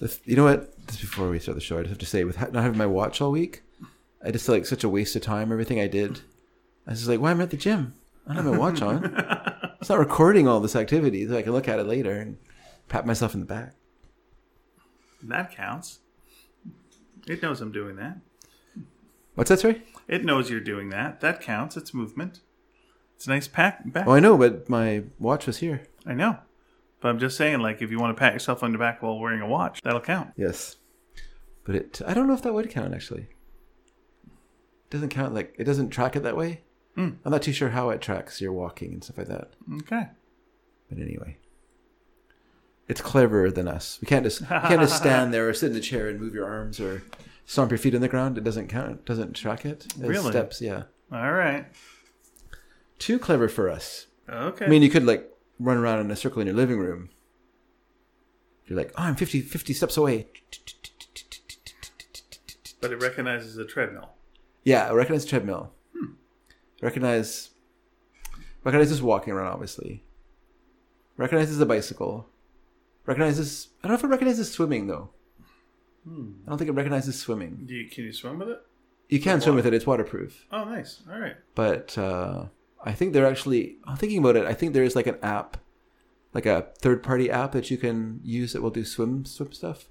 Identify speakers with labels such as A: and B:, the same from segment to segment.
A: This, you know what? Just before we start the show, I just have to say, with ha- not having my watch all week, I just feel like such a waste of time. Everything I did, I was just like, why am I at the gym? I don't have my watch on. It's not recording all this activity, so I can look at it later and pat myself in the back.
B: That counts. It knows I'm doing that.
A: What's that, sorry?
B: It knows you're doing that. That counts. It's movement. It's a nice pack back.
A: Oh, I know, but my watch was here.
B: I know. But I'm just saying, like, if you want to pat yourself on the back while wearing a watch, that'll count.
A: Yes, but it. I don't know if that would count actually. It doesn't count like it doesn't track it that way.
B: Hmm.
A: I'm not too sure how it tracks your walking and stuff like that.
B: Okay.
A: But anyway, it's cleverer than us. We can't just we can't just stand there or sit in a chair and move your arms or stomp your feet on the ground. It doesn't count. It doesn't track it. as
B: Really?
A: Steps. Yeah.
B: All right.
A: Too clever for us.
B: Okay.
A: I mean, you could like run around in a circle in your living room. You're like, oh, I'm 50, 50 steps away.
B: but it recognizes a treadmill.
A: Yeah, I recognize the treadmill.
B: Hmm.
A: Recognize recognizes walking around, obviously. Recognizes the bicycle. Recognizes I don't know if it recognizes swimming though. I don't think it recognizes swimming.
B: Hmm. Do you, can you swim with it?
A: You can swim with it; it's waterproof.
B: Oh, nice. All right.
A: But uh, I think they're actually. I'm thinking about it. I think there is like an app, like a third-party app that you can use that will do swim swim stuff.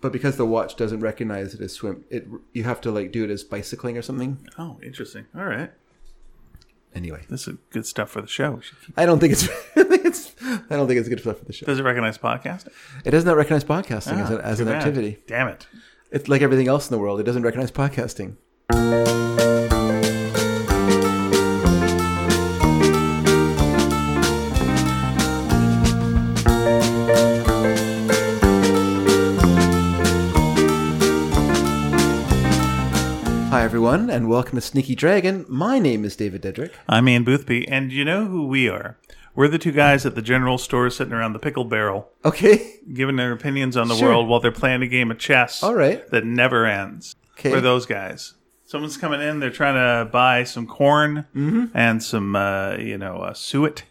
A: But because the watch doesn't recognize it as swim, it you have to like do it as bicycling or something.
B: Oh, interesting. All right.
A: Anyway,
B: This is good stuff for the show. We should keep-
A: I don't think it's, it's I don't think it's good stuff for the show.
B: Does it recognize podcasting?
A: It does not recognize podcasting as
B: Ah,
A: an, as
B: too
A: an
B: bad.
A: activity.
B: Damn it.
A: It's like everything else in the world. It doesn't recognize podcasting. Hi everyone, and welcome to Sneaky Dragon. My name is David Dedrick.
B: I'm Ian Boothby, and you know who we are. We're the two guys at the general store sitting around the pickle barrel,
A: Okay,
B: giving their opinions on the
A: Sure.
B: world while they're playing a game of chess
A: all right.
B: that never ends.
A: Okay.
B: We're those guys. Someone's coming in, they're trying to buy some corn
A: Mm-hmm.
B: and some, uh, you know, uh, suet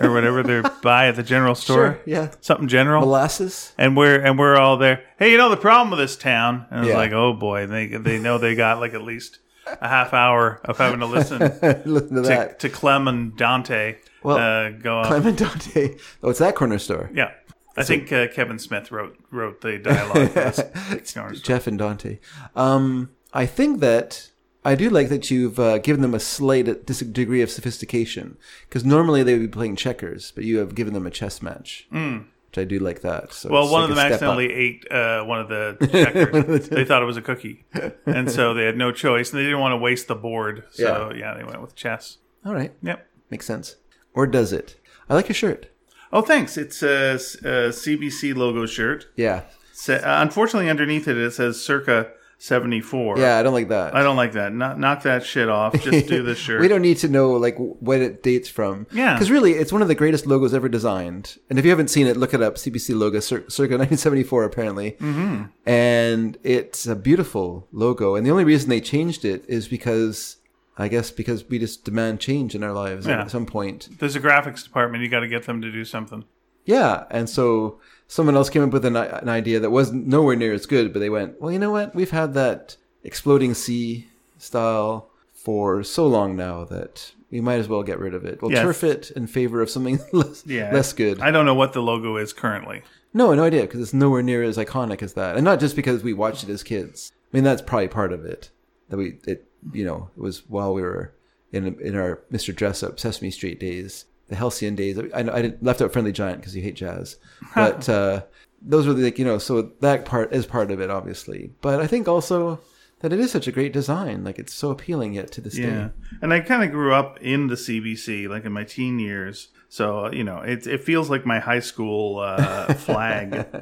B: or whatever they buy at the general store.
A: Sure, yeah.
B: Something general.
A: Molasses.
B: and we're and we're all there. Hey, you know the problem with this town? And I was
A: Yeah.
B: like, oh boy, they they know they got like at least a half hour of having to listen
A: Listen to
B: to,
A: that.
B: to Clem and Dante
A: Well,
B: uh, go on.
A: Clement Dante. Oh, it's that corner store.
B: Yeah, I think uh, Kevin Smith wrote wrote the dialogue. for this. It's not-
A: Jeff and Dante. Um, I think that I do like that you've uh, given them a slight dis- degree of sophistication because normally they would be playing checkers, but you have given them a chess match, which I do like that. So
B: Hmm. well,
A: it's
B: one
A: like
B: of
A: a
B: them
A: step up.
B: accidentally ate uh, one of the checkers. they thought it was a cookie, and so they had no choice, and they didn't want to waste the board. So yeah, they went with chess.
A: All right,
B: Yep.
A: makes sense. Or does it? I like your shirt.
B: Oh, thanks. It's a, s- a CBC logo shirt.
A: Yeah,
B: Sa- uh, unfortunately, underneath it, it says circa 74.
A: yeah. I don't like that.
B: I don't like that. Knock, knock that shit off. Just do the shirt.
A: We don't need to know like what it dates from.
B: Yeah.
A: Because really, it's one of the greatest logos ever designed. And if you haven't seen it, look it up. CBC logo, cir- circa 1974, apparently. Mm-hmm. And it's a beautiful logo. And the only reason they changed it is because, I guess, because we just demand change in our lives
B: Yeah.
A: at some point.
B: There's a graphics department. You got to get them to do something.
A: Yeah. And so someone else came up with an, i- an idea that was nowhere near as good, but they went, well, you know what? We've had that exploding sea style for so long now that we might as well get rid of it. We'll
B: Yes.
A: turf it in favor of something less,
B: Yeah.
A: less good.
B: I don't know what the logo is currently.
A: no, no idea, because it's nowhere near as iconic as that. And not just because we watched it as kids. I mean, that's probably part of it. That we, it, you know, it was while we were in in our Mr. Dress Up Sesame Street days, the Halcyon days. I, I, I didn't- left out Friendly Giant because you hate jazz, but uh, those were the, like, you know, so that part is part of it, obviously. But I think also that it is such a great design. Like it's so appealing yet to this
B: Yeah.
A: day.
B: And I kind of grew up in the CBC, like in my teen years. So, uh, you know, it, it feels like my high school uh, flag.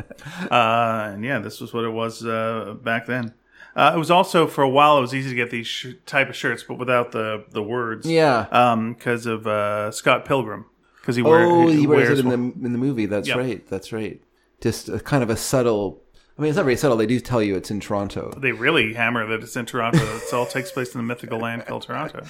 B: Uh, and yeah, this was what it was uh, back then. Uh, it was also, for a while, it was easy to get these sh- type of shirts, but without the, the words.
A: Yeah.
B: because of uh, Scott Pilgrim. Because he, wear,
A: Oh,
B: he
A: he wears it
B: wears
A: in the
B: one-
A: in the movie. That's
B: Yeah.
A: right. That's right. Just a, kind of a subtle, I mean, it's not very subtle. They do tell you it's in Toronto,
B: They really hammer that it's in Toronto. It all takes place in the mythical land called Toronto.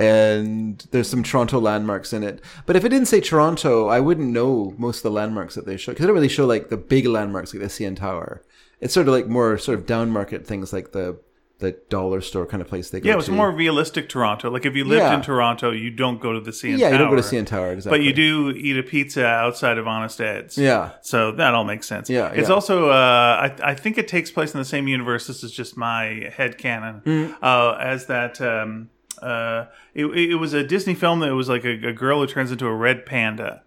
A: and there's some Toronto landmarks in it. But if it didn't say Toronto, I wouldn't know most of the landmarks that they show because they don't really show like the big landmarks like the CN Tower. It's sort of like more sort of down market things like the the dollar store kind of place they go
B: Yeah, it was
A: to.
B: more realistic Toronto. Like if you lived
A: Yeah.
B: in Toronto, you don't go to the CN
A: yeah,
B: Tower.
A: you don't go to CN Tower, exactly.
B: But you do eat a pizza outside of Honest Ed's.
A: Yeah.
B: So that all makes sense.
A: Yeah,
B: It's
A: yeah.
B: also, uh, I, I think it takes place in the same universe. This is just my head canon.
A: Mm.
B: Uh, as that, um, uh, it, it was a Disney film that was like a, a girl who turns into a red panda.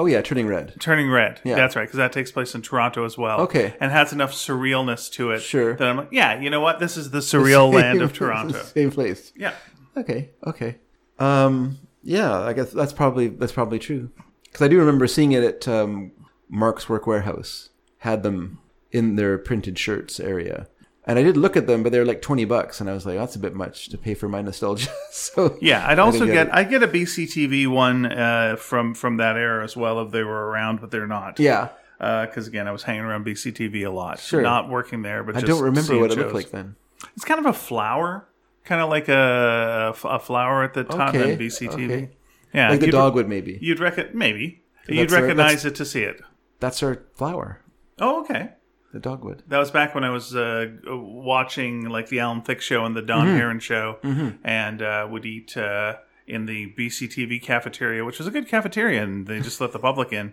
A: Oh yeah, turning red.
B: Turning Red. That's right, because that takes place in Toronto as well.
A: Okay.
B: And has enough surrealness to it.
A: Sure.
B: That I'm like, yeah, you know what? This is the surreal land of Toronto.
A: Same place.
B: Yeah.
A: Okay. Okay. Um, yeah, I guess that's probably that's probably true because I do remember seeing it at um, Mark's Work Warehouse had them in their printed shirts area, and I did look at them, but they were like twenty bucks, and I was like, that's a bit much to pay for my nostalgia. so
B: Yeah, I'd also
A: get
B: get,
A: it.
B: I get a BCTV one uh, from from that era as well if they were around, but they're not.
A: yeah,
B: Because again, I was hanging around BCTV a lot,
A: Sure.
B: not working there, but
A: I
B: just
A: don't remember
B: seeing
A: what it
B: shows.
A: looked like then.
B: It's kind of a flower, kind of like a a flower at the top
A: Okay,
B: of BCTV.
A: okay.
B: Yeah,
A: Like the
B: you'd-
A: dogwood, maybe.
B: You'd reckon maybe you'd
A: That's our-
B: recognize it to see it.
A: That's our flower,
B: Oh, okay.
A: the dogwood.
B: That was back when I was uh, watching like the Alan Thicke show and the Don
A: Mm-hmm.
B: Heron show, and uh, would eat uh, in the BCTV cafeteria, which was a good cafeteria, and they just let the public in.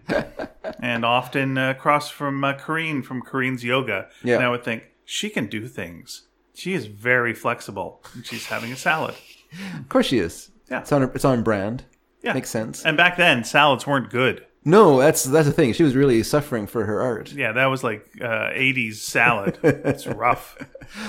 B: and often uh, across from uh, Corrine from Corrine's yoga,
A: Yeah.
B: and I would think she can do things. She is very flexible. And she's having a salad.
A: Of course, she is.
B: Yeah.
A: it's on it's on brand.
B: Yeah,
A: Makes sense.
B: And back then, salads weren't good.
A: No, that's that's the thing. She was really suffering for her art.
B: Yeah, that was like uh, '80s salad. it's rough.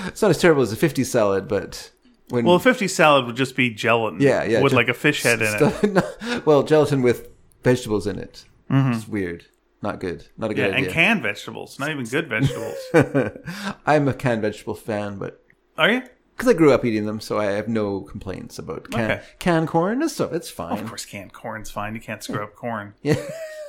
A: It's not as terrible as a 50 salad, but when
B: Well, a 50 salad would just be gelatin.
A: Yeah, yeah,
B: With
A: just
B: like a fish head in it.
A: stuff, no, well, gelatin with vegetables in it. It's weird. Not good. Not a
B: Mm-hmm. Yeah,
A: good
B: and
A: idea.
B: canned vegetables, not even good vegetables. Oh,
A: I'm a canned vegetable fan, but
B: Are you?
A: because I grew up eating them, so I have no complaints about can,
B: Okay.
A: canned corn and stuff. It's
B: Of
A: fine.
B: course, canned corn's fine. You can't screw up corn.
A: Yeah.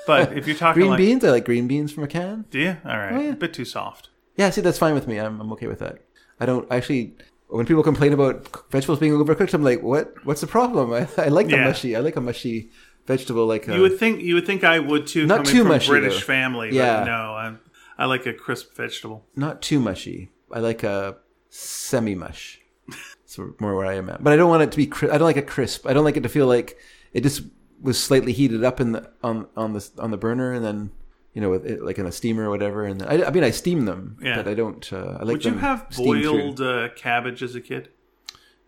B: But if you're talking
A: green Oh,
B: like,
A: beans. I like green beans from a can.
B: do you? All right, a bit too soft.
A: Yeah, see, that's fine with me. I'm, I'm okay with that. I don't actually. When people complain about c- vegetables being overcooked, I'm like, what? What's the problem? I, I like the
B: Yeah.
A: mushy. I like a mushy vegetable, like a,
B: You would think you would think I would too,
A: Uh, Not
B: coming
A: too
B: from
A: mushy,
B: British
A: though.
B: family.
A: Yeah.
B: But no, I'm, I like a crisp vegetable.
A: not too mushy. I like a semi mush. That's more where I am at. But I don't want it to be. Cri- I don't like a crisp. I don't like it to feel like it just was slightly heated up in the on on the on the burner and then you know with it, like in a steamer or whatever. And I, I mean, I steam them,
B: Yeah.
A: but I don't. Uh, I like
B: Would you
A: them
B: have
A: steamed through.
B: boiled uh, cabbage as a kid?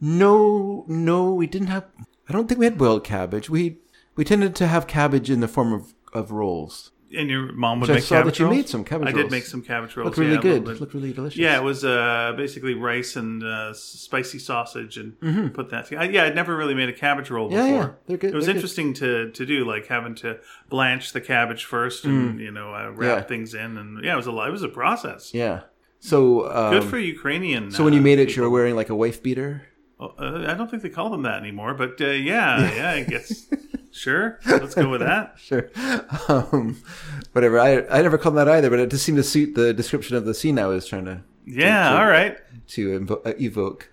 A: No, no, we didn't have. I don't think we had boiled cabbage. We we tended to have cabbage in the form of of rolls.
B: And your mom would
A: I
B: make
A: saw that
B: cabbage
A: you
B: rolls?
A: made some cabbage
B: I
A: rolls.
B: did make some cabbage rolls.
A: Looked really
B: yeah, a little
A: good.
B: bit.
A: Looked really delicious.
B: Yeah, it was uh, basically rice and uh, s- spicy sausage, and put that. Together. Yeah, I'd never really made a cabbage roll
A: Mm-hmm. Yeah, yeah,
B: before.
A: they're good,
B: It was
A: they're good.
B: interesting to to do, like having to blanch the cabbage first, and you know, uh, wrap
A: Mm. Yeah.
B: things in, and yeah, it was a lot. It was a process.
A: yeah. So um,
B: Good for Ukrainian.
A: so when you made it, you were wearing like a wife beater.
B: uh, I don't think they call them that anymore, but uh, yeah, yeah, I guess. sure, let's go with that.
A: Sure. Um, whatever. I I never called them that either, but it just seemed to suit the description of the scene I was trying to
B: Yeah, all right.
A: to invo- uh, evoke.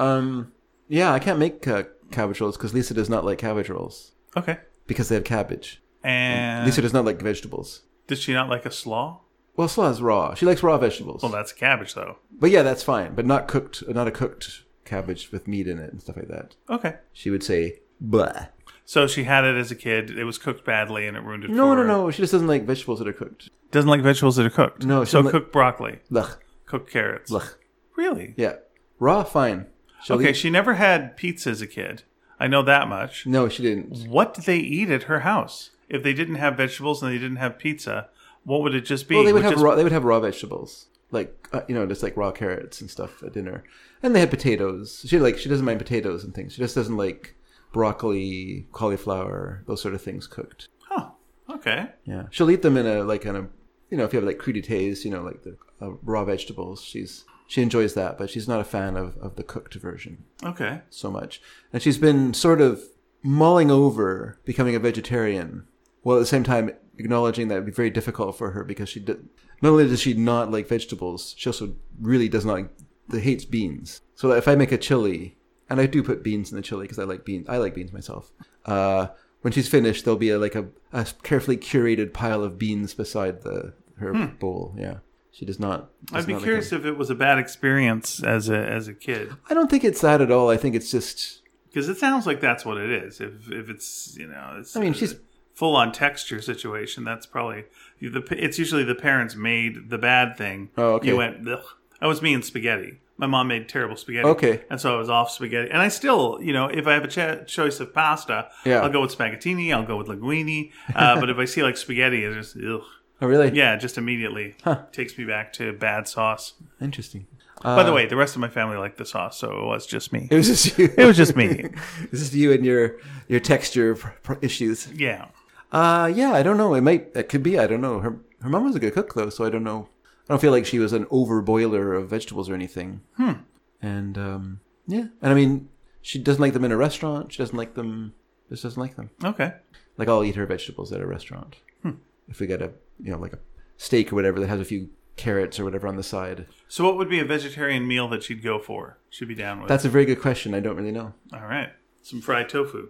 A: Um, yeah, I can't make uh, cabbage rolls because Lisa does not like cabbage rolls
B: Okay.
A: because they have cabbage.
B: And
A: Lisa does not like vegetables.
B: did she not like a slaw?
A: Well, slaw is raw. She likes raw vegetables.
B: Well, that's cabbage, though.
A: But yeah, that's fine. But not cooked, not a cooked cabbage with meat in it and stuff like that.
B: Okay.
A: She would say, "Blah."
B: So she had it as a kid. It was cooked badly, and it ruined it.
A: No,
B: for
A: no,
B: her.
A: no. She just doesn't like vegetables that are cooked.
B: Doesn't like vegetables that are cooked.
A: No, she
B: so
A: doesn't like-
B: cooked broccoli,
A: Blech,
B: cooked carrots.
A: blech.
B: Really?
A: Yeah, raw, fine. She'll
B: okay.
A: eat-
B: She never had pizza as a kid. I know that much.
A: No, she didn't.
B: What did they eat at her house? If they didn't have vegetables and they didn't have pizza, what would it just be?
A: Well, they would have
B: just,
A: raw. They would have raw vegetables, like uh, you know, just like raw carrots and stuff at dinner. And they had potatoes. She like she doesn't mind potatoes and things. She just doesn't like broccoli, cauliflower, those sort of things cooked.
B: Huh. Okay.
A: Yeah, she'll eat them in a like in a you know if you have like crudités, you know like the uh, raw vegetables. She's she enjoys that, but she's not a fan of of the cooked version
B: Okay.
A: so much. And she's been sort of mulling over becoming a vegetarian, while at the same time acknowledging that it'd be very difficult for her because she did, not only does she not like vegetables, she also really does not hates beans. So that if I make a chili, and I do put beans in the chili because I like beans. I like beans myself. Uh, when she's finished, there'll be a, like a, a carefully curated pile of beans beside the her bowl. Yeah, she does not. does
B: Hmm. I'd be
A: not like
B: curious if it was a bad experience as a as a kid,
A: them. I don't think it's that at all. I think it's just.
B: because it sounds like that's what it is. If if it's you know, it's,
A: I mean, she's-
B: full on texture situation. That's probably the. It's usually the parents made the bad thing.
A: Oh, okay.
B: You went. "Ugh." I was me and spaghetti. My mom made terrible spaghetti.
A: Okay.
B: And so I was off spaghetti. And I still, you know, if I have a cha- choice of pasta,
A: Yeah.
B: I'll go with spaghettini. I'll go with linguine. Uh, but if I see like spaghetti, it's just ugh.
A: Oh, really?
B: Yeah, just immediately takes me back to bad sauce.
A: Interesting.
B: By the way, the rest of my family liked the sauce, so it was just me.
A: Uh, It was just you.
B: It was just me.
A: It's just you and your your texture pr- pr- issues.
B: Yeah.
A: Uh, yeah, I don't know. It might. It could be. I don't know. Her her mom was a good cook though, so I don't know. I don't feel like she was an over boiler of vegetables or anything. Hmm. And um, yeah, and I mean, she doesn't like them in a restaurant. She doesn't like them. Just doesn't like them.
B: Okay.
A: Like I'll eat her vegetables at a restaurant
B: Hmm.
A: if we get a you know like a steak or whatever that has a few carrots or whatever on the side.
B: So, what would be a vegetarian meal that she'd go for? She'd be down with.
A: That's a very good question. I don't really know.
B: All right. Some fried tofu.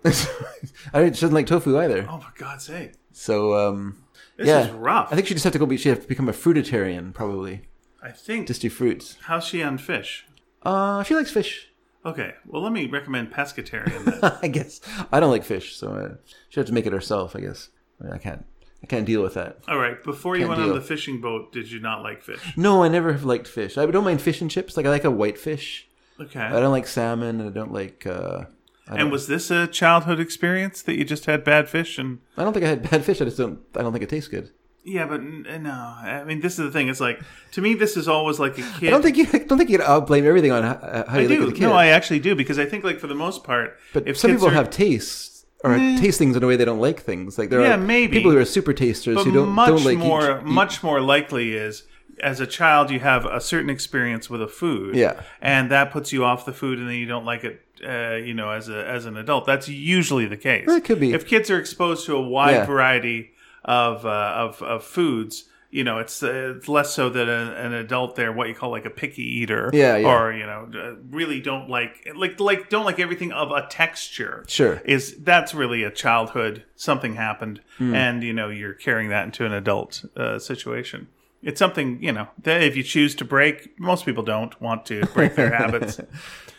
A: I she doesn't like tofu either.
B: oh, for God's sake.
A: So um,
B: This
A: yeah,
B: is rough.
A: I think she just have to go. Be, she have to become a fruitarian probably.
B: I think.
A: Just do fruits.
B: how's she on fish?
A: Uh, she likes fish.
B: Okay. Well, let me recommend pescatarian then.
A: I guess I don't like fish, so uh, she had to make it herself. I guess I, mean, I can't. I can't deal with that.
B: All right. Before you
A: Can't
B: went on
A: deal.
B: the fishing boat, did you not like fish?
A: No, I never have liked fish. I don't mind fish and chips. Like I like a white fish. I
B: Okay.
A: don't like salmon. and I don't like. Uh, I, don't,
B: And was this a childhood experience that you just had bad fish and
A: I don't think I had bad fish. I just don't. I don't think it tastes good.
B: Yeah, but n- uh, no. I mean, this is the thing. It's like to me, this is always like a kid.
A: I don't think you. I don't think you uh, blame everything on how, uh, how
B: I
A: you look
B: do.
A: at the kid.
B: No, I actually do because I think, like for the most part,
A: but some
B: kids
A: people
B: are-
A: have tastes or taste things in a way they don't like things. Like there
B: Yeah,
A: are
B: maybe.
A: people who are super tasters
B: but
A: who don't
B: much
A: don't like eat-
B: more,
A: eat-
B: much more likely is as a child you have a certain experience with a food,
A: Yeah.
B: and that puts you off the food, and then you don't like it. Uh, you know, as a as an adult, that's usually the case.
A: Well, it could be.
B: if kids are exposed to a wide
A: Yeah.
B: variety of uh, of of foods. You know, it's, uh, it's less so that a, an adult they're what you call like a picky eater,
A: Yeah, yeah.
B: or you know, uh, really don't like like like don't like everything of a texture.
A: Sure.
B: is that's really a childhood something happened,
A: Hmm.
B: and you know you're carrying that into an adult uh, situation. It's something you know that if you choose to break, most people don't want to break their habits.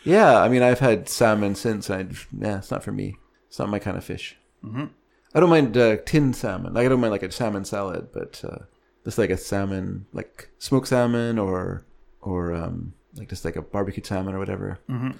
A: Yeah, I mean, I've had salmon since, and I, yeah, it's not for me. It's not my kind of fish. Mm-hmm. I don't mind uh, tinned salmon. Like, I don't mind like a salmon salad, but uh, just like a salmon, like smoked salmon, or or um, like just like a barbecued salmon or whatever. Mm-hmm.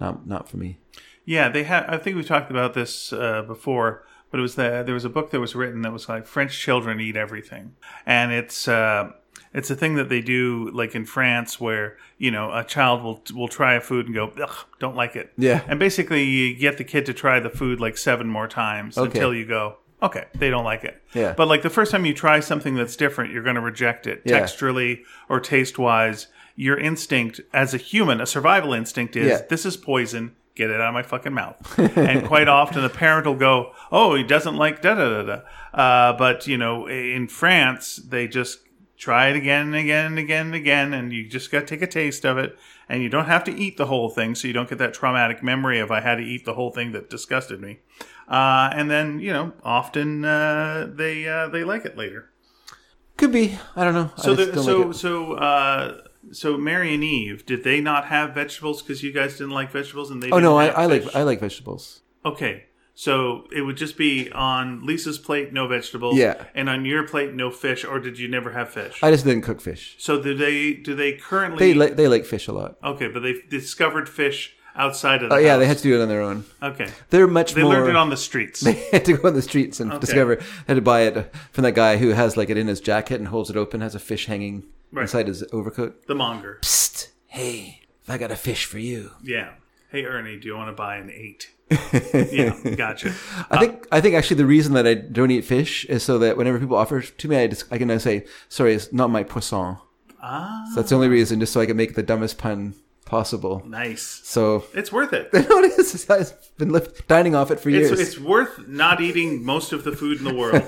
A: Not not for me.
B: Yeah, they had. I think we talked about this uh, before, but it was the there was a book that was written that was like French children eat everything, and it's uh, it's a thing that they do like in France where you know a child will will try a food and go Ugh, don't like it,
A: Yeah.
B: and basically you get the kid to try the food like seven more times until you go okay they don't like it,
A: Yeah.
B: But like the first time you try something that's different, you're going to reject it
A: Yeah.
B: texturally or taste wise. Your instinct as a human, a survival instinct is
A: Yeah.
B: this is poison. Get it out of my fucking mouth. and quite often, a parent will go, "Oh, he doesn't like da da da da." Uh, but you know, in France, they just try it again and again and again and again, and you just got to take a taste of it, and you don't have to eat the whole thing, so you don't get that traumatic memory of I had to eat the whole thing that disgusted me. Uh, and then you know, often uh, they uh, they like it later.
A: Could be. I don't know.
B: So
A: I just
B: the,
A: don't
B: so
A: like it.
B: so uh, so Mary and Eve, did they not have vegetables because you guys didn't like vegetables and they?
A: Oh
B: didn't
A: no, I,
B: have
A: I like
B: fish?
A: I like vegetables.
B: Okay, so it would just be on Lisa's plate, no vegetables.
A: Yeah.
B: and on your plate, no fish. Or did you never have fish?
A: I just didn't cook fish.
B: so do they? Do they currently?
A: They like they like fish a lot.
B: okay, but they discovered fish outside of. The
A: Oh yeah, they had
B: house.
A: to do it on their own.
B: okay.
A: They're much
B: They
A: more.
B: learned it on the streets.
A: they had to go on the streets and discover had to buy it from that guy who has like it in his jacket and holds it open has a fish hanging inside his overcoat
B: the monger.
A: Psst, hey i got a fish for you
B: Yeah. Hey Ernie, do you want to buy an eight? yeah, gotcha.
A: i think i think actually the reason that i don't eat fish is so that whenever people offer it to me i just i can now say sorry it's not my poisson
B: Ah,
A: so that's the only reason just so i can make the dumbest pun possible.
B: Nice.
A: So
B: It's worth it.
A: I know it is. This guy's been lift, dining off it for years.
B: It's, it's worth not eating most of the food in the world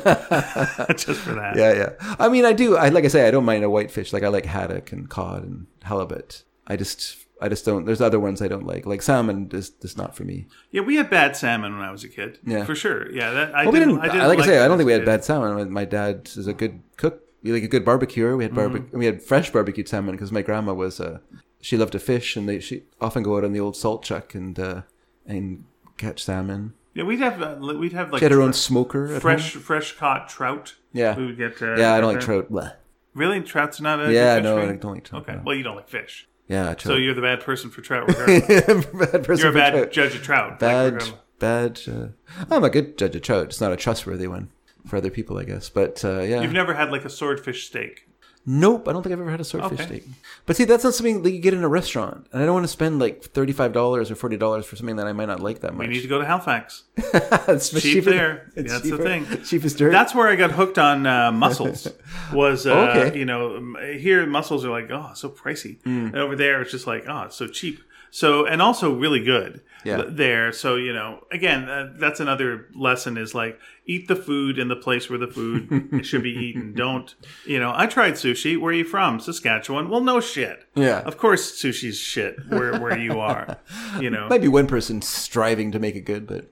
B: just for that.
A: yeah, yeah. I mean, I do. I like I say, I don't mind a whitefish. Like I like haddock and cod and halibut. I just, I just don't. There's other ones I don't like. Like salmon is just not for me.
B: Yeah, we had bad salmon when I was a kid.
A: Yeah.
B: for sure. Yeah, that, I,
A: Well, we
B: didn't,
A: didn't.
B: I didn't.
A: like I say, I don't think we had
B: it as
A: bad salmon. My- My dad is a good cook. We like a good barbecuer. We had barbe-
B: Mm-hmm.
A: We had fresh barbecued salmon because my grandma was uh, she loved to fish, and they she often go out on the old salt chuck and uh, and catch salmon.
B: a kid. Yeah, we'd have uh, li- we'd have like
A: She had her own smoker. at
B: fresh
A: home.
B: fresh caught trout.
A: Yeah.
B: we would get. Uh,
A: Yeah, I
B: get
A: don't like
B: that.
A: trout. Blech.
B: Really, trout's not a. good
A: Yeah,
B: fish
A: no,
B: for you?
A: I don't like trout,
B: Okay,
A: no.
B: well, you don't like fish,
A: Yeah, trout.
B: so you're the bad person for trout. Regardless.
A: bad person
B: you're
A: for
B: a bad
A: trout.
B: judge of trout. like,
A: bad,
B: regardless.
A: bad. Uh, I'm a good judge of trout. It's not a trustworthy one for other people, I guess. But uh, yeah,
B: You've never had like a swordfish steak.
A: nope. I don't think I've ever had a swordfish
B: Okay.
A: steak. But see, that's not something that you get in a restaurant, and I don't want to spend like thirty five dollars or forty dollars for something that I might not like that
B: We
A: much.
B: need to go to Halifax.
A: it's
B: cheap there.
A: it's
B: That's the thing.
A: Cheap as dirt.
B: That's where I got hooked on uh, mussels. Was uh,
A: Okay. Hmm.
B: you know m- here mussels are like oh so pricey, and over there it's just like oh it's so cheap. So and also really good
A: Yeah.
B: th- there. So you know again uh, that's another lesson is like eat the food in the place where the food should be eaten. Don't you know I tried sushi. Where are you from? Saskatchewan. Well, no shit.
A: Yeah.
B: of course sushi's shit where where you are. You know
A: Might be one person striving to make it good, but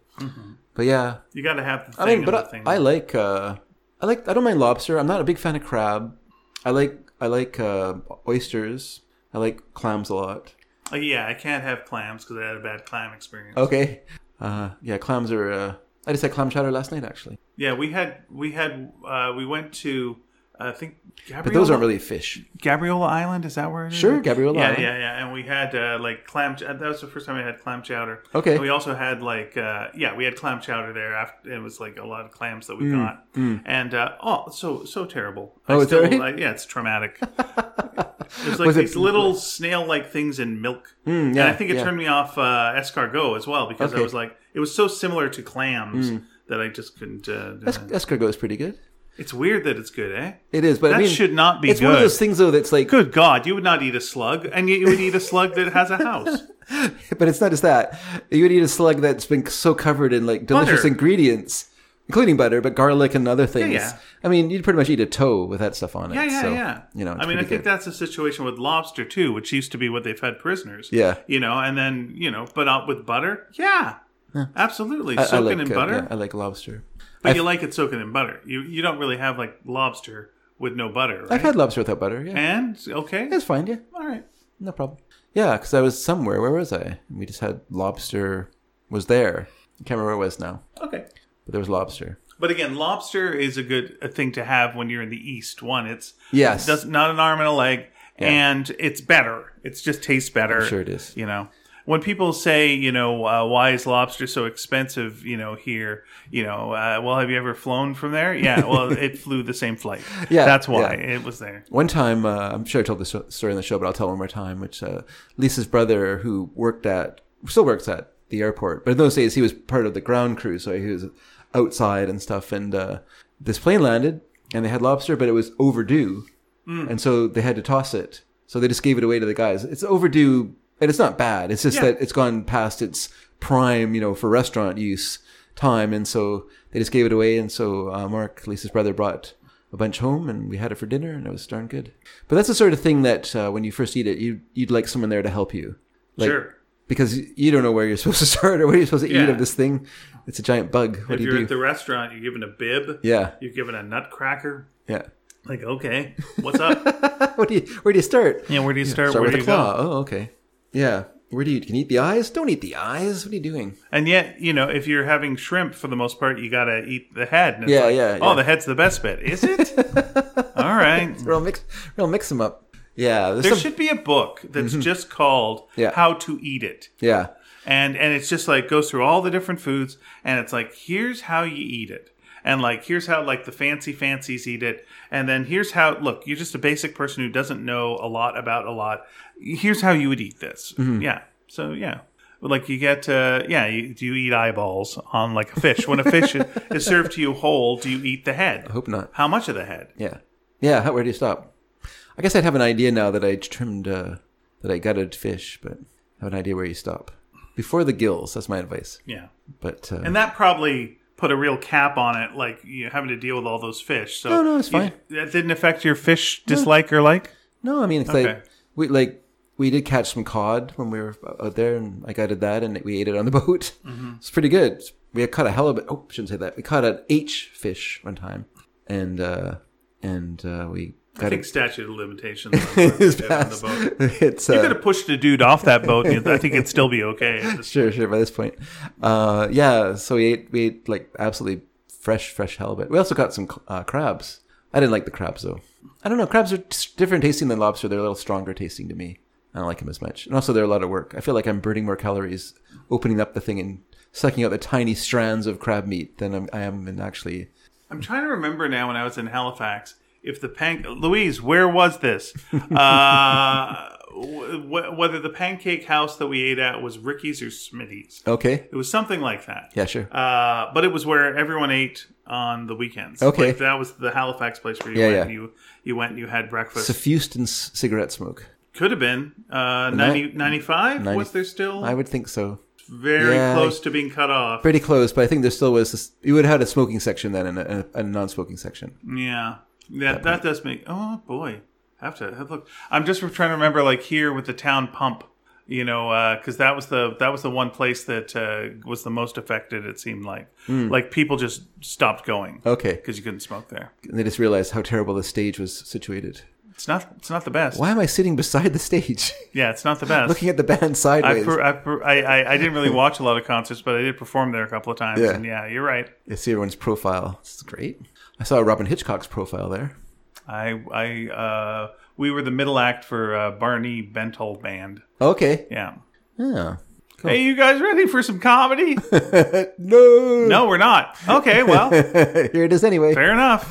A: but yeah,
B: you got to have the Mm-hmm. thing.
A: I mean,
B: and the
A: but
B: thing.
A: I, I like uh, I like I don't mind lobster. I'm not a big fan of crab. I like I like uh, oysters. I like clams a lot.
B: Uh, yeah, I can't have clams because I had a bad clam experience.
A: Okay. Uh, yeah, clams are. Uh, I just had clam chowder last night, actually.
B: Yeah, we had we had uh, we went to uh, I think Gabriola,
A: But those aren't really fish.
B: Gabriola Island. Is that where it is?
A: Sure, Gabriella.
B: Yeah,
A: Island.
B: yeah, yeah. And we had uh, like clam. ch- That was the first time I had clam chowder.
A: Okay.
B: And we also had like uh, yeah, we had clam chowder there. After it was like a lot of clams that we got, and uh, oh, so so terrible.
A: Mm, Oh,
B: I
A: is
B: still,
A: that right?
B: I- yeah, it's traumatic. it was like
A: Was it- Mm,
B: these little snail-like things in milk, and
A: yeah,
B: I think it
A: yeah.
B: turned me off uh, escargot as well because I
A: Okay. Mm.
B: was like, it was so similar to clams that I just couldn't. Uh, do it.
A: Es- escargot is pretty good.
B: It's weird that it's good, eh?
A: It is, but
B: That
A: I mean,
B: should not be
A: It's one of
B: good.
A: those things though that's like,
B: Good God, you would not eat a slug, and yet you would eat a slug that has a house.
A: but it's not just that. You would eat a slug that's been so covered in like delicious
B: Butter.
A: ingredients, including butter, but garlic and other things.
B: yeah.
A: I mean, you'd pretty much eat a toe with that stuff on it.
B: Yeah, yeah,
A: so,
B: yeah.
A: You know, it's
B: I mean, I
A: pretty
B: think
A: good.
B: that's the situation with lobster too, which used to be what they fed prisoners.
A: Yeah.
B: you know, and then you know, but out with butter, yeah, absolutely,
A: I- I
B: soaking
A: like,
B: in
A: uh,
B: butter.
A: yeah, I like lobster.
B: But you like it soaking in butter. You you don't really have like lobster with no butter, right?
A: I've had lobster without butter. Yeah,
B: and okay,
A: it's fine. Yeah.
B: all right.
A: No problem. Yeah, because I was somewhere. Where was I? We just had lobster. Was there? I can't remember where it was now,
B: Okay.
A: but there was lobster.
B: But again, lobster is a good a thing to have when you're in the East. One, it's
A: Yes.
B: does not an arm and a leg, and it's better. It's just tastes better.
A: sure it is.
B: You know, when people say, you know, uh, why is lobster so expensive? You know, here, you know, uh, well, have you ever flown from there? Yeah, well, it flew the same flight.
A: Yeah,
B: that's why
A: yeah.
B: it was there.
A: One time, uh, I'm sure I told this story on the show, but I'll tell it one more time. Which uh, Lisa's brother, who worked at, still works at the airport, but in those days he was part of the ground crew, so he was outside and stuff. And uh, this plane landed, and they had lobster, but it was overdue,
B: Hmm.
A: and so they had to toss it. So they just gave it away to the guys. It's overdue, and it's not bad. It's just
B: Yeah.
A: that it's gone past its prime, you know, for restaurant use time, and so they just gave it away. And so uh, Mark, Lisa's brother, brought a bunch home, and we had it for dinner, and it was darn good. But that's the sort of thing that uh, when you first eat it, you you'd like someone there to help you, like,
B: sure.
A: because you don't know where you're supposed to start or what you're supposed to
B: Yeah.
A: eat of this thing. It's a giant bug. What
B: If
A: do
B: you're
A: you do?
B: at the restaurant, you're given a bib.
A: yeah,
B: You're given a nutcracker.
A: yeah.
B: Like, okay, what's up?
A: what do you? Where do you start?
B: yeah, where do you start?
A: Start
B: where
A: with
B: do
A: a
B: you
A: claw.
B: go?
A: Oh, okay. Yeah. Where do you? Can you eat the eyes? Don't eat the eyes. What are you doing?
B: And yet, you know, if you're having shrimp for the most part, you gotta eat the head. And it's
A: Yeah,
B: like,
A: yeah,
B: Oh,
A: yeah.
B: the head's the best bit, is it? All right.
A: Real mix. Real mix them up. Yeah. There's
B: There
A: some,
B: should be a book that's just called
A: Mm-hmm. Yeah.
B: "How to Eat It,"
A: yeah.
B: and and it's just like goes through all the different foods, and it's like here's how you eat it, and like here's how like the fancy fancies eat it, and then here's how. Look, you're just a basic person who doesn't know a lot about a lot. Here's how you would eat this.
A: Mm-hmm.
B: Yeah. So yeah. Like you get, uh, yeah. You, do you eat eyeballs on like a fish? When a fish is served to you whole, do you eat the head?
A: I hope not.
B: How much of the head?
A: Yeah. Yeah. How, where do you stop? I guess I'd have an idea now that I trimmed uh, that I gutted fish, but I have an idea where you stop. Before the gills, that's my advice.
B: Yeah.
A: But uh,
B: And that probably put a real cap on it, like you know, having to deal with all those fish. So
A: No, no, it's
B: you-
A: fine.
B: that didn't affect your fish dislike or like.
A: No, I mean, it's
B: Okay.
A: like we like we did catch some cod when we were out there, and I gutted that, and we ate it on the boat.
B: Mm-hmm.
A: It's pretty good. We had caught a halibut. Oh, shouldn't say that. We caught an H fish one time, and uh and uh we
B: I
A: got
B: think
A: it.
B: statute of limitations. on what we
A: It's
B: did on the
A: past.
B: boat.
A: It's
B: You
A: uh,
B: could have pushed a dude off that boat. and I think it'd still be okay.
A: sure, sure. By this point, uh, yeah. So we ate we ate like absolutely fresh, fresh halibut. We also got some uh, crabs. I didn't like the crabs though. I don't know. Crabs are t- different tasting than lobster. They're a little stronger tasting to me. I don't like them as much. And also, they're a lot of work. I feel like I'm burning more calories opening up the thing and sucking out the tiny strands of crab meat than I'm, I am in actually.
B: I'm trying to remember now when I was in Halifax if the pan Louise, where was this? Uh, w- w- whether the pancake house that we ate at was Ricky's or Smitty's.
A: Okay.
B: It was something like that.
A: Yeah, sure.
B: Uh, but it was where everyone ate on the weekends.
A: Okay.
B: Like, that was the Halifax place where you
A: Yeah,
B: went.
A: yeah.
B: And you you went and you had breakfast.
A: Suffused in s- cigarette smoke.
B: Could have been uh, 90, 95? was there still
A: I would think so.
B: very
A: yeah,
B: close to being cut off?
A: Pretty close, but I think there still was. This, you would have had a smoking section then and a, and a- a non-smoking section.
B: Yeah, that that does make. Oh boy, have to have look. I'm just trying to remember, like here with the town pump, you know, because that was the that was the one place that uh, was the most affected. It seemed like like people just stopped going
A: Hmm. Okay.
B: because you couldn't smoke there.
A: And they just realized how terrible the stage was situated.
B: It's not it's not the best.
A: Why am I sitting beside the stage,
B: Yeah, it's not the best.
A: looking at the band
B: I,
A: sideways?
B: per, I, per, I, I I didn't really watch a lot of concerts, but I did perform there a couple of times.
A: Yeah.
B: And yeah, you're right.
A: I see everyone's profile. It's great. I saw Robin Hitchcock's profile there.
B: I I uh, we were the middle act for uh, Barney Bental band.
A: Okay.
B: Yeah.
A: Yeah. Cool.
B: Hey, you guys ready for some comedy?
A: No.
B: No, we're not. Okay, well,
A: Here it is anyway.
B: fair enough.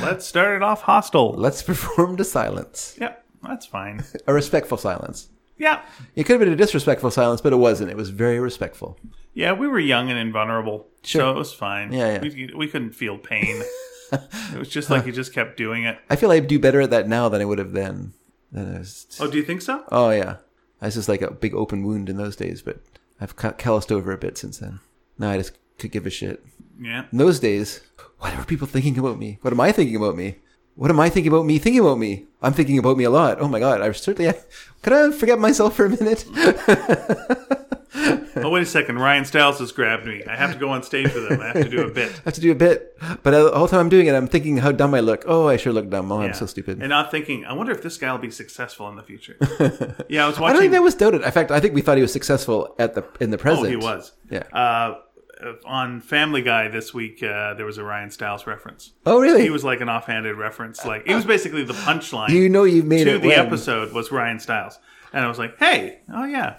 B: Let's start it off hostile.
A: Let's perform to silence.
B: Yep, that's fine.
A: A respectful silence.
B: Yeah.
A: It could have been a disrespectful silence, but it wasn't. It was very respectful.
B: Yeah, we were young and invulnerable, so
A: Sure.
B: it was fine.
A: Yeah, yeah.
B: We, we couldn't feel pain. it was just like you just kept doing it.
A: I feel I do better at that now than I would have then. Then I was
B: Oh, do you think so?
A: Oh yeah, I was just like a big open wound in those days, but I've ca- calloused over a bit since then. Now I just could give a shit.
B: Yeah.
A: In those days, what are people thinking about me? What am I thinking about me? What am I thinking about me thinking about me? I'm thinking about me a lot. Oh my god, I certainly could I forget myself for a minute.
B: Oh, wait a second. Ryan Stiles has grabbed me. I have to go on stage with him. I have to do a bit.
A: I have to do a bit, but I, the whole time I'm doing it, I'm thinking how dumb I look. Oh, I sure look dumb. Oh,
B: Yeah.
A: I'm so stupid.
B: And not thinking, I wonder if this guy will be successful in the future. yeah, I was
A: I don't
B: watching.
A: think that was doubted. In fact, I think we thought he was successful at the in the
B: Oh,
A: present.
B: he was.
A: Yeah.
B: Uh, on Family Guy this week, uh, there was a Ryan Stiles reference.
A: oh, really?
B: He was like an offhanded reference. Like it was basically the punchline
A: you know, you made
B: to
A: it
B: the
A: when.
B: episode was Ryan Stiles, and I was like, "Hey, oh yeah,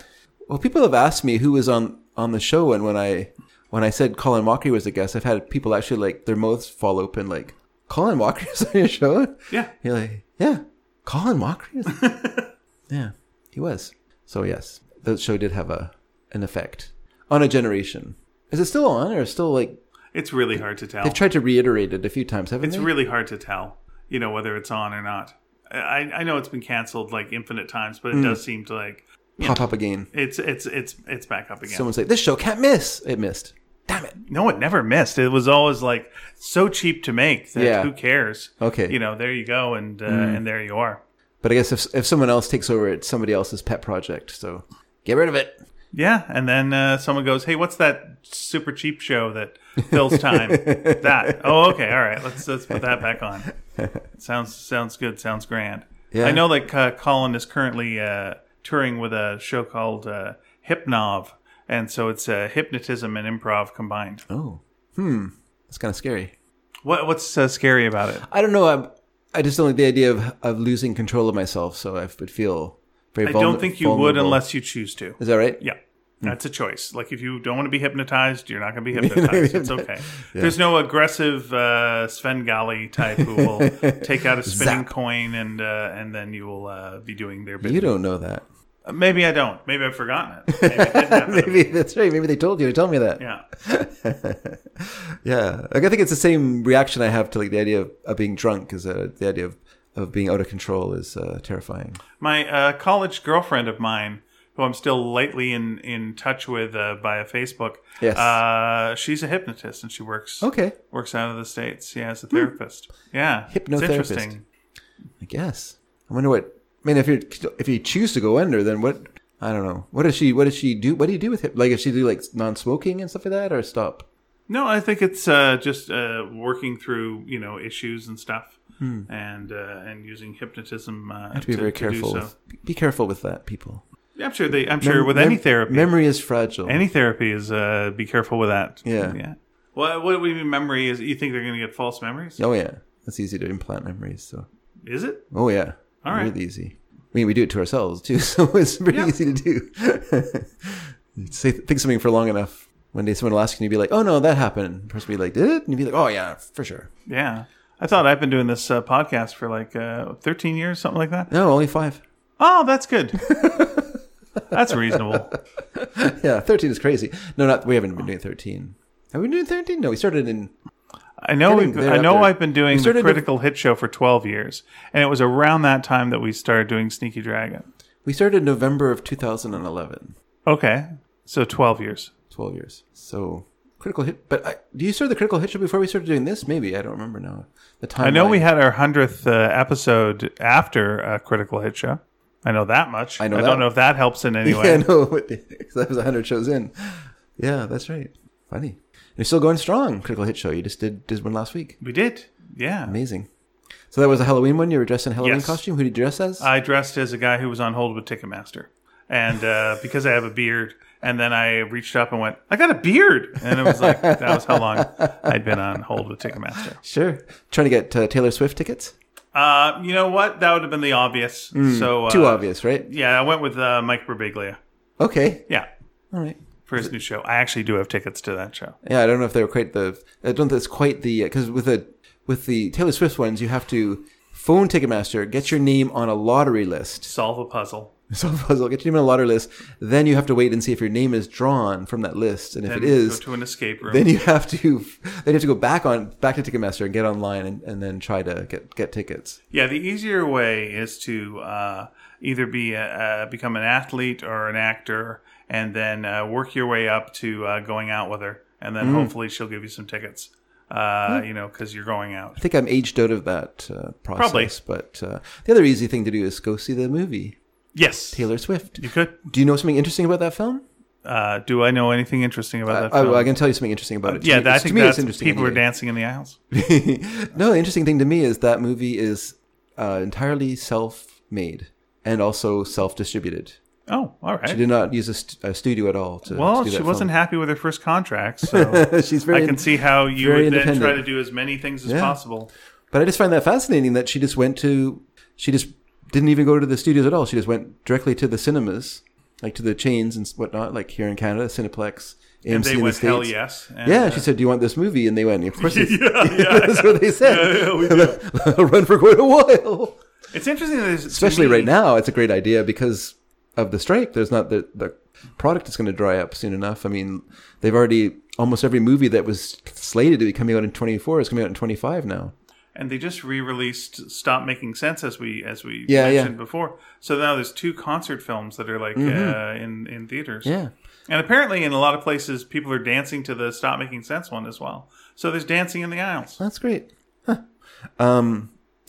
A: Well, people have asked me who was on on the show, and when I when I said Colin Mockery was a guest, I've had people actually like their mouths fall open, like Colin Mockery was on your show.
B: yeah."
A: You're like, yeah, Colin Mockery. is- yeah, he was. So yes, that show did have a an effect on a generation. Is it still on, or still like
B: It's really hard to tell.
A: they've tried to reiterate it a few times, haven't
B: It's
A: they?
B: really hard to tell, you know, whether it's on or not. I, I know it's been canceled like infinite times,
A: Hmm.
B: but it does seem to like
A: Pop up again.
B: it's it's it's it's back up again.
A: Someone's like, this show can't miss. It missed. Damn it.
B: no, it never missed. It was always like so cheap to make that
A: Yeah.
B: who cares?
A: Okay. Mm.
B: you know, there you go, and uh, and there you are.
A: But I guess if if someone else takes over, it's somebody else's pet project. So get rid of it.
B: Yeah, and then uh, someone goes, "Hey, what's that super cheap show that fills time?" that. Oh, okay, all right. Let's let's put that back on. Sounds sounds good. Sounds grand.
A: Yeah.
B: I know like uh, Colin is currently uh, touring with a show called uh, Hypnov, and so it's uh, hypnotism and improv combined.
A: Oh, hmm. That's kind of scary.
B: What what's uh, scary about it?
A: I don't know. I'm, I just don't like the idea of, of losing control of myself. So I would feel very
B: I
A: vulner-
B: don't think you would
A: vulnerable.
B: unless you choose to.
A: Is Hmm. that right?
B: Yeah. That's a choice. Like if you don't want to be hypnotized, you're not going to be hypnotized. it's okay. There's no aggressive uh, Svengali type who will take out a spinning coin and uh, and then you will uh, be doing their
A: You
B: bidding.
A: don't know that.
B: Uh, Maybe I don't. Maybe I've forgotten it. Maybe it didn't happen.
A: Maybe that's right. Maybe they told you to tell me that.
B: Yeah.
A: Yeah. Like I think it's the same reaction I have to like the idea of, of being drunk is uh, the idea of of being out of control is uh, terrifying.
B: My uh, college girlfriend of mine, who I'm still lightly in, in touch with uh, via Facebook,
A: Yes.
B: uh, she's a hypnotist and she works
A: Okay,
B: works out of the states. Yeah, as a therapist. Yeah,
A: Hmm. Hypnotherapist.
B: It's interesting.
A: I guess. I wonder what. I mean, if you if you choose to go under, then what? I don't know. What does she? What does she do? What do you do with it? Like, does she do like non-smoking and stuff like that, or stop?
B: No, I think it's uh, just uh, working through you know issues and stuff, and uh, and using hypnotism. Uh,
A: Hmm. Have to be very careful.
B: do so.
A: with- be careful with that, people.
B: Yeah, I'm sure they. I'm sure
A: Mem-
B: with any
A: mem-
B: therapy,
A: memory is fragile.
B: any therapy is uh, be careful with that.
A: Yeah.
B: Yeah. Well, what do we mean memory is? You think they're going to get false memories?
A: oh yeah, that's easy to implant memories. So
B: Is it?
A: oh yeah,
B: All right.
A: really easy. I mean, we do it to ourselves too, so it's pretty
B: Yeah.
A: easy to do. Say think something for long enough. One day, someone will ask you, and you'd be like, "Oh no, that happened." The person will be like, "Did it?" And you'd be like, "Oh yeah, for sure."
B: Yeah. I thought I've been doing this uh, podcast for like uh, 13 years, something like that.
A: No, only five.
B: Oh, that's good. that's reasonable.
A: Yeah, 13 is crazy. No, not we haven't been doing 13. Have we been doing 13? No, we started in
B: I know.
A: Getting
B: We've,
A: there
B: I know.
A: after-
B: I've been doing the
A: started to-
B: Critical Hit Show for 12 years, and it was around that time that we started doing Sneaky Dragon.
A: we started in November of 2011.
B: Okay, so 12 years.
A: 12 years. So critical hit. But I, do you start the critical hit show before we started doing this? Maybe I don't remember now. The time
B: I know we had our hundredth uh, episode after uh, Critical Hit Show. I know that much.
A: I know that.
B: don't know if that helps in any way.
A: Yeah, no, because that was 100 shows in. Yeah, that's right. Funny. You're still going strong. Critical hit show. You just did did one last week.
B: We did. Yeah.
A: Amazing. So that was a Halloween one. You were dressed in a Halloween
B: Yes. Uh,
A: costume. Who did you dress as?
B: I dressed as a guy who was on hold with Ticketmaster, and uh, because I have a beard, and then I reached up and went, "I got a beard," and it was like that was how long I'd been on hold with Ticketmaster.
A: sure. Trying to get uh, Taylor Swift tickets.
B: Uh, you know what? That would have been the obvious. so uh,
A: Mm. Too obvious, right?
B: Yeah, I went with uh, Mike Birbiglia.
A: Okay.
B: Yeah,
A: All right.
B: for his new show. I actually do have tickets to that show.
A: Yeah, I don't know if they were quite the. I don't think it's quite the because with the with the Taylor Swift ones, you have to phone Ticketmaster, get your name on a lottery list.
B: Solve a puzzle.
A: Solve a puzzle, get your name on a lottery list. Then you have to wait and see if your name is drawn from that list, and if it
B: and
A: is,
B: go to an escape room.
A: then you have to then you have to go back on back to Ticketmaster and get online and, and then try to get get tickets.
B: Yeah, the easier way is to uh, either be a, uh, become an athlete or an actor, and then uh, work your way up to uh, going out with her, and
A: Mm.
B: then hopefully she'll give you some tickets. Uh, You know, because you're going out.
A: I think I'm aged out of that uh,
B: Probably.
A: process. But uh, the other easy thing to do is go see the movie
B: Yes,
A: Taylor Swift.
B: you could.
A: Do you know something interesting about that film?
B: Uh, do I know anything interesting about that?
A: I,
B: Film?
A: I can tell you something interesting about it. To
B: yeah,
A: me-
B: that, I
A: it's-
B: think that's people
A: anyway.
B: are dancing in the aisles.
A: no, the interesting thing to me is that movie is uh, entirely self-made and also self-distributed.
B: Oh, all
A: She
B: right.
A: did not use a, st- a studio at all to. to
B: Well,
A: do
B: she
A: that
B: wasn't happy with her first contract, so
A: film. She's very.
B: I can see how you
A: very
B: would then try
A: independent.
B: to do as many things as
A: Yeah.
B: possible.
A: but I just find that fascinating that she just went to. She just didn't even go to the studios at all. She just went directly to the cinemas, like to the chains and whatnot, like here in Canada, Cineplex, AMC
B: And they
A: in the
B: went
A: states.
B: hell yes. And,
A: Yeah,
B: uh,
A: she said, "Do you want this movie?" And they went, "Of course." it's-
B: yeah, yeah.
A: That's what they said.
B: Yeah, yeah, we
A: Run for quite a while.
B: It's interesting, that there's- to
A: especially
B: me-
A: right now it's a great idea because of the strike there's not the the product is going to dry up soon enough i mean they've already almost every movie that was slated to be coming out in 24 is coming out in 25 now
B: And they just re-released "Stop Making Sense" as we as we
A: Yeah, yeah.
B: mentioned before. So now there's two concert films that are like uh, in in theaters.
A: Mm-hmm. yeah
B: And apparently, in a lot of places, people are dancing to the "Stop Making Sense" one as well. So there's dancing in the aisles.
A: that's great huh. um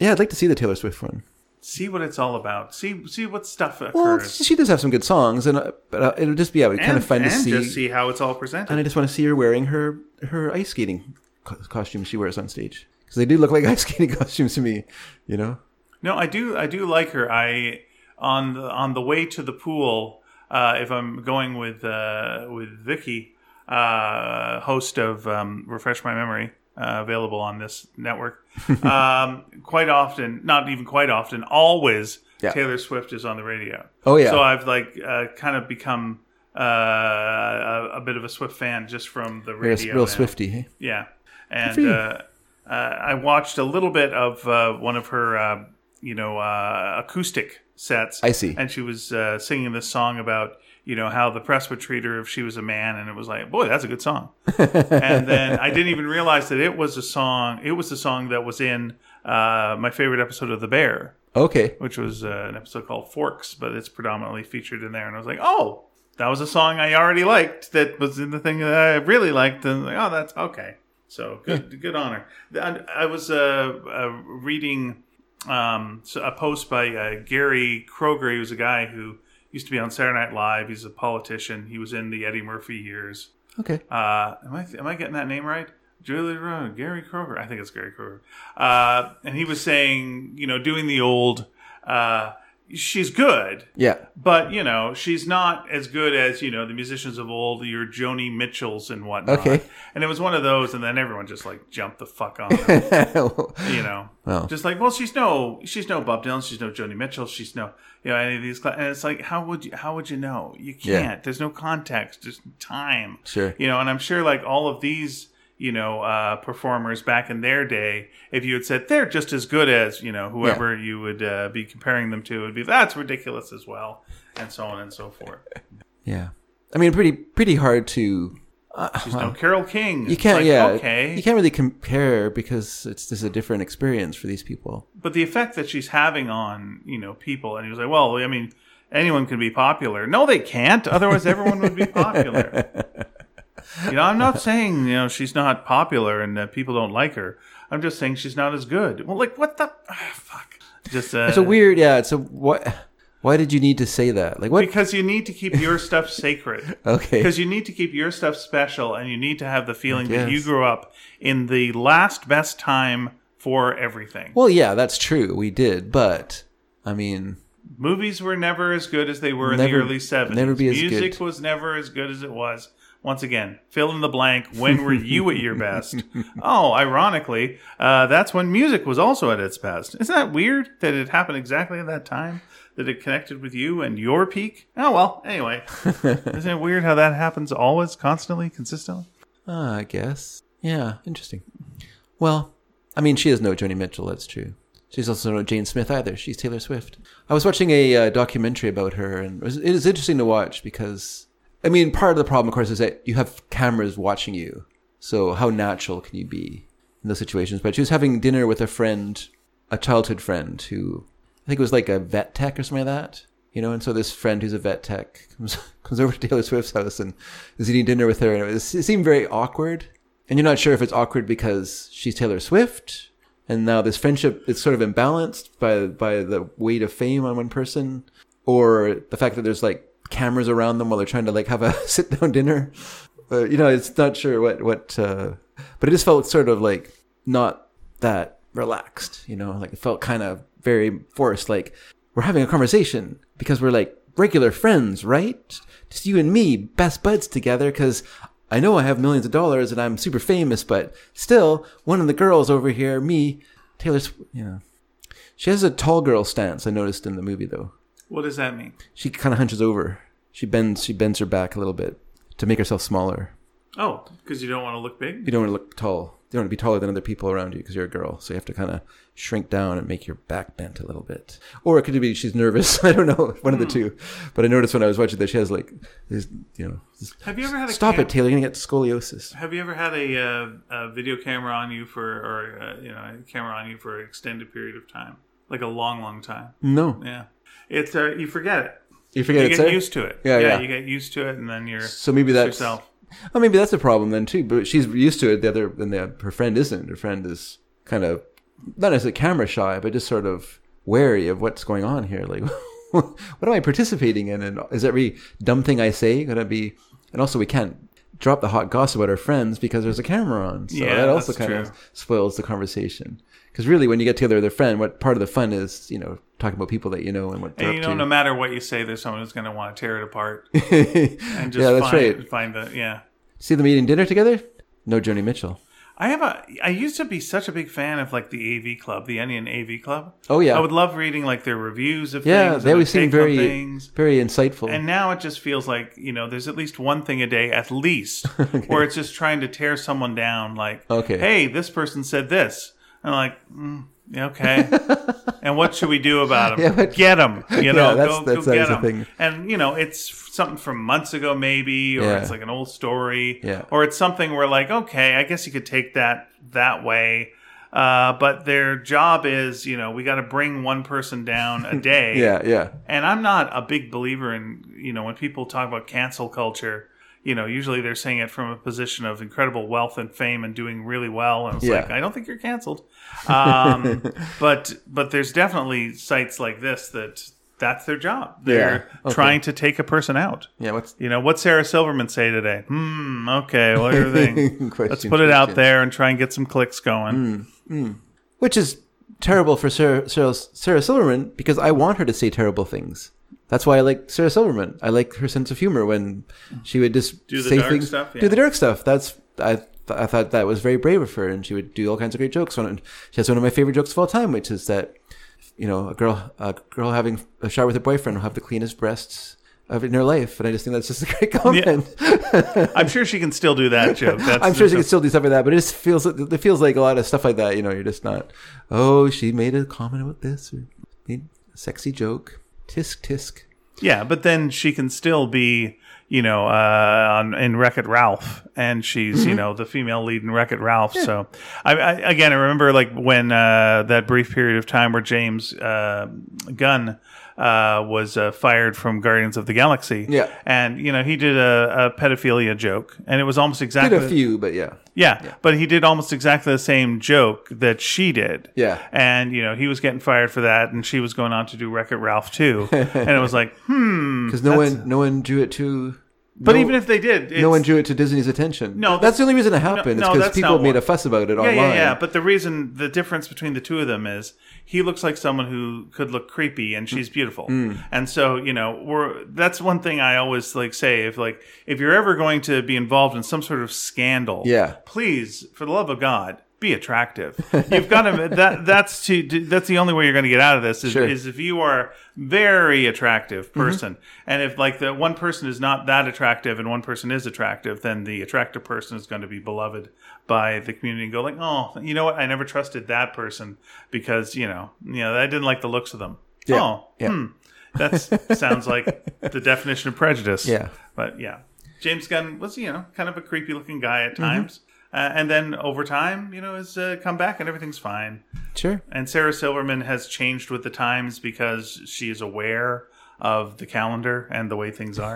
A: yeah i'd like to see the taylor swift one
B: See what it's all about. See see what stuff occurs.
A: well she does have some good songs and uh, but uh, it'll just be yeah, kind of fun to
B: and
A: see,
B: just see how it's all presented.
A: and i just want to see her wearing her her ice skating co- costume she wears on stage because they do look like ice skating costumes to me you know
B: No, I do. I do like her. I on the on the way to the pool. Uh, if I'm going with uh, with Vicky, uh, host of um, Refresh My Memory, uh, available on this network, um, quite often, not even quite often, always
A: Yeah.
B: Taylor Swift is on the radio.
A: Oh, yeah.
B: So I've like uh, kind of become uh, a, a bit of a Swift fan just from the
A: real,
B: radio.
A: real
B: now.
A: swifty hey
B: Yeah,
A: for
B: and
A: you.
B: uh, uh, I watched a little bit of uh, one of her, uh, you know, uh, acoustic sets.
A: I see.
B: And she was uh, singing this song about you know how the press would treat her if she was a man, and it was like, boy, that's a good song. and then I didn't even realize that it was a song. It was a song that was in. uh, uh, my favorite episode of The Bear,
A: Okay.
B: which was uh, an episode called Forks, but it's predominantly featured in there. And I was like, oh, that was a song I already liked that was in the thing that I really liked. And like, oh, that's okay. So good, good honor. And I was uh, uh, reading um, so a post by uh, Gary Kroger. He was a guy who used to be on Saturday Night Live. He's a politician. He was in the Eddie Murphy years.
A: Okay.
B: Uh, am I am I getting that name right? Julie Rowe, Gary Kroger. I think it's Gary Kroger. Uh, and he was saying, you know, doing the old, uh, she's good,
A: Yeah.
B: but you know, she's not as good as you know the musicians of old, your Joni Mitchells and whatnot.
A: Okay.
B: And it was one of those, and then everyone just like jumped the fuck on, her, you know,
A: Wow.
B: just like, well, she's no, she's no Bob Dylan, she's no Joni Mitchell, she's no, you know, any of these. Cl-. And it's like, how would you, how would you know? You
A: Yeah.
B: can't. There's no context. There's time
A: sure.
B: you know and i'm sure like all of these you know uh, performers back in their day if you had said they're just as good as you know whoever you would uh, be comparing them to it would be that's ridiculous as well and so on and so forth
A: Yeah. I mean, pretty pretty hard to. Uh,
B: there's no carol king
A: you
B: It's
A: can't.
B: like,
A: yeah.
B: okay
A: You can't really compare because it's just a different experience for these people.
B: but the effect that she's having on you know people and he was like well i mean anyone can be popular no they can't otherwise everyone would be popular you know i'm not saying you know she's not popular and that people don't like her i'm just saying she's not as good well like what the ah, fuck just uh,
A: It's a weird. Yeah. It's a what? Why did you need to say that? Like what?
B: because you need to keep your stuff sacred
A: Okay.
B: because you need to keep your stuff special and you need to have the feeling that you
A: guess.
B: grew up in the last best time for everything
A: Well, yeah, that's true. We did, but I mean,
B: Movies were never as good as they were in the
A: Never-
B: early 70s.
A: never be as
B: Music
A: good.
B: was never as good as it was. Once again, fill in the blank. When were you at your best? Oh, ironically, uh, that's when music was also at its best. Isn't that weird that it happened exactly at that time? That it connected with you and your peak? Oh, well, anyway. Isn't it weird how that happens always, constantly, consistently?
A: uh, I guess. Yeah. Interesting. Well, I mean, she is no Joni Mitchell. That's true. She's also no Jane Smith either. She's Taylor Swift. I was watching a uh, documentary about her, and it, was, it is interesting to watch because, I mean, part of the problem, of course, is that you have cameras watching you. So how natural can you be in those situations? But she was having dinner with a friend, a childhood friend who I think it was like a vet tech or something like that. You know, and so this friend who's a vet tech comes comes over to Taylor Swift's house and is eating dinner with her, and it, was, it seemed very awkward. And you're not sure if it's awkward because she's Taylor Swift, and now this friendship is sort of imbalanced by by the weight of fame on one person, or the fact that there's like cameras around them while they're trying to like have a sit down dinner. Uh, you know, it's not sure what what, uh, but it just felt sort of like not that relaxed. You know, like it felt kind of very forced. Like we're having a conversation because we're like regular friends, right? Just you and me, best buds together. Because I know I have millions of dollars and I'm super famous, but still, one of the girls over here, me, Taylor, Sw- you know, she has a tall girl stance. I noticed in the movie though
B: What does that mean?
A: she kind of hunches over. She bends. She bends her back a little bit to make herself smaller.
B: Oh, because you don't want to look big?
A: You don't want to look tall. You don't want to be taller than other people around you because you're a girl. So you have to kind of shrink down and make your back bent a little bit. Or it could be she's nervous. I don't know. One of the
B: Hmm.
A: two. But I noticed when I was watching that she has like, this, you know, this-
B: Have you ever had a
A: stop
B: cam-
A: it, Taylor. You're gonna get scoliosis.
B: Have you ever had a, uh, a video camera on you for, or uh, you know, a camera on you for an extended period of time, like a long, long time?
A: No,
B: Yeah, it's uh, you forget it.
A: you forget
B: you
A: Hmm. it's
B: get
A: there.
B: used to it.
A: Yeah, yeah.
B: You get used to it, and then you're
A: So maybe that's
B: yourself.
A: Well, maybe that's a problem then too. But she's used to it. The other than the, her friend isn't. Her friend is kind of not as a camera shy, but just sort of wary of what's going on here. Like, what am I participating in? And is every dumb thing I say going to be? And also, we can't drop the hot gossip about our friends because there's a camera on. So
B: Yeah,
A: that also
B: that's
A: kind of
B: true.
A: spoils the conversation. Because really, when you get together with a friend, what part of the fun is you know talking about people that you know and what they're
B: And you
A: up
B: know,
A: to.
B: no matter what you say, there's someone who's going to want to tear it apart and just
A: yeah, that's
B: find,
A: right.
B: find the yeah.
A: See them eating dinner together. No Joni Mitchell.
B: I have a. I used to be such a big fan of like the AV Club, the Onion AV Club.
A: Oh, yeah.
B: I would love reading like their reviews of
A: Yeah,
B: things.
A: they
B: and
A: always
B: their
A: seem
B: take on
A: very
B: things.
A: very insightful.
B: And now it just feels like you know, there's at least one thing a day, at least, where it's just trying to tear someone down. Like,
A: Okay.
B: hey, this person said this, and I'm like, mm, yeah, okay, and what should we do about them?
A: Yeah, what-
B: Get them, you know,
A: that's-
B: go,
A: that's
B: go
A: always
B: get
A: a
B: them.
A: thing.
B: And you know, it's something from months ago, maybe, or
A: Yeah.
B: it's like an old story,
A: Yeah.
B: or it's something where like, okay, I guess you could take that that way. Uh, but their job is, you know, we got to bring one person down a day.
A: Yeah, yeah.
B: And I'm not a big believer in, you know, when people talk about cancel culture, you know, usually they're saying it from a position of incredible wealth and fame and doing really well. And it's
A: Yeah.
B: like, I don't think you're canceled. Um, but but there's definitely sites like this that that's their job. They're
A: Yeah, okay.
B: trying to take a person out.
A: Yeah, what's
B: You know, what Sarah Silverman say today? Hmm, okay, what do you think? Let's
A: Question, Hmm.
B: put it out
A: question.
B: there and try and get some clicks going.
A: Which is terrible for Sarah, Sarah, Sarah Silverman because I want her to say terrible things. That's why I like Sarah Silverman. I like her sense of humor when she would just
B: Do the
A: say
B: dark
A: things,
B: stuff, yeah.
A: do the dark stuff. That's I. th- I thought that was very brave of her, and she would do all kinds of great jokes. One, she has one of my favorite jokes of all time, which is that you know a girl, a girl having a shower with her boyfriend will have the cleanest breasts of in her life, and I just think that's just a great comment.
B: I'm sure she can still do that joke. That's,
A: I'm sure she could still do stuff like that, but it just feels it feels like a lot of stuff like that. You know, you're just not. Oh, she made a comment about this or made a sexy joke. Tisk tisk.
B: Yeah, but then she can still be, you know, uh, on, in Wreck It Ralph, and she's,
A: Mm-hmm.
B: you know, the female lead in Wreck It Ralph. So, I, I again, I remember like when uh, that brief period of time where James uh, Gunn. Uh, was uh, fired from Guardians of the Galaxy.
A: Yeah.
B: And, you know, he did a, a pedophilia joke, and it was almost
A: Did
B: exactly.
A: a few, but yeah,
B: Yeah, but he did almost exactly the same joke that she did.
A: Yeah.
B: and you know he was getting fired for that, and she was going on to do Wreck It Ralph too. and it was like, hmm.
A: because no one no one drew it to.
B: But
A: no-
B: even if they did, it's,
A: no one drew it to Disney's attention.
B: No,
A: that's the only reason it happened.
B: no,
A: it's because
B: that's
A: people
B: not
A: made
B: why.
A: a fuss about it
B: yeah,
A: online.
B: yeah, yeah. But the reason, the difference between the two of them is he looks like someone who could look creepy,
A: Mm.
B: and she's beautiful. And so you know, we're that's one thing I always like say if like if you're ever going to be involved in some sort of scandal,
A: Yeah.
B: please, for the love of God, be attractive. You've got to that. That's to that's the only way you're going to get out of this is,
A: Sure. Mm-hmm.
B: is if you are very attractive person, and if like the one person is not that attractive and one person is attractive, then the attractive person is going to be beloved by the community and go like, oh, you know what? I never trusted that person because you know, you know, I didn't like the looks of them.
A: Yeah.
B: Oh,
A: Yeah.
B: hmm. That sounds like the definition of prejudice.
A: Yeah.
B: But yeah, James Gunn was you know kind of a creepy looking guy
A: Mm-hmm.
B: at times, uh, and then over time you know has uh, come back and everything's fine.
A: sure.
B: And Sarah Silverman has changed with the times because she is aware of the calendar and the way things are.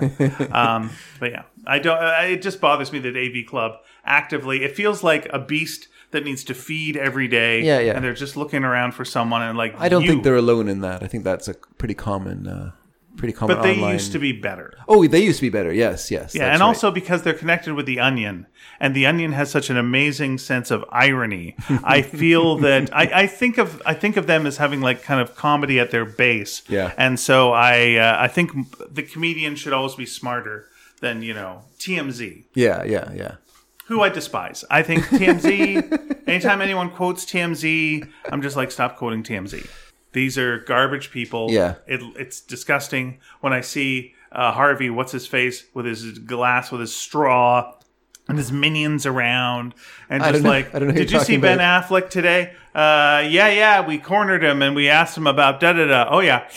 B: um, but yeah, I don't. I, it just bothers me that AV Club actively. It feels like a beast that needs to feed every day.
A: Yeah, yeah.
B: And they're just looking around for someone and like
A: I don't
B: you.
A: think they're alone in that. I think that's a pretty common, uh, pretty common.
B: But they
A: online-
B: used to be better.
A: Oh, they used to be better. Yes, yes.
B: Yeah, and also because they're connected with the onion, and the onion has such an amazing sense of irony. I feel that I, I think of I think of them as having like kind of comedy at their base.
A: Yeah.
B: and so I uh, I think the comedian should always be smarter than you know TMZ,
A: yeah, yeah, yeah.
B: who I despise. I think TMZ. anytime anyone quotes TMZ, I'm just like stop quoting TMZ. These are garbage people.
A: Yeah.
B: it, it's disgusting when I see uh, Harvey. What's his face with his glass with his straw. And his minions around, and
A: I don't
B: just
A: know-
B: like,
A: I don't know who
B: did
A: you're
B: you see
A: talking
B: Ben Affleck today? Uh, yeah, yeah, we cornered him and we asked him about da da da. Oh yeah,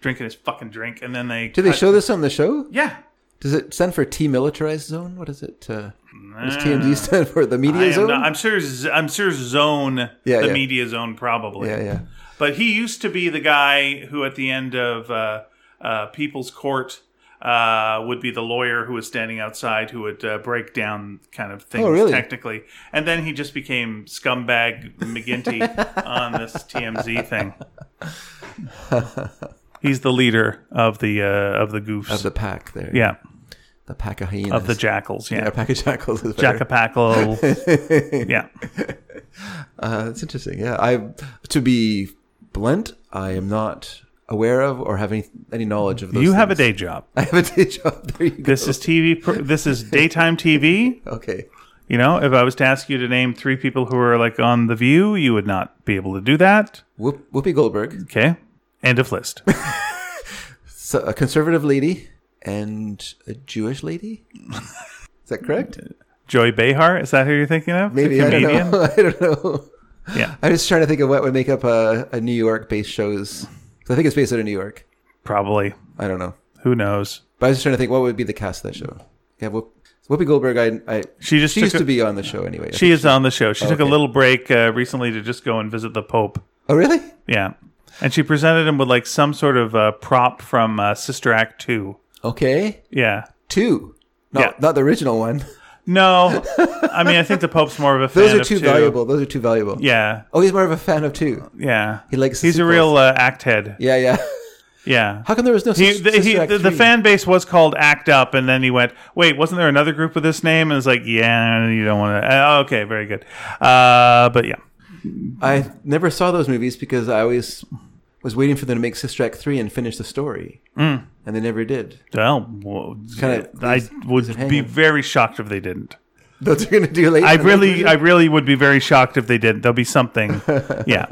B: drinking his fucking drink, and then they
A: Do they show this on the show?
B: Yeah,
A: Does it stand for T-militarized zone? What is it? Uh, what does TMZ stand for? The
B: I
A: media
B: am
A: zone?
B: not- I'm sure. Z- I'm sure Zone,
A: Yeah,
B: the
A: yeah.
B: media zone, probably.
A: yeah, yeah.
B: But he used to be the guy who, at the end of uh, uh, People's Court, uh, would be the lawyer who was standing outside who would uh, break down kind of things
A: Oh, really?
B: technically. And then he just became scumbag McGinty on this TMZ thing. He's the leader of the uh, of the goofs.
A: Of the pack there.
B: yeah,
A: The pack of hyenas.
B: of the jackals.
A: yeah,
B: Yeah,
A: pack of jackals is better.
B: jackapackle. yeah.
A: Uh, it's interesting. Yeah, I to be blunt, I am not aware of or have any any knowledge of those.
B: You have a
A: things.
B: day job.
A: I have a day job. There you go.
B: This is TV. pr- This is daytime TV.
A: Okay.
B: You know, if I was to ask you to name three people who are like on The View, you would not be able to do that.
A: Whoop, Whoopi Goldberg,
B: Okay. End of list.
A: so a conservative lady and a Jewish lady. Is that correct?
B: Joey Behar, is that who you're thinking of? The
A: Maybe I don't
B: comedian?
A: know. I don't know.
B: Yeah,
A: I'm just trying to think of what would make up a, a New York-based shows. 'Cause I think it's based out of New York.
B: probably.
A: I don't know.
B: Who knows?
A: But I was just trying to think what would be the cast of that show. Yeah, well, Whoopi Goldberg, I, I
B: She just
A: she
B: took
A: used
B: a-
A: to be on the show anyway.
B: She is on the show. She took a
A: Okay.
B: little break uh, recently to just go and visit the Pope.
A: oh really?
B: Yeah. And she presented him with like some sort of uh, prop from uh, Sister Act 2.
A: Okay,
B: Yeah.
A: two. Not
B: Yeah.
A: not the original one.
B: No, I mean, I think the Pope's more of a fan
A: Those are
B: of
A: too
B: two.
A: valuable. Those are too valuable.
B: Yeah.
A: Oh, he's more of a fan of two.
B: Yeah.
A: He likes the
B: He's a
A: sequels.
B: real uh, act head.
A: Yeah, yeah.
B: Yeah.
A: How come there was no
B: He,
A: Sis-
B: the, he,
A: Sister Act
B: the, the
A: three?
B: fan base was called Act Up, and then he went, "Wait, wasn't there another group with this name?" And it's like, "Yeah, you don't want to." Uh, okay, very good. Uh, but yeah,
A: I never saw those movies because I always was waiting for them to make Sister Act three and finish the story, mm. and they never did.
B: well, well
A: kinda-
B: I
A: leaves
B: would
A: it
B: be
A: hanging.
B: very shocked if they didn't.
A: Those are gonna do later.
B: I really, I really would be very shocked if they didn't. There'll be something. Yeah,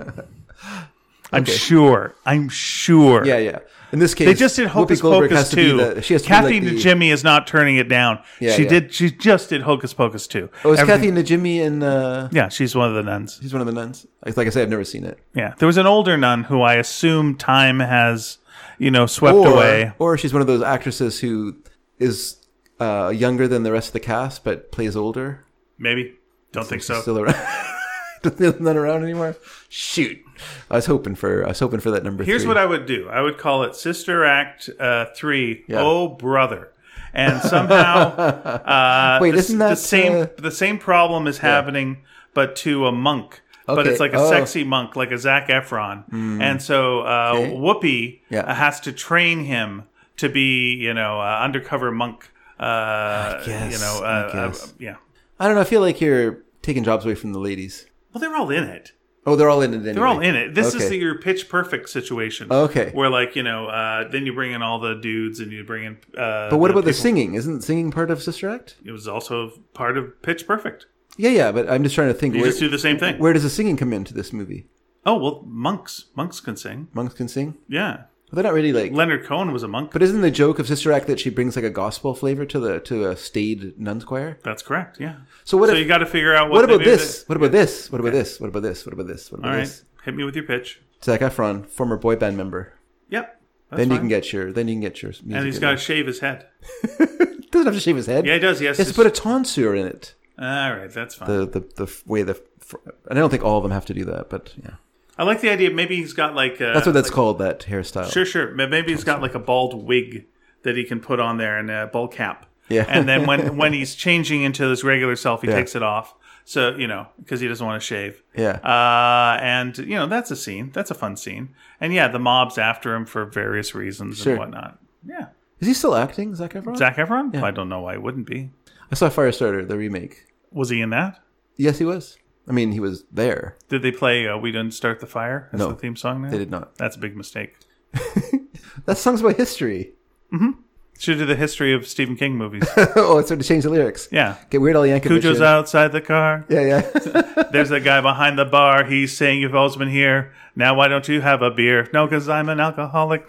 B: I'm sure. I'm sure.
A: yeah, yeah. In this case,
B: They just did Hocus Pocus
A: be
B: two.
A: the- she has to be
B: Kathy
A: like the-
B: Najimy is not turning it down.
A: Yeah,
B: she
A: yeah.
B: did. She just did Hocus Pocus two.
A: Oh, is
B: Everything-
A: Kathy Najimy in? Uh,
B: Yeah, she's one of the nuns.
A: she's one of the nuns. Like like I said, I've never seen it.
B: Yeah, there was an older nun who I assume time has, you know, swept
A: or,
B: away.
A: Or she's one of those actresses who is uh, younger than the rest of the cast, but plays older.
B: Maybe don't think so.
A: Still around. Not around anymore. Shoot, I was hoping for I was hoping for that number.
B: Here's
A: three.
B: what I would do. I would call it Sister Act uh, Three.
A: Yeah.
B: Oh brother! And somehow, uh,
A: Wait,
B: the,
A: isn't
B: the
A: that,
B: same?
A: uh,
B: The same problem is happening, but to a monk. But
A: Okay,
B: it's like a
A: oh. Hmm.
B: sexy monk, like a Zac Efron, and so uh,
A: Okay.
B: Whoopi
A: Yeah.
B: uh, has to train him to be, you know, uh, undercover monk. Uh,
A: guess,
B: you know, uh,
A: I
B: uh,
A: guess.
B: yeah.
A: I don't know. I feel like you're taking jobs away from the ladies.
B: Well, they're all in it.
A: Oh, they're all in it. Anyway.
B: They're all in it. This is
A: Okay.
B: the, your pitch perfect situation.
A: Okay.
B: Where like you know, uh, then you bring in all the dudes and you bring in. Uh,
A: But what
B: the
A: about the
B: people-
A: singing? Isn't singing part of Sister Act?
B: It was also part of Pitch Perfect.
A: Yeah, yeah. But I'm just trying to think.
B: You
A: Where,
B: just do the same thing.
A: where does the singing come into this movie?
B: oh well, monks. Monks can sing.
A: Monks can sing.
B: Yeah.
A: But they're not really like.
B: Leonard Cohen was a monk.
A: But isn't the joke of Sister Act that she brings like a gospel flavor to the to a staid nuns choir?
B: That's correct. Yeah.
A: So what
B: so
A: if-
B: you got to figure out
A: What
B: what, they
A: about
B: do
A: this? What about this? What about this? What about this? What about this? What
B: All
A: about
B: right.
A: this?
B: Hit me with your pitch.
A: Zac Efron, former boy band member.
B: Yep. That's
A: then you
B: fine.
A: can get your. Then you can get your. Music
B: And he's
A: in
B: got to
A: it.
B: shave his head.
A: Doesn't have to shave his head.
B: Yeah, he does. Yes.
A: He has to put a tonsure in it.
B: All right. That's fine.
A: The the the f- way the. f- And I don't think all of them have to do that, but yeah,
B: I like the idea. Maybe he's got like. Uh,
A: that's what that's called. That hairstyle.
B: Sure, sure. Ma- Maybe he's got like a bald wig that he can put on there and a bald cap.
A: Yeah.
B: And then when when he's changing into his regular self, he
A: Yeah.
B: takes it off. So you know, because he doesn't want to shave.
A: Yeah.
B: Uh, and you know, that's a scene. That's a fun scene. And yeah, the mob's after him for various reasons
A: Sure.
B: and whatnot. Yeah.
A: Is he still acting, Zac Efron?
B: Zac Efron. I don't know why he wouldn't be.
A: I saw Firestarter, the remake.
B: Was he in that?
A: Yes, he was. I mean, he was there.
B: Did they play uh, "We Didn't Start the Fire" as
A: No,
B: the theme song? There?
A: They did not.
B: That's a big mistake.
A: That song's about history.
B: Should do the history of Stephen King movies.
A: oh, it's sort of change the lyrics.
B: yeah.
A: Get Weird Al Yankovic.
B: Cujo's
A: in.
B: outside the car.
A: Yeah, yeah.
B: There's a guy behind the bar. He's saying, "You've always been here. Now why don't you have a beer?" No, because I'm an alcoholic.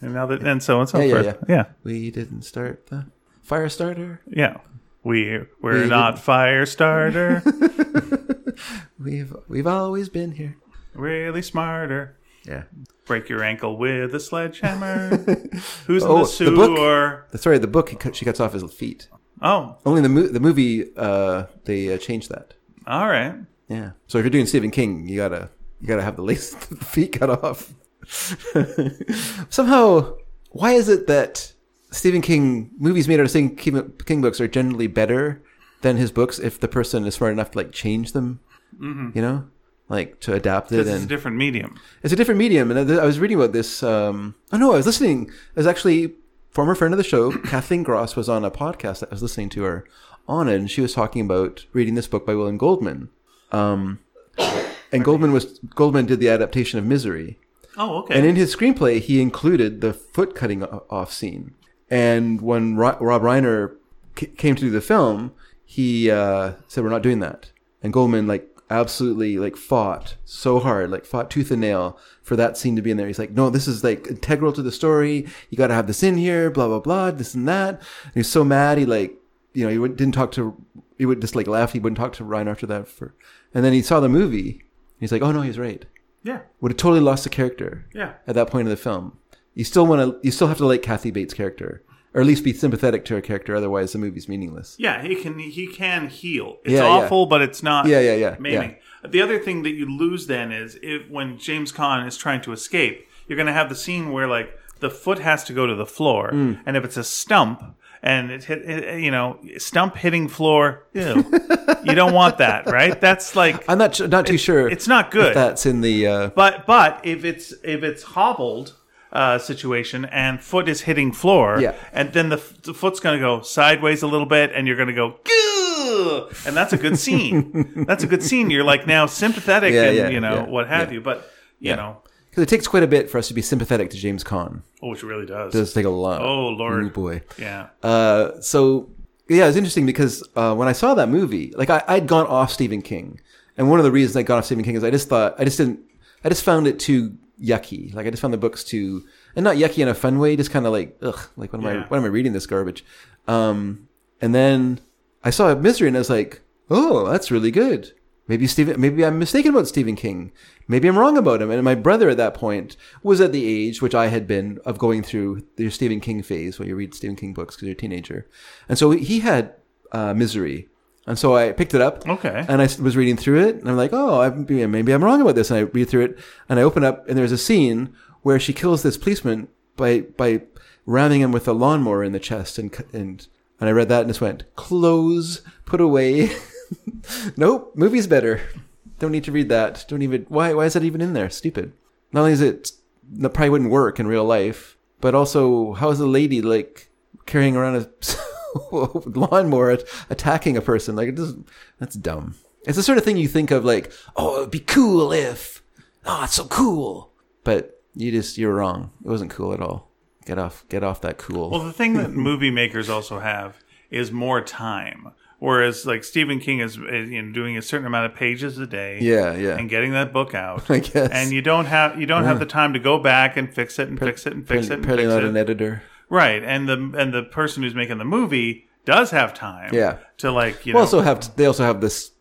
B: And now that and so on and so
A: Yeah, yeah,
B: forth. Yeah,
A: we didn't start the fire starter.
B: yeah. We we're
A: We
B: not fire starter.
A: We've we've always been here.
B: really smarter.
A: Yeah.
B: Break your ankle with a sledgehammer. Who's in
A: Oh,
B: the
A: the book?
B: sewer?
A: The story of the book, he cut, she cuts off his feet.
B: oh,
A: Only the mo- the movie, uh, they uh, changed that.
B: all right.
A: Yeah. So if you're doing Stephen King, you gotta you gotta have the legs, the feet cut off. Somehow, why is it that Stephen King movies made out of Stephen King King books are generally better than his books if the person is smart enough to like change them? You know, like to adapt it
B: This is a
A: and
B: different medium.
A: it's a different medium. And I I was reading about this. Um, oh no, I was listening. I was actually former friend of the show, Kathleen Gross, was on a podcast that I was listening to her on it, and she was talking about reading this book by William Goldman. Um, and Goldman was Goldman did the adaptation of Misery,
B: Oh, okay.
A: and in his screenplay he included the foot cutting o- off scene. And when Ro- Rob Reiner c- came to do the film, he uh, said, "We're not doing that." And Goldman like absolutely like fought so hard, like fought tooth and nail for that scene to be in there. He's like, "No, this is like integral to the story. You got to have this in here. Blah blah blah. This and that." And he was so mad. He like you know he wouldn't- didn't talk to he would just like laugh. He wouldn't talk to Reiner after that for. And then he saw the movie. And he's like, "Oh no, he's right."
B: yeah,
A: Would have totally lost the character
B: yeah.
A: at that point of the film. You still want to, you still have to like Kathy Bates' character or at least be sympathetic to a character. Otherwise, the movie's meaningless.
B: Yeah, he can he can heal. It's
A: Yeah, yeah.
B: awful, but it's not
A: Yeah, yeah, yeah,
B: maiming. The other thing that you lose then is if when James Caan is trying to escape, you're going to have the scene where like the foot has to go to the floor,
A: Mm.
B: and if it's a stump and it hit, it- you know, stump hitting floor, ew, you don't want that, right? That's like
A: I'm not su- not too sure.
B: it's not
A: if
B: good.
A: that's in the uh,
B: But but if it's if it's hobbled uh, situation and foot is hitting floor,
A: Yeah.
B: and then the, f- the foot's going to go sideways a little bit, and you're going to go. "Goo!" And that's a good scene. that's a good scene. You're like now sympathetic
A: Yeah,
B: and
A: yeah,
B: you know
A: yeah,
B: what have you, but you know,
A: because it takes quite a bit for us to be sympathetic to James Caan.
B: oh, which really does.
A: It does take a lot.
B: oh
A: oh
B: Lord,
A: boy.
B: yeah,
A: Uh, so yeah, it was interesting because uh, when I saw that movie, like I, I'd gone off Stephen King, and one of the reasons I got off Stephen King is I just thought I just didn't, I just found it too yucky. Like I just found the books too, and not yucky in a fun way, just kind of like ugh, like what am I,
B: Yeah.
A: what am I reading this garbage? Um, and then I saw Misery, and I was like, oh, that's really good. Maybe Stephen, maybe I'm mistaken about Stephen King. Maybe I'm wrong about him. And my brother at that point was at the age which I had been of going through the Stephen King phase, where you read Stephen King books because you're a teenager. And so he had uh, Misery, and so I picked it up.
B: Okay.
A: And I s- was reading through it, and I'm like, oh, I, maybe I'm wrong about this. And I read through it, and I open up, and there's a scene where she kills this policeman by by ramming him with a lawnmower in the chest, and c- and and I read that and just went, close, put away. nope, movie's better. Don't need to read that. Don't even. Why why is that even in there? Stupid. Not only is it that probably wouldn't work in real life, but also how is a lady like carrying around a lawnmower at- attacking a person? Like it just that's dumb. It's the sort of thing you think of like, oh, it'd be cool if, oh, it's so cool. But you just you're wrong. It wasn't cool at all. Get off, get off that cool.
B: Well, the thing that movie makers also have is more time. Whereas, like Stephen King is, is you know, doing a certain amount of pages a day,
A: Yeah, yeah.
B: and getting that book out,
A: I guess.
B: and you don't have you don't have the time to go back and fix it and fix it and fix it and
A: Apparently
B: fix
A: not
B: it,
A: an editor.
B: right? And the and the person who's making the movie does have time,
A: Yeah.
B: to like you know,
A: Well, also have they also have this?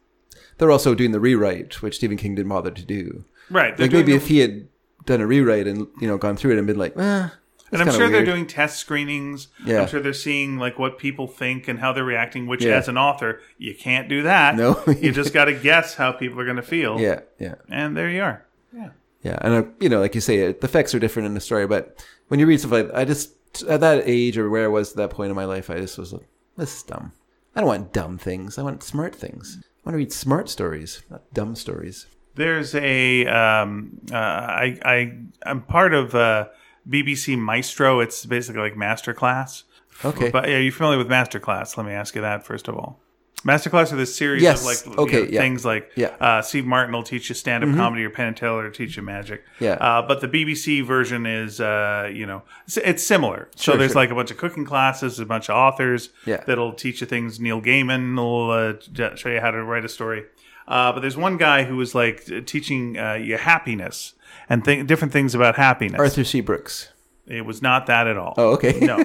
A: They're also doing the rewrite, which Stephen King didn't bother to do.
B: right? they're
A: Like maybe
B: doing
A: if he had done a rewrite and you know gone through it and been like, eh,
B: And I'm sure they're doing test screenings.
A: Yeah.
B: I'm sure they're seeing like what people think and how they're reacting. Which,
A: Yeah.
B: as an author, you can't do that.
A: No.
B: you just got to guess how people are going to feel.
A: Yeah, yeah.
B: and there you are. Yeah,
A: Yeah, and uh, you know, like you say, it, the effects are different in the story. But when you read stuff like, I just at that age or where I was at that point in my life, I just was like, this is dumb. I don't want dumb things. I want smart things. I want to read smart stories, not dumb stories.
B: there's a um, uh, I, I I'm part of uh, BBC Maestro. It's basically like MasterClass.
A: Okay.
B: But yeah, are you familiar with MasterClass? Let me ask you that first of all. MasterClass are this series
A: Yes.
B: of like
A: Okay,
B: you know,
A: yeah.
B: things like
A: Yeah. Mm-hmm.
B: uh, Steve Martin will teach you stand up comedy or Penn and Teller will teach you magic.
A: Yeah.
B: Uh, but the BBC version is uh, you know it's, it's similar. so there's
A: sure.
B: like a bunch of cooking classes, a bunch of authors
A: Yeah.
B: that'll teach you things. Neil Gaiman will uh, j- show you how to write a story. Uh, but there's one guy who was like t- teaching uh, you happiness and th- different things about happiness.
A: Arthur C. Brooks.
B: It was not that at all.
A: Oh, okay.
B: No.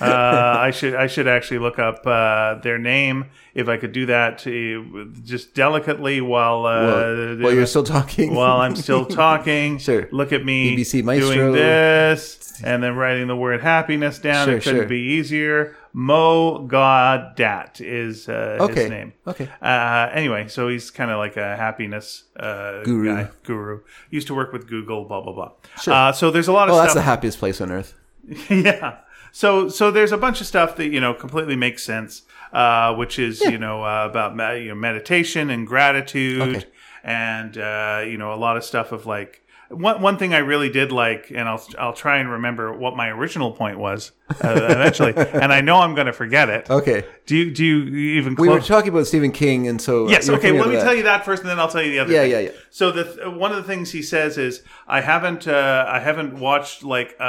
B: uh, I should I should actually look up uh, their name if I could do that to, just delicately while uh,
A: well, well, you're still talking.
B: while I'm still talking.
A: Sure.
B: Look at me
A: BBC Maestro.
B: doing this and then writing the word happiness down.
A: Sure,
B: it couldn't
A: sure.
B: be easier. Mo Godat is uh,
A: Okay.
B: his name.
A: Okay.
B: Uh, anyway, so he's kind of like a happiness uh,
A: Guru.
B: Guy, guru. Used to work with Google. Blah blah blah.
A: Sure.
B: Uh, so there's a lot of
A: well,
B: stuff
A: that's the happiest place on earth.
B: yeah. So so there's a bunch of stuff that you know completely makes sense, uh, which is you know uh, about me- you know, meditation and gratitude,
A: Okay.
B: and uh, you know a lot of stuff of like one one thing I really did like, and I'll I'll try and remember what my original point was uh, eventually, and I know I'm going to forget it.
A: Okay.
B: Do you do you even
A: Oh. We
B: close?
A: were talking about Stephen King, and so uh,
B: Yes.
A: you were
B: Okay.
A: coming
B: Let
A: out
B: me
A: of
B: tell
A: that.
B: you that first, and then I'll tell you the other.
A: Yeah,
B: thing.
A: yeah, yeah.
B: So the th- one of the things he says is, I haven't, uh, I haven't watched like uh,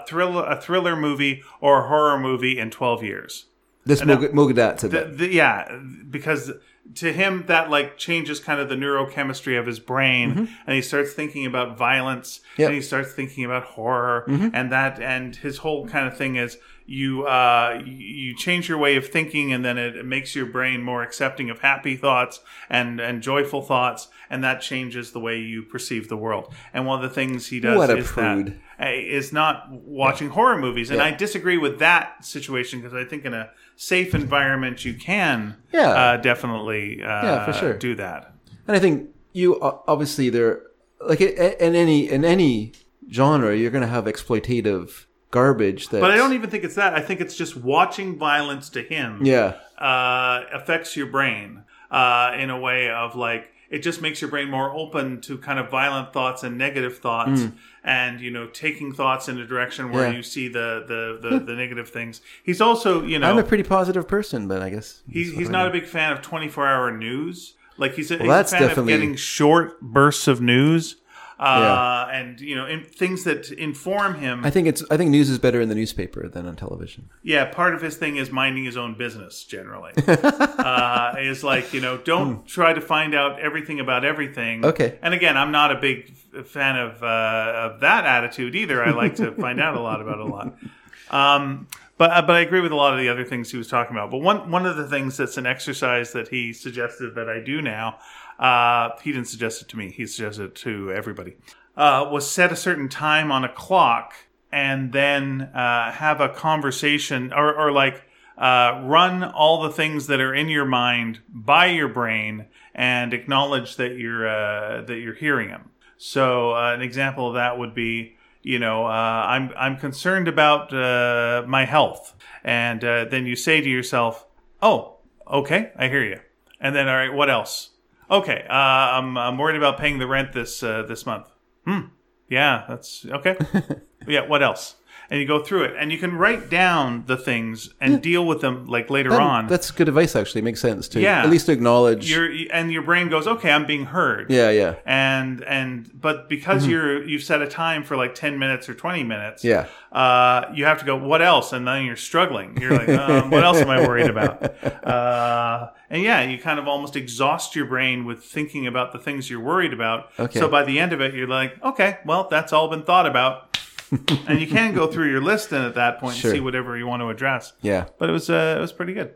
B: a thriller, a thriller movie or a horror movie in twelve years.
A: This Moga Mogadat said
B: The-
A: that.
B: the- yeah, because to him that like changes kind of the neurochemistry of his brain, and he starts thinking about violence,
A: Mm-hmm. Yep. Mm-hmm.
B: and he starts thinking about horror, and that, and his whole kind of thing is you uh you- you change your way of thinking and then it makes your brain more accepting of happy thoughts and and joyful thoughts and that changes the way you perceive the world and one of the things he does
A: What a
B: is
A: prude.
B: that eh, is not watching horror movies, and
A: Yeah.
B: I disagree with that situation because I think in a safe environment you can
A: Yeah.
B: uh, definitely uh,
A: Yeah, for sure.
B: do that.
A: And I think you o- obviously there, like i- i- in any in any genre, you're going to have exploitative garbage. That
B: But I don't even think it's that. I think it's just watching violence to him
A: Yeah,
B: uh, affects your brain uh, in a way of like it just makes your brain more open to kind of violent thoughts and negative thoughts and you know taking thoughts in a direction where
A: Mm. Yeah.
B: you see the the, the the negative things he's also you
A: I'm
B: know
A: a pretty positive person, but I guess
B: Oh. he's, he's not a big fan of 24 hour news like he's a, he's
A: that's
B: a fan
A: definitely-
B: of getting short bursts of news uh, and you know in, things that inform him
A: I think it's I think news is better in the newspaper than on television.
B: Yeah, part of his thing is minding his own business. Generally, uh, is like you know, don't try to find out everything about everything.
A: Hmm. Okay.
B: And again, I'm not a big f- fan of uh, of that attitude either. I like to find out a lot about a lot. Um, but uh, but I agree with a lot of the other things he was talking about. But one one of the things that's an exercise that he suggested that I do now. Uh, he didn't suggest it to me. He suggested it to everybody. Uh, was set a certain time on a clock and then uh, have a conversation or or like uh, run all the things that are in your mind by your brain and acknowledge that you're uh, that you're hearing them. So uh, an example of that would be, you know, uh, I'm I'm concerned about uh, my health, and uh, then you say to yourself, "Oh, okay, I hear you." And then, all right, what else? Okay, uh, I'm I'm worried about paying the rent this uh, this month. Hmm. Yeah, that's okay. yeah, what else? And you go through it, and you can write down the things and deal with them like later
A: That-
B: on.
A: That's good advice. Actually, it makes sense to
B: Yeah.
A: at least acknowledge.
B: Your and your brain goes, okay, I'm being heard.
A: yeah, yeah,
B: and and but because you're you've set a time for like 10 minutes or 20 minutes
A: yeah.
B: uh you have to go what else and then you're struggling you're like um, what else am i worried about uh and yeah you kind of almost exhaust your brain with thinking about the things you're worried about
A: Okay.
B: so by the end of it you're like okay well that's all been thought about and you can go through your list then at that point
A: Sure.
B: and see whatever you want to address
A: Yeah.
B: but it was uh it was pretty good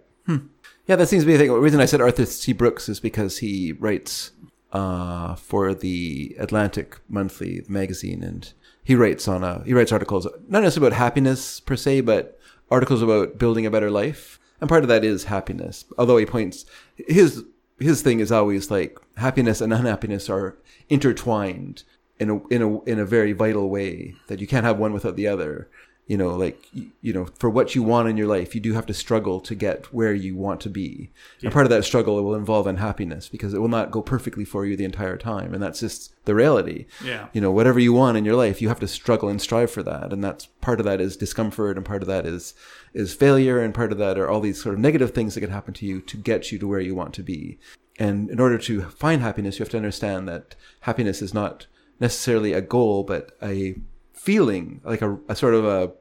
A: Yeah, that seems to be the thing. The reason I said Arthur C. Brooks is because he writes uh, for the Atlantic Monthly magazine, and he writes on a he writes articles not necessarily about happiness per se, but articles about building a better life. And part of that is happiness. Although he points his his thing is always like happiness and unhappiness are intertwined in a in a in a very vital way that you can't have one without the other you know like you, you know for what you want in your life you do have to struggle to get where you want to be and part of that struggle will involve unhappiness because it will not go perfectly for you the entire time and that's just the reality
B: Yeah.
A: you know whatever you want in your life you have to struggle and strive for that and that's part of that is discomfort and part of that is is failure and part of that are all these sort of negative things that could happen to you to get you to where you want to be and in order to find happiness you have to understand that happiness is not necessarily a goal but a feeling like a, a sort of a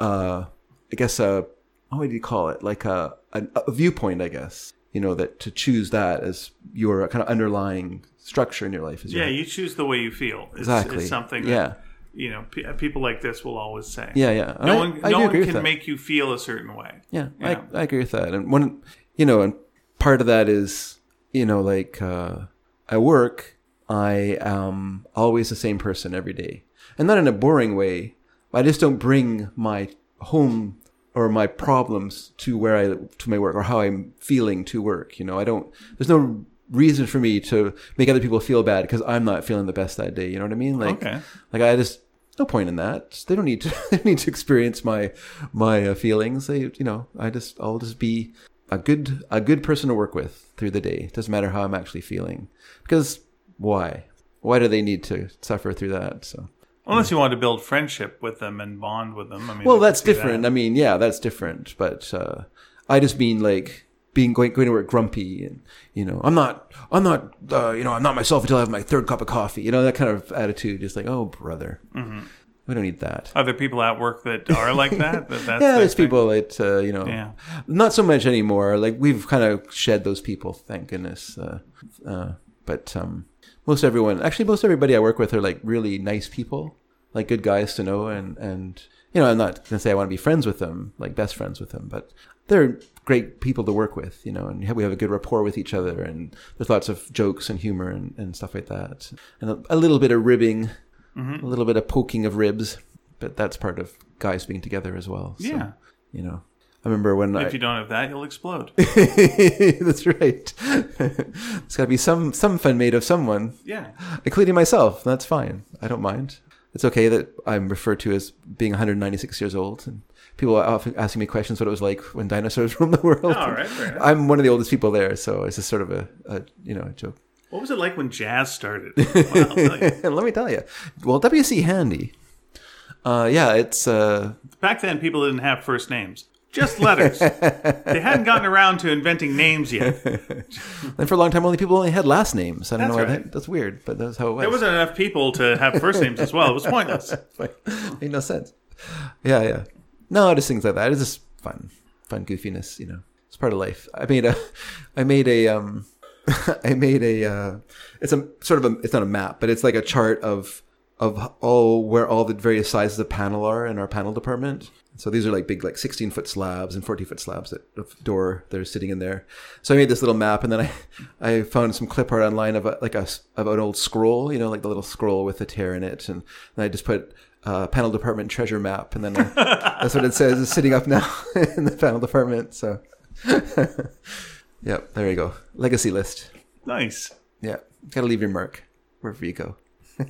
A: uh, I guess a what do you call it? Like a, a a viewpoint, I guess. You know that to choose that as your kind of underlying structure in your life is your-
B: yeah you choose the way you feel it's,
A: Exactly.
B: it's something that,
A: Yeah.
B: you know pe- people like this will always say
A: yeah, yeah.
B: no
A: I,
B: one,
A: I
B: no
A: do
B: one
A: agree
B: can
A: with that.
B: make you feel a certain way.
A: yeah,
B: Yeah.
A: I, I agree with that. And one, you know, and part of that is, you know, like uh, at work, I am always the same person every day, and not in a boring way. I just don't bring my home or my problems to where I to my work or how I'm feeling to work. You know, I don't. There's no reason for me to make other people feel bad because I'm not feeling the best that day. You know what I mean? Like,
B: Okay.
A: like I just no point in that. They don't need to. They don't need to experience my my uh, feelings. They, you know, I just I'll just be a good a good person to work with through the day. It doesn't matter how I'm actually feeling because why why do they need to suffer through that? So
B: Unless you want to build friendship with them and bond with them. I mean,
A: well,
B: I could
A: that's
B: see that.
A: different. I mean, yeah, that's different. But uh, I just mean like being going going to work grumpy and you know I'm not I'm not uh, you know I'm not myself until I have my third cup of coffee. You know that kind of attitude. Just like oh brother,
B: Mm-hmm.
A: we don't need that.
B: Are there people at work that are like that? that that's
A: yeah,
B: their
A: there's
B: thing?
A: people that uh, you know,
B: Yeah.
A: not so much anymore. Like we've kind of shed those people, thank goodness. Uh, uh, but um, most everyone, actually, most everybody I work with are like really nice people, like good guys to know, and and you know, I'm not gonna say I want to be friends with them, like best friends with them, but they're great people to work with, you know, and we have a good rapport with each other, and there's lots of jokes and humor and, and stuff like that, and a, a little bit of ribbing.
B: Mm-hmm.
A: a little bit of poking of ribs, but that's part of guys being together as well. So,
B: Yeah.
A: you know, I remember when I,
B: If you don't have that, you'll explode.
A: that's right. There's got to be some some fun made of someone,
B: yeah.
A: including myself. That's fine. I don't mind. It's okay that I'm referred to as being 196 years old, and people are often asking me questions what it was like when dinosaurs roamed the world.
B: All right. Fair enough.
A: I'm one of the oldest people there, so it's just sort of a, a you know a joke.
B: What was it like when jazz started? Well, I'll tell you.
A: Let me tell you. Well, W.C. Handy. Uh, yeah, it's uh,
B: Back then, people didn't have first names, just letters. they hadn't gotten around to inventing names yet.
A: and for a long time only people only had last names. I don't
B: That's
A: know why
B: right.
A: that, that's weird, but that's how it was.
B: There wasn't enough people to have first names as well. It was pointless.
A: made no sense. Yeah, yeah. No, just things like that. It's just fun, fun goofiness. You know, it's part of life. I made a, I made a, um, I made a. Uh, it's a sort of a. It's not a map, but it's like a chart of of all where all the various sizes of panel are in our panel department. So these are like big, like sixteen foot slabs and forty foot slabs that of door that are sitting in there. So I made this little map, and then I, I found some clip art online of a, like a s- of an old scroll, you know, like the little scroll with the tear in it, and, and I just put uh, panel department treasure map, and then I, that's what it says is sitting up now in the panel department. So, yep, there you go, legacy list.
B: Nice.
A: Yeah, gotta leave your mark wherever you go.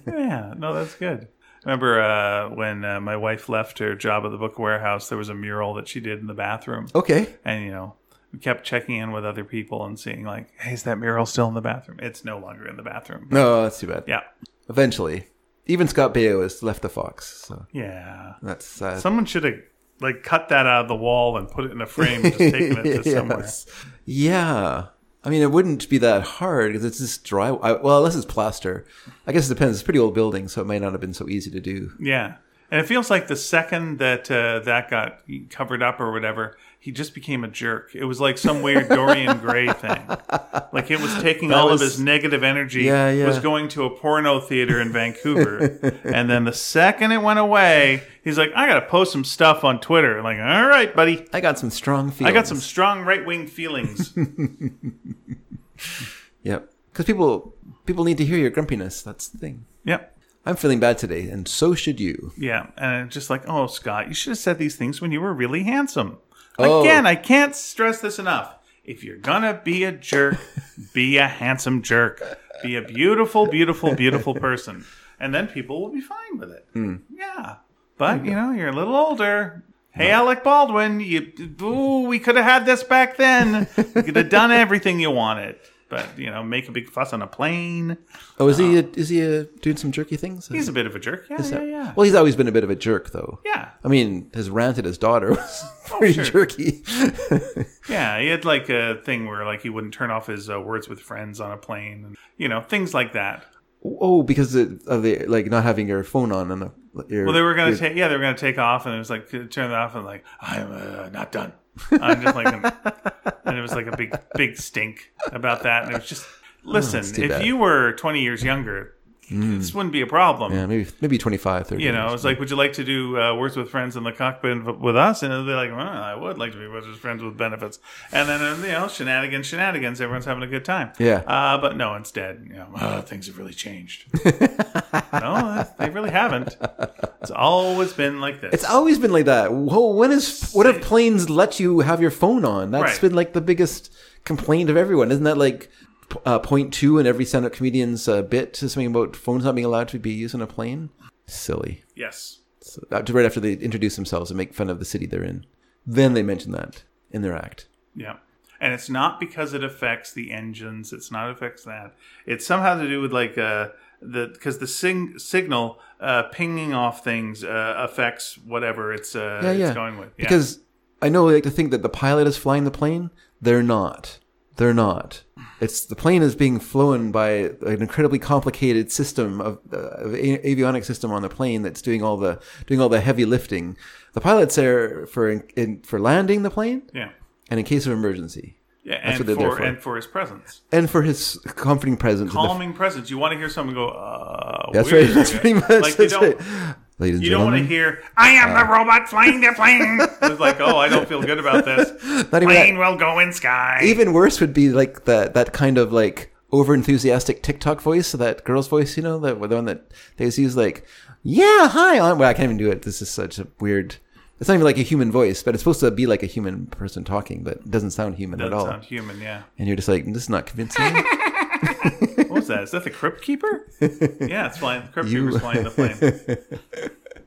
B: Yeah, no, that's good. I remember uh, when uh, my wife left her job at the book warehouse, there was a mural that she did in the bathroom.
A: Okay,
B: And, you know, we kept checking in with other people and seeing, like, hey, is that mural still in the bathroom? It's no longer in the bathroom.
A: no, that's too bad.
B: Yeah.
A: Eventually, even Scott Baio has left the Fox, so
B: Yeah.
A: that's uh,
B: Someone should have, like, cut that out of the wall and put it in a frame and just taken it to somewhere.
A: Yes. Yeah. I mean, it wouldn't be that hard because it's just dry. I, well, unless it's plaster. I guess it depends. It's a pretty old building, so it might not have been so easy to do.
B: Yeah. And it feels like the second that uh, that got covered up or whatever, he just became a jerk. It was like some weird Dorian Gray thing. Like it was taking all
A: was-
B: of his negative energy,
A: Yeah, yeah.
B: was going to a porno theater in Vancouver. and then the second it went away, he's like, I got to post some stuff on Twitter. Like, all right, buddy.
A: I got some strong feelings.
B: I got some strong right wing feelings.
A: Yep. Because people people need to hear your grumpiness. That's the thing.
B: yep.
A: I'm feeling bad today, and so should you.
B: Yeah. And it's just like, oh, Scott, you should have said these things when you were really handsome.
A: Oh.
B: Again, I can't stress this enough. If you're going to be a jerk, be a handsome jerk. Be a beautiful, beautiful, beautiful person. And then people will be fine with it.
A: Hmm.
B: Yeah. But, you know, you're a little older. Hey, Alec Baldwin, you, ooh, we could have had this back then. You could have done everything you wanted. But, you know, make a big fuss on a plane.
A: Oh, is he a, is he a, doing some jerky things?
B: Ah. He's a bit of a jerk. Yeah, yeah, yeah.
A: Well, he's always been a bit of a jerk, though.
B: Yeah. Oh,
A: I mean, his rant at his daughter was pretty
B: sure.
A: jerky.
B: Yeah, he had like a thing where like he wouldn't turn off his uh, words with friends on a plane, and you know things like that.
A: oh, because of of the like not having your phone on and the, your,
B: Well, they were gonna
A: your-
B: take yeah, they were gonna take off, and it was like turn it off, and like I'm uh, not done. I'm just like, and it was like a big big stink about that, and it was just listen,
A: Oh, that's too
B: if
A: bad. Mm.
B: you were 20 years younger, this wouldn't be a problem.
A: Yeah, maybe maybe 25, 30.
B: You know, it's like, would you like to do uh, words with friends in the cockpit v- with us? And they're like, well, I would like to be words with friends with benefits. And then, uh, you know, shenanigans, shenanigans. Everyone's having a good time.
A: Yeah.
B: Uh, but no, instead, you know, "Oh, things have really changed. no, they really haven't. It's always been like this.
A: It's always been like that. Whoa, when is what if planes let you have your phone on? That's
B: Right.
A: been like the biggest complaint of everyone. Isn't that like p- uh, point two in every stand-up comedian's uh, bit? Is something about phones not being allowed to be used on a plane? Silly.
B: yes.
A: So, uh, right after they introduce themselves and make fun of the city they're in, then they mention that in their act.
B: Yeah. And it's not because it affects the engines. It's not affects that. It's somehow to do with like uh, the because the sing- signal uh, pinging off things uh, affects whatever it's uh,
A: Yeah, yeah.
B: it's going with. Yeah.
A: Because I know they like to think that the pilot is flying the plane. They're not. They're not. It's the plane is being flown by an incredibly complicated system of, uh, of a- avionic system on the plane that's doing all the doing all the heavy lifting. The pilot's there for in, in, for landing the plane
B: yeah.
A: and in case of emergency,
B: Yeah,
A: That's what
B: and
A: they're
B: for,
A: there for.
B: and for his presence,
A: and for his comforting presence. in the-
B: calming presence. You want to hear someone go, uh,
A: that's
B: weird.
A: right. That's pretty much.
B: Like you
A: that's
B: don't,
A: right. Ladies and
B: you don't want to
A: gentlemen, Uh.
B: hear, "I am the robot flying the plane." it's like, oh, I don't feel good about this.
A: not even that.
B: Plane will go in sky.
A: even worse would be like that that kind of like over enthusiastic TikTok voice, so that girl's voice, you know, that the one that they just use like, yeah, hi, I'm. Well, I can't even do it. This is such a weird. It's not even like a human voice, but it's supposed to be like a human person talking, but it doesn't sound human
B: Doesn't
A: at all.
B: sound human, yeah.
A: and you're just like, this is not convincing.
B: What was that? Is that the Crypt Keeper? yeah, it's flying. The Crypt
A: You-
B: Keeper's flying the plane.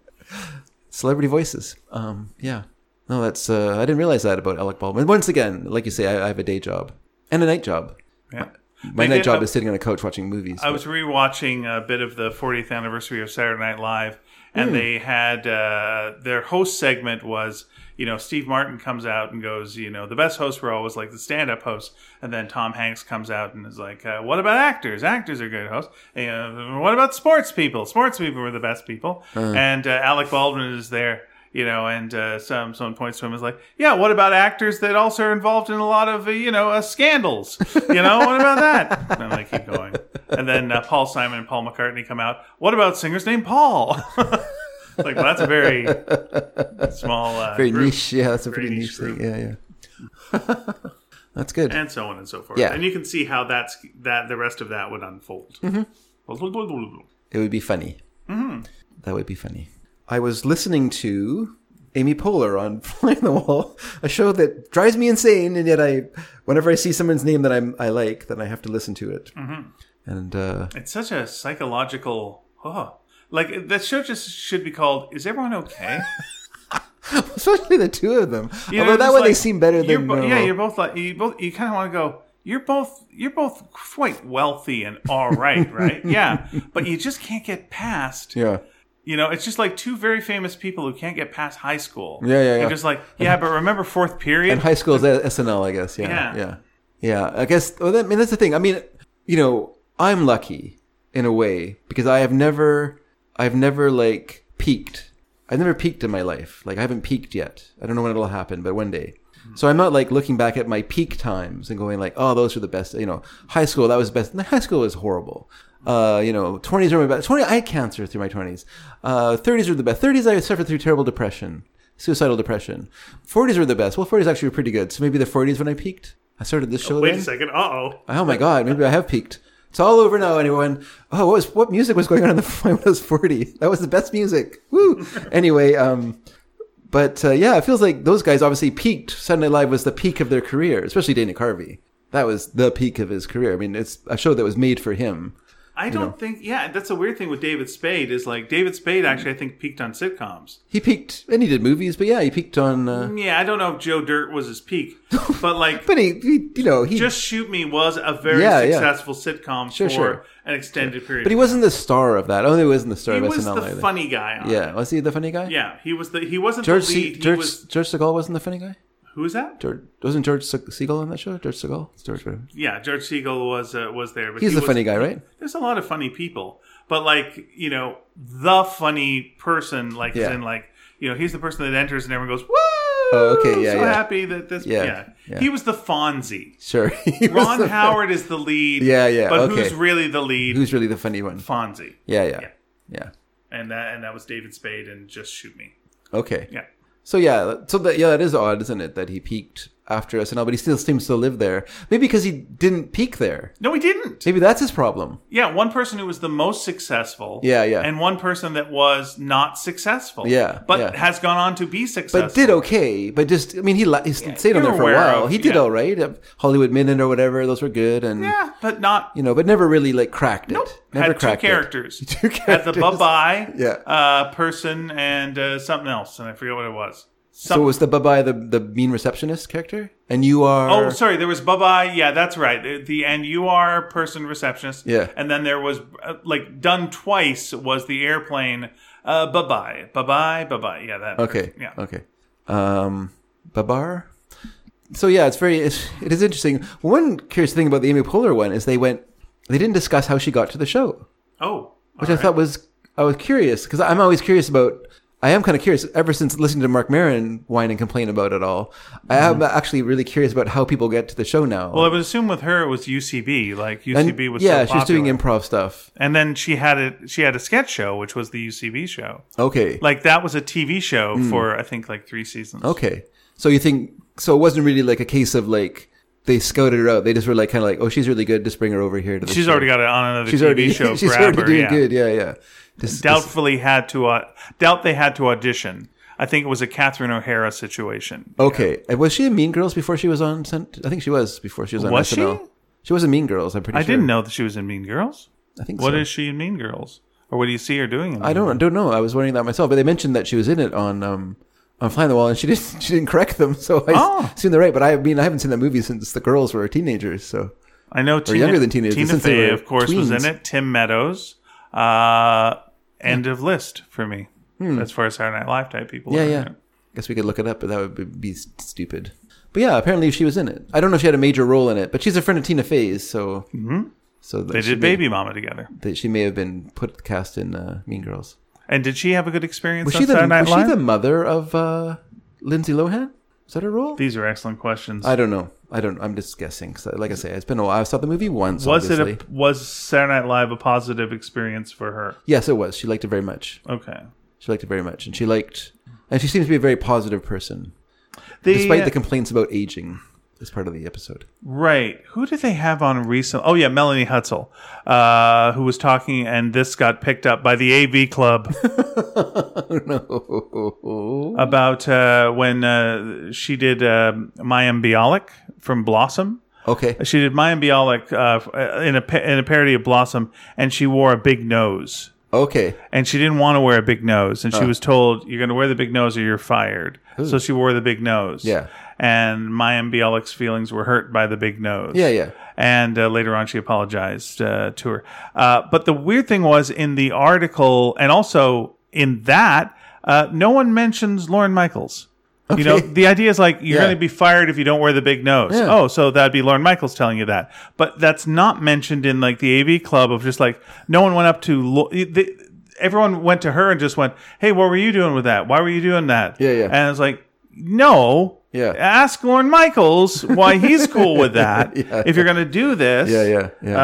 A: celebrity voices. Um, yeah. No, that's uh, I didn't realize that about Alec Baldwin. Once again, like you say, I, I have a day job and a night job.
B: Yeah.
A: My
B: Maybe
A: night job
B: I-
A: is sitting on a couch watching movies.
B: I was rewatching a bit of the 40th anniversary of Saturday Night Live,
A: Hmm.
B: and they had uh, their host segment was, you know, Steve Martin comes out and goes, you know, the best hosts were always like the stand up hosts. And then Tom Hanks comes out and is like, uh, what about actors? Actors are good hosts. And, uh, what about sports people? Sports people were the best people. And uh, Alec Baldwin is there. You know, and uh, some someone points to him is like, yeah. What about actors that also are involved in a lot of uh, you know uh, scandals? You know, what about that? And I keep going, and then uh, Paul Simon and Paul McCartney come out. What about singers named Paul? like well, that's a very small, uh,
A: very
B: group,
A: niche. Yeah, that's a
B: Very
A: pretty
B: niche
A: niche, thing. Yeah, yeah. that's good.
B: and so on and so forth.
A: Yeah.
B: and you can see how that's that the rest of that would unfold.
A: It would be funny.
B: Mm-hmm.
A: That would be funny. I was listening to Amy Poehler on Fly on the Wall, a show that drives me insane, and yet I, whenever I see someone's name that I'm I like, then I have to listen to it.
B: Mm-hmm.
A: And uh,
B: It's such a psychological. Oh, like that show just should be called "Is Everyone Okay?"
A: especially the two of them.
B: You
A: Although
B: know,
A: that
B: just
A: way they
B: like,
A: seem better
B: you're
A: than uh,
B: bo- yeah.
A: normal.
B: You're both like you both. You kind of want to go. You're both you're both quite wealthy and all right, right? yeah, but you just can't get past.
A: yeah.
B: You know, it's just like two very famous people who can't get past high school.
A: Yeah, yeah,
B: You're
A: yeah.
B: just like yeah, but remember fourth period?
A: And high school's SNL, I guess. Yeah,
B: Yeah.
A: yeah, yeah. I guess. Well, that, I mean, that's the thing. I mean, you know, I'm lucky in a way because I have never, I've never like peaked. I've never peaked in my life. Like I haven't peaked yet. I don't know when it'll happen, but one day.
B: Mm-hmm.
A: So I'm not like looking back at my peak times and going like, oh, those were the best. You know, high school that was the best. And high school was horrible. Uh, you know, 20s are my best. 20, I had cancer through my 20s. Uh, 30s were the best. 30s I suffered through terrible depression suicidal depression. 40s were the best. Well, 40s actually were pretty good. So maybe the 40s when I peaked. I started this show
B: Wait
A: then.
B: a second. Uh oh.
A: Oh my god, maybe I have peaked. It's all over now, anyone. Oh, what was what music was going on in the when I was 40? That was the best music. Woo. anyway, um but uh, yeah, it feels like those guys obviously peaked. Saturday Night Live was the peak of their career, especially Dana Carvey. That was the peak of his career. I mean, it's a show that was made for him.
B: I don't think. Yeah, that's a weird thing with David Spade is like David Spade actually I think peaked on sitcoms.
A: He peaked, and he did movies, but yeah, he peaked on. Uh,
B: Yeah, I don't know if Joe Dirt was his peak, but like
A: but he, he, you know, he
B: Mm. Just Shoot Me was a very
A: Yeah, yeah.
B: successful sitcom for
A: sure.
B: an extended period.
A: But he wasn't the star of that. Oh, he wasn't the star
B: He
A: of
B: was
A: SNL
B: the
A: either.
B: funny guy. On it.
A: yeah, was he the funny guy?
B: yeah. He was the. He wasn't
A: George Se-
B: the lead.
A: George
B: he was.
A: George Segal wasn't the funny guy.
B: Who was that?
A: George wasn't George Se- Segal on that show. George Segal. It's George. whatever.
B: Yeah, George Siegel was uh, was there. But
A: He's
B: he
A: the
B: was-
A: funny guy, right?
B: There's a lot of funny people, but like you know, the funny person, like is
A: Yeah.
B: in like you know, he's the person that enters and everyone goes woo.
A: Oh, okay, yeah,
B: so
A: yeah.
B: happy that this.
A: Yeah,
B: yeah.
A: yeah.
B: He was the Fonzie.
A: Sure. He was
B: Ron
A: the-
B: Howard is the lead.
A: Yeah, yeah,
B: But
A: okay.
B: who's really the lead?
A: Who's really the funny one?
B: Fonzie.
A: Yeah, yeah,
B: Yeah.
A: yeah.
B: And that and that was David Spade and Just Shoot Me.
A: Okay.
B: Yeah.
A: So yeah, so that yeah, that is odd, isn't it? That he peaked after SNL, but he still seems to live there. Maybe because he didn't peak there.
B: No, he didn't.
A: Maybe that's his problem.
B: Yeah, one person who was the most successful.
A: Yeah, yeah.
B: And one person that was not successful.
A: Yeah,
B: But
A: yeah.
B: has gone on to be successful.
A: But did okay, but just I mean, he, la- he stayed on
B: you're
A: there for a
B: aware
A: while.
B: of-
A: he did
B: yeah.
A: all right, Uh, Hollywood Minute or whatever; those were good. And
B: Yeah, but not
A: you know, but never really like cracked it. Never
B: had two
A: cracked
B: characters.
A: it. Two
B: Had the
A: characters.
B: bye bye
A: Yeah.
B: uh, person and uh, something else, and I forget what it was.
A: So was the Babai the the mean receptionist character? And you are
B: Oh, sorry. There was bye bye. Yeah, that's right. The, the and you are person receptionist.
A: Yeah.
B: And then there was uh, like done twice was the airplane. Uh, bye bye, bye bye, bye bye. Yeah, that.
A: okay.
B: Yeah.
A: Okay. Um, Babar. So yeah, it's very it's, it is interesting. One curious thing about the Amy Poehler one is they went they didn't discuss how she got to the show,
B: Oh.
A: which I thought was I was curious because I'm always curious about. I am kind of curious ever since listening to Mark Maron whine and complain about it all. I am actually really curious about how people get to the show now.
B: Mm-hmm. Well, I would assume with her it was UCB. Like UCB
A: And-
B: was
A: yeah,
B: so
A: she was doing
B: popular.
A: improv stuff.
B: and then she had it. She had a sketch show, which was the UCB show.
A: Okay,
B: Like that was a TV
A: Hmm.
B: show for I think like three seasons.
A: Okay. So you think so it wasn't really like a case of like they scouted her out. They just were like, kind of like, oh, she's really good. Just bring her over here to the
B: She's
A: show.
B: already got it on another
A: She's
B: TV
A: already
B: show.
A: she's
B: grab
A: already
B: her,
A: doing
B: yeah.
A: good. Yeah, yeah. Just, just-
B: Doubtfully had to uh, doubt they had to audition. I think it was a Catherine O'Hara situation.
A: okay. And Was she in Mean Girls before she was on? Cent- I think she was before she was on
B: Was she?
A: SNL. She? was in Mean Girls. I'm pretty
B: I
A: sure.
B: didn't know that she was in Mean Girls.
A: I think
B: What
A: so.
B: is she in Mean Girls? Or what do you see her doing? In
A: I don't I don't know. I was wondering that myself, but they mentioned that she was in it on um on Fly on the Wall, and she didn't she didn't correct them, so I
B: Oh.
A: assume they're right. But I mean, I haven't seen that movie since the girls were teenagers, so
B: I know Tina,
A: younger than teenagers,
B: Tina
A: since they
B: Fey,
A: were
B: of course, was
A: tweens.
B: in it. Tim Meadows. Uh, end of list for me, as far as Saturday Night Live type people.
A: Hmm. yeah,
B: are,
A: yeah. I guess we could look it up, but that would be, be s- stupid. But yeah, apparently she was in it. I don't know if she had a major role in it, but she's a friend of Tina Fey's, so so that
B: Mm-hmm. They
A: she
B: did
A: may-
B: Baby Mama together.
A: that she may have been put cast in uh, Mean Girls.
B: And did she have a good experience
A: Was
B: on
A: she the
B: Saturday Night
A: was she
B: Live?
A: the mother of uh, Lindsay Lohan? Is that her role?
B: These are excellent questions.
A: I don't know. I don't. I'm just guessing. So, like I say, it's been a while. I saw the movie once.
B: was it
A: obviously.
B: a, was Saturday Night Live a positive experience for her?
A: Yes, it was. She liked it very much.
B: Okay.
A: She liked it very much, and she liked, and she seems to be a very positive person,
B: The,
A: despite the complaints about aging. As part of the episode,
B: Right. Who did they have on recently? Oh yeah, Melanie Hutzel, uh, who was talking, and this got picked up by the AV Club
A: no,
B: about uh, when uh, she did uh, Mayim Bialik from Blossom.
A: okay,
B: She did Mayim Bialik uh, in a pa- in a parody of Blossom, and she wore a big nose,
A: okay,
B: and she didn't want to wear a big nose, and she was told, "You're going to wear the big nose, or you're fired." So she wore the big nose.
A: Yeah.
B: And Mayim Bialik's feelings were hurt by the big nose.
A: yeah, yeah,
B: And uh, later on, she apologized uh, to her. Uh, but the weird thing was in the article, and also in that, uh, no one mentions Lauren Michaels. You know, the idea is like you're
A: Yeah.
B: going to be fired if you don't wear the big nose.
A: Yeah.
B: Oh, so that'd be Lauren Michaels telling you that. But that's not mentioned in like the AV club of just like no one went up to. Lo- the, everyone went to her and just went, "Hey, what were you doing with that? Why were you doing that?"
A: Yeah, yeah.
B: And it's like, no.
A: Yeah.
B: Ask Lauren Michaels why he's cool with that.
A: Yeah.
B: If you're going to do this.
A: yeah, yeah, yeah.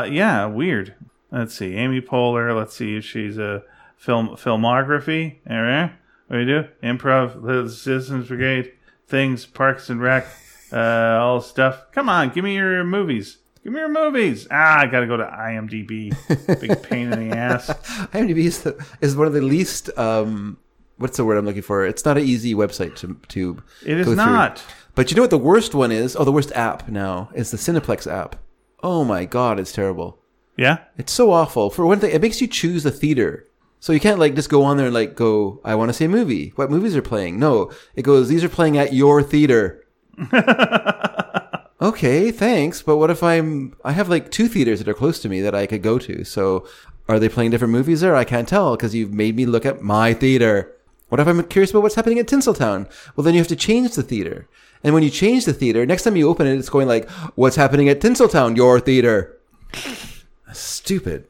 B: Uh, yeah, weird. Let's see. Amy Poehler. Let's see if she's a film filmography. All right. What do you do? Improv, the Citizens Brigade, things, Parks and Rec, uh, all stuff. Come on, give me your movies. Give me your movies. Ah, I got to go to IMDb. Big pain in the ass.
A: IMDb is, the, is one of the least. Um, what's the word I'm looking for? It's not an easy website to to.
B: It is
A: go through.
B: not.
A: But you know what the worst one is? Oh, the worst app now is the Cineplex app. Oh my god, it's terrible.
B: Yeah.
A: It's so awful. For one thing, it makes you choose a theater. So you can't like just go on there and like go, I want to see a movie. What movies are playing? No, it goes, these are playing at your theater. okay, thanks. But what if I'm I have like two theaters that are close to me that I could go to. So are they playing different movies there? I can't tell because you've made me look at my theater. What if I'm curious about what's happening at Tinseltown? Well, then you have to change the theater. And when you change the theater, next time you open it, it's going like, "What's happening at Tinseltown? Your theater." stupid.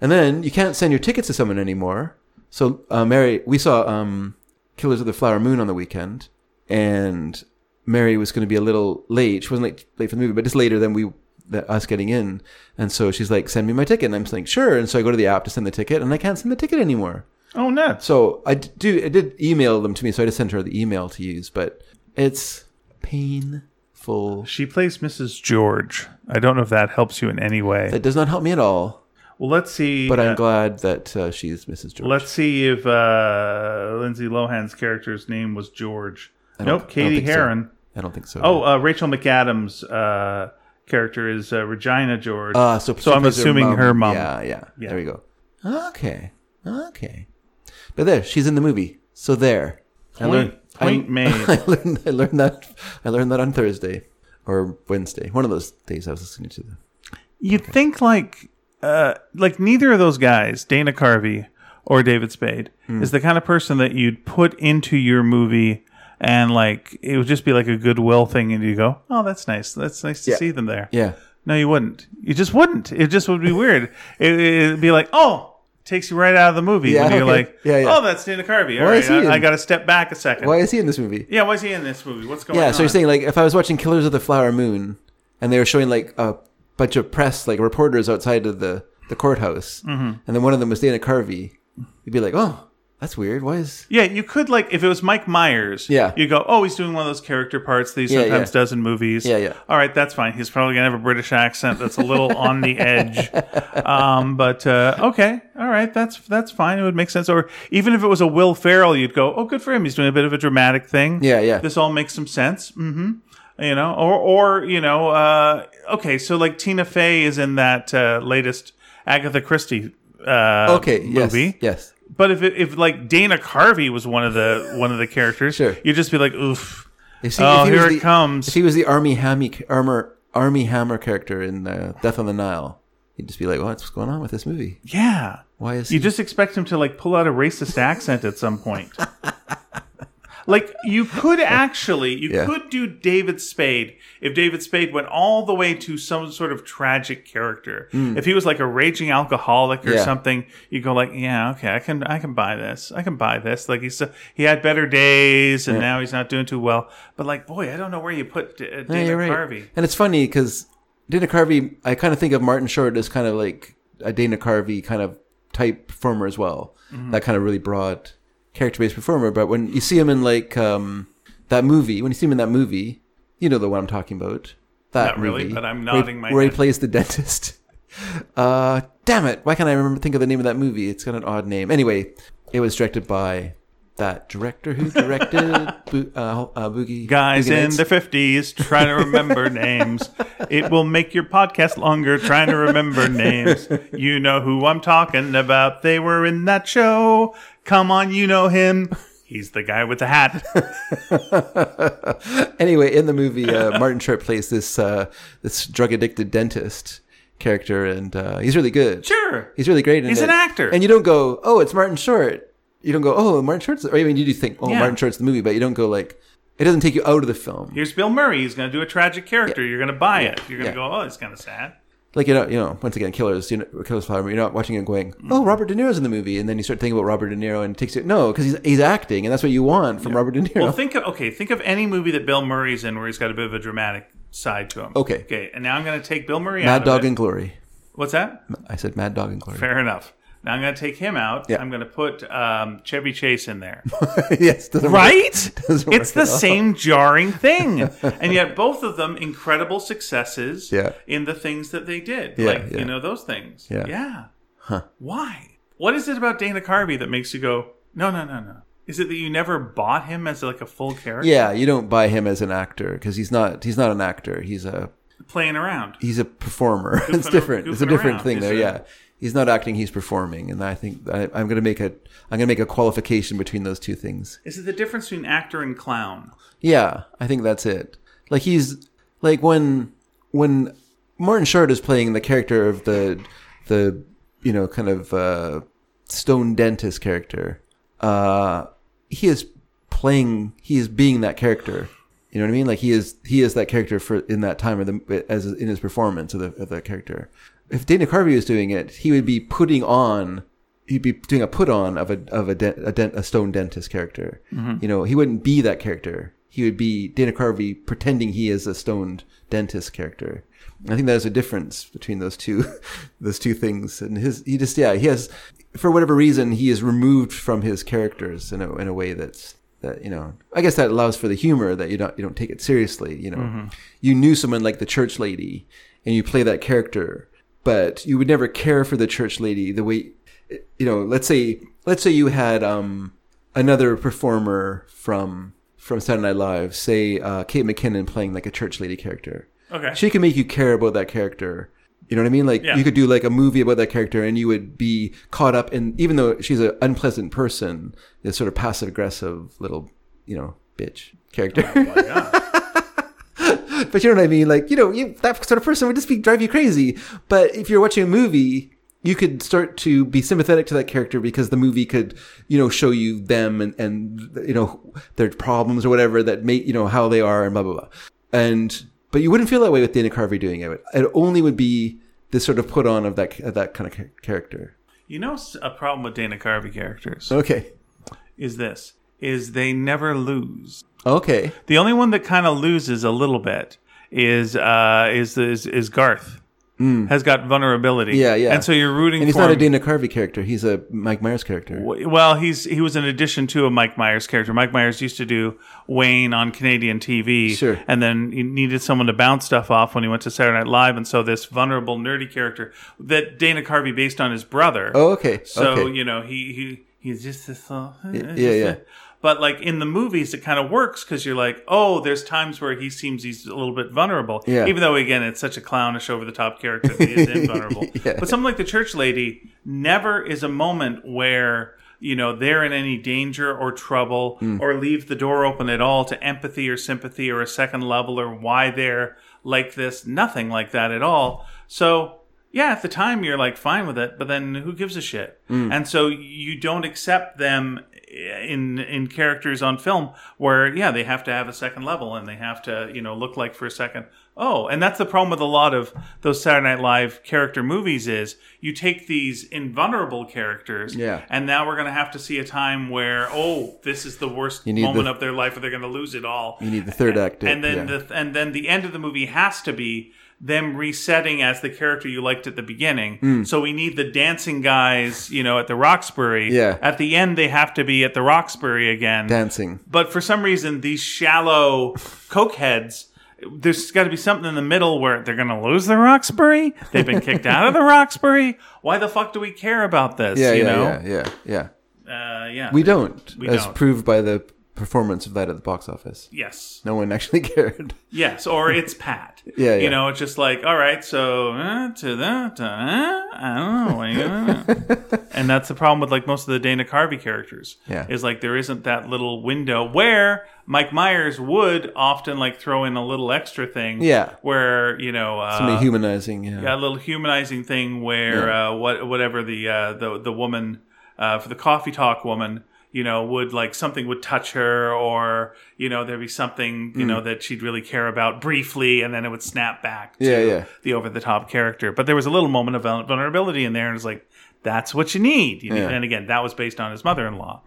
A: And then you can't send your tickets to someone anymore. So uh, Mary, we saw um, Killers of the Flower Moon on the weekend, and Mary was going to be a little late. She wasn't late, late for the movie, but just later than we than us getting in. And so she's like, "Send me my ticket." And I'm saying, "Sure." And so I go to the app to send the ticket, and I can't send the ticket anymore.
B: Oh, nuts.
A: So I d- do. I did email them to me, so I just sent her the email to use. But it's painful.
B: She plays Mrs. George. I don't know if that helps you in any way.
A: That does not help me at all.
B: Well, let's see.
A: But
B: uh,
A: I'm glad that uh, she's Mrs. George.
B: Let's see if uh, Lindsay Lohan's character's name was George.
A: don't-
B: Nope,
A: I don't
B: Katie
A: think so.
B: Heron.
A: I don't think so.
B: Oh, uh, Rachel McAdams' uh, character is uh, Regina George.
A: Uh, so,
B: So I'm
A: she's
B: assuming her mom.
A: Yeah, yeah,
B: Yeah.
A: There we go. Okay, okay. But there, she's in the movie. So there.
B: Point- point
A: I,
B: made.
A: I learned. I learned that. I learned that on Thursday or Wednesday, one of those days. I was listening to the.
B: You'd think like uh, like neither of those guys, Dana Carvey or David Spade,
A: Hmm.
B: is the kind of person that you'd put into your movie. And like it would just be like a goodwill thing, and you go, "Oh, that's nice. That's nice to
A: Yeah.
B: see them there."
A: Yeah,
B: No, you wouldn't. You just wouldn't. It just would be weird. it, it'd be like, oh, takes you right out of the movie.
A: Yeah,
B: when you're
A: okay.
B: like,
A: Yeah, yeah.
B: oh, that's Dana Carvey. All
A: Why
B: right,
A: is he in-
B: I, got to step back a second.
A: why is he in this movie?
B: Yeah, why is he in this movie? What's going on?
A: Yeah, so you're saying like if I was watching Killers of the Flower Moon and they were showing like a bunch of press, like
B: Mm-hmm.
A: reporters outside of the the courthouse, and then one of them was Dana Carvey, you'd be like, oh, That's weird. Why is
B: Yeah, you could like if it was Mike Myers.
A: Yeah.
B: you go. Oh, he's doing one of those character parts that he
A: Yeah,
B: sometimes
A: yeah.
B: does in movies.
A: Yeah, yeah.
B: All right, that's fine. He's probably gonna have a British accent that's a little on the edge. Um, but uh, okay, all right, that's that's fine. It would make sense. Or even if it was a Will Ferrell, you'd go, oh, good for him. He's doing a bit of a dramatic thing.
A: Yeah, yeah.
B: This all makes some sense. Mm-hmm. You know, or or you know, uh, okay. So like Tina Fey is in that uh, latest Agatha Christie. Uh,
A: okay? Yes,
B: movie.
A: yes.
B: But if it, if like Dana Carvey was one of the one of the characters,
A: Sure.
B: you'd just be like, oof.
A: If he-
B: oh,
A: if he was
B: here it
A: the-
B: comes.
A: If he was the army hammy armor army hammer character in uh, Death on the Nile, you'd just be like, "What's going on with this movie?
B: yeah.
A: Why is
B: You
A: he-
B: just expect him to like pull out a racist accent at some point. Like you could actually, you
A: Yeah.
B: could do David Spade if David Spade went all the way to some sort of tragic character. If he was like a raging alcoholic or
A: Hmm. Yeah.
B: something, you go like, yeah, okay, I can, I can buy this, I can buy this. Like he's he had better days and now he's not doing too well. But like, boy, I don't know where you put D- uh,
A: Yeah,
B: Dana
A: you're right.
B: Carvey.
A: And it's funny because Dana Carvey, I kind of think of Martin Short as kind of like a Dana Carvey kind of type performer as well.
B: Mm-hmm.
A: That kind of really broad character based performer. But when you see him in like um, that movie, when you see him in that movie, you know the one I'm talking about. That
B: Not really,
A: movie,
B: but I'm
A: where-
B: nodding my
A: Where he
B: head.
A: plays the dentist. Uh, damn it! Why can't I remember think of the name of that movie? It's got an odd name. Anyway, it was directed by that director who directed Bo- uh, uh, Boogie
B: Guys
A: Boogie
B: in
A: Nights.
B: their fifties trying to remember names. It will make your podcast longer trying to remember names. You know who I'm talking about. They were in that show. Come on, you know him. He's the guy with the hat.
A: anyway, in the movie, uh, Martin Short plays this uh, this drug addicted dentist character, and uh, he's really good.
B: Sure.
A: he's really great. In
B: He's
A: it.
B: an actor.
A: and you don't go, "Oh, it's Martin Short." You don't go, "Oh, Martin Short's." Or I mean, you do think, "Oh,
B: Yeah.
A: Martin Short's the movie," but you don't go like, it doesn't take you out of the film.
B: Here's Bill Murray. He's going to do a tragic character. You're going to buy it. You're going
A: Yeah.
B: to go, oh, it's kind of sad.
A: Like you know, you know, once again, Killers, you know, Killers Flower. You're not watching it going,
B: Mm-hmm.
A: "Oh, Robert De Niro's in the movie," and then you start thinking about Robert De Niro and it takes you no, because he's he's acting, and that's what you want from Robert De Niro.
B: Well, think of, okay. Think of any movie that Bill Murray's in where he's got a bit of a dramatic side to him.
A: Okay.
B: Okay. And now I'm going to take Bill Murray out
A: Mad
B: of
A: Dog
B: it.
A: and Glory.
B: What's that?
A: I said Mad Dog and Glory.
B: Fair enough. Now I'm going to take him out.
A: Yeah.
B: I'm going to put um, Chevy Chase in there.
A: yes, doesn't work.
B: Right?
A: Doesn't work
B: it's the same jarring thing. and yet, both of them incredible successes
A: Yeah.
B: in the things that they did.
A: Yeah,
B: like,
A: yeah.
B: you know, those things.
A: Yeah.
B: Huh. Why? What is it about Dana Carvey that makes you go, no, no, no, no? Is it that you never bought him as like a full character
A: Yeah, you don't buy him as an actor because he's not he's not an actor. He's a
B: playing around?
A: he's a performer. it's
B: Goofing-
A: different. It's a
B: goofing
A: different
B: around.
A: thing
B: He's
A: there.
B: a-
A: yeah, he's not acting. He's performing, and I think I, I'm going to make a I'm going to make a qualification between those two things.
B: Is it the difference between actor and clown?
A: Yeah, I think that's it. Like he's like when when Martin Short is playing the character of the the you know kind of uh, stone dentist character. Uh, he is playing. He is being that character. You know what I mean? Like he is he is that character for in that time of the as in his performance of the of that character. If Dana Carvey was doing it, he would be putting on he'd be doing a put on of a of a dent, a, dent, a stone dentist character. You know, he wouldn't be that character. He would be Dana Carvey pretending he is a stoned dentist character. I think there's a difference between those two those two things. And his he just yeah he has for whatever reason he is removed from his characters in a in a way that's that you know I guess that allows for the humor that you don't you don't take it seriously. You know, you knew someone like the church lady and you play that character but you would never care for the church lady the way you know let's say let's say you had um another performer from from saturday night live say uh kate mckinnon playing like a church lady character
B: Okay.
A: she can make you care about that character you know what i mean like
B: Yeah.
A: you could do like a movie about that character and you would be caught up in even though she's an unpleasant person this sort of passive aggressive little you know bitch character
B: Oh
A: but you know what I mean? Like, you know, you, that sort of person would just be drive you crazy. But if you're watching a movie, you could start to be sympathetic to that character because the movie could, you know, show you them and, and, you know, their problems or whatever that make, you know, how they are and blah, blah, blah. And, but you wouldn't feel that way with Dana Carvey doing it. It only would be this sort of put on of that, of that kind of cha- character.
B: You know, s- a problem with Dana Carvey characters
A: Okay.
B: is this: is they never lose.
A: Okay.
B: The only one that kind of loses a little bit is uh, is is is Garth. has got vulnerability.
A: Hmm. Yeah, yeah.
B: And so you're rooting
A: And he's
B: for
A: not a
B: him.
A: Dana Carvey character. He's a Mike Myers character.
B: Well, he's he was an addition to a Mike Myers character. Mike Myers used to do Wayne on Canadian TV,
A: Sure.
B: and then he needed someone to bounce stuff off when he went to Saturday Night Live, and so this vulnerable, nerdy character that Dana Carvey based on his brother.
A: Oh, okay.
B: so
A: okay.
B: you know he he he's just this. Uh, yeah,
A: yeah.
B: But like in the movies, it kind of works because you're like, oh, there's times where he seems he's a little bit vulnerable,
A: Yeah.
B: even though again it's such a clownish, over the top character that he is invulnerable.
A: Yeah.
B: But something like the church lady never is a moment where you know they're in any danger or trouble
A: Hmm.
B: or leave the door open at all to empathy or sympathy or a second level or why they're like this. Nothing like that at all. So yeah, at the time you're like fine with it, but then who gives a shit?
A: Mm.
B: And so you don't accept them in in characters on film where yeah, they have to have a second level and they have to, you know, look like for a second, oh, and that's the problem with a lot of those Saturday Night Live character movies is you take these invulnerable characters
A: Yeah.
B: and now we're going to have to see a time where oh, this is the worst
A: need
B: moment
A: the-
B: of their life or they're going to lose it all
A: you need the third act.
B: and then
A: yeah.
B: the and then the end of the movie has to be them resetting as the character you liked at the beginning.
A: Hmm.
B: So we need the dancing guys, you know, at the Roxbury.
A: Yeah.
B: At the end, they have to be at the Roxbury again.
A: dancing.
B: But for some reason, these shallow cokeheads. There's got to be something in the middle where they're going to lose the Roxbury. They've been kicked out of the Roxbury. Why the fuck do we care about this?
A: Yeah,
B: you
A: yeah,
B: know,
A: yeah, yeah, yeah.
B: Uh, yeah.
A: We don't,
B: We
A: as
B: don't.
A: proved by the performance of that at the box office.
B: yes.
A: No one actually cared.
B: Yes, or it's Pat.
A: Yeah, yeah.
B: You know, it's just like, all right, so uh, to that, uh, I don't know, what you know. and that's the problem with like most of the Dana Carvey characters.
A: Yeah.
B: is like there isn't that little window where Mike Myers would often like throw in a little extra thing.
A: Yeah.
B: where you know, uh,
A: Somebody humanizing. Yeah.
B: yeah, a little humanizing thing where uh, what whatever the uh, the the woman uh, for the coffee talk woman you know would like something would touch her or you know there'd be something you
A: Mm.
B: know that she'd really care about briefly and then it would snap back to
A: Yeah, yeah.
B: the over the top character but there was a little moment of vul- vulnerability in there and it's like that's what you need, you need
A: Yeah. Mm,
B: and again that was based on his mother-in-law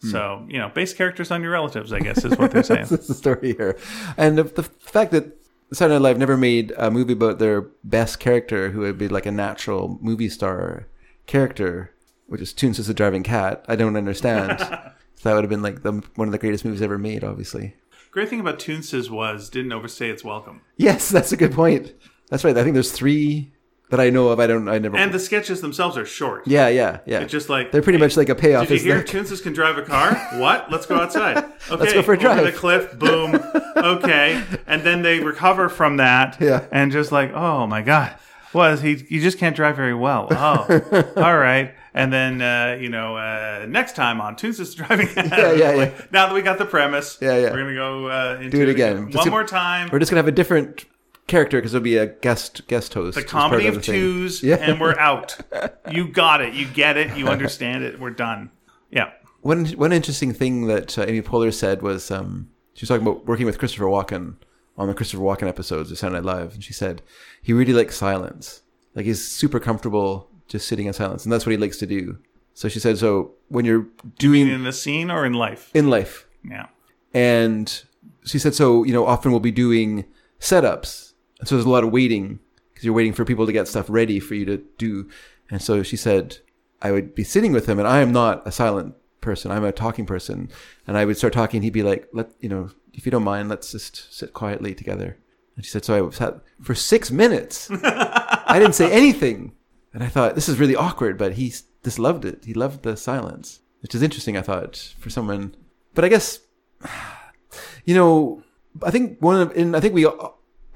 B: so you know base characters on your relatives i guess is what they're saying
A: That's the story here. And the, the fact that Saturday Night Live never made a movie about their best character, who would be like a natural movie star character, which is Toons as a driving cat, I don't understand. so that would have been like the, one of the greatest movies ever made, obviously.
B: great thing about toonses was didn't overstay its welcome
A: Yes, that's a good point. That's right. I think there's three that I know of. I don't. I never.
B: and the sketches themselves are short
A: yeah, yeah, yeah.
B: It's just like
A: They're pretty much like a payoff.
B: Did you
A: Is
B: hear
A: like,
B: Toonses can drive a car? What? Let's go outside. Okay,
A: go for a drive.
B: Over the cliff, boom. Okay, and then they recover from that.
A: Yeah.
B: and just like, oh my god, was he? You just can't drive very well. Oh, all right. And then uh, you know, uh, next time on Toonses driving. yeah,
A: yeah, yeah.
B: Now that we got the premise,
A: Yeah, yeah.
B: we're gonna go uh, into
A: Do it again. Just
B: one
A: get-
B: more time.
A: we're just gonna have a different character because it'll be a guest guest host.
B: The comedy of
A: two.
B: twos,
A: Yeah.
B: and we're out. You got it. You get it. You understand it. We're done. Yeah.
A: One one interesting thing that uh, Amy Poehler said was um, she was talking about working with Christopher Walken on the Christopher Walken episodes of Saturday Night Live, and she said he really likes silence. Like he's super comfortable just sitting in silence, and that's what he likes to do. So she said, so when you're doing
B: In the scene or in life.
A: in life,
B: Yeah.
A: And she said, so, you know, often we'll be doing setups. And so there's a lot of waiting because you're waiting for people to get stuff ready for you to do. And so she said, I would be sitting with him and I am not a silent person. I'm a talking person. And I would start talking. He'd be like, let, you know, if you don't mind, let's just sit quietly together. And she said, so I sat for six minutes. I didn't say anything. And I thought, this is really awkward, but he s- just loved it. He loved the silence, which is interesting, I thought, for someone. But I guess you know, I think one of, and I think we,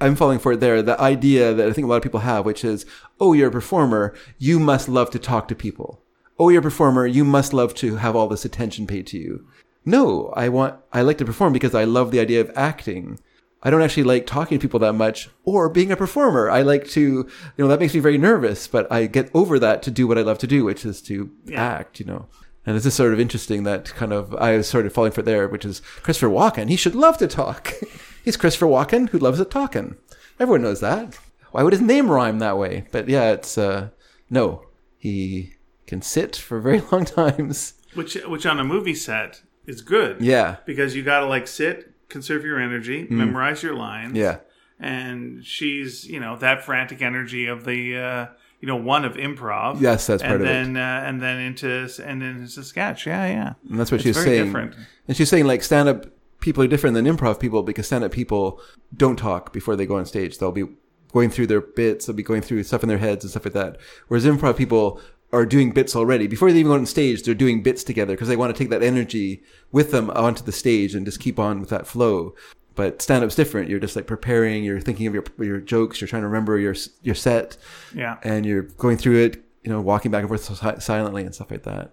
A: I'm falling for it there, the idea that I think a lot of people have, which is, oh, you're a performer, you must love to talk to people. Oh, you're a performer, you must love to have all this attention paid to you. No, I want, I like to perform because I love the idea of acting. I don't actually like talking to people that much or being a performer. I like to, you know, that makes me very nervous, but I get over that to do what I love to do, which is to act, you know. And this is sort of interesting that kind of I was sort of falling for it there, which is Christopher Walken. He should love to talk. He's Christopher Walken who loves to talking. Everyone knows that. Why would his name rhyme that way? But yeah, it's uh no. He can sit for very long times.
B: which which on a movie set is good
A: Yeah. Mm.
B: because you got to like sit conserve your energy memorize your lines
A: Yeah.
B: and she's you know that frantic energy of the uh, you know one of improv.
A: Yes, that's part
B: and
A: of it.
B: then uh, and then into and then into sketch. Yeah, yeah.
A: And that's what
B: It's
A: she's
B: very
A: saying.
B: different.
A: And she's saying like stand up people are different than improv people because stand up people don't talk before they go on stage. They'll be going through their bits, they'll be going through stuff in their heads and stuff like that. Whereas improv people are doing bits already. Before they even go on stage, they're doing bits together because they want to take that energy with them onto the stage and just keep on with that flow. But stand up's different. You're just like preparing, you're thinking of your your jokes, you're trying to remember your s- your set
B: Yeah.
A: and you're going through it, you know, walking back and forth si- silently and stuff like that.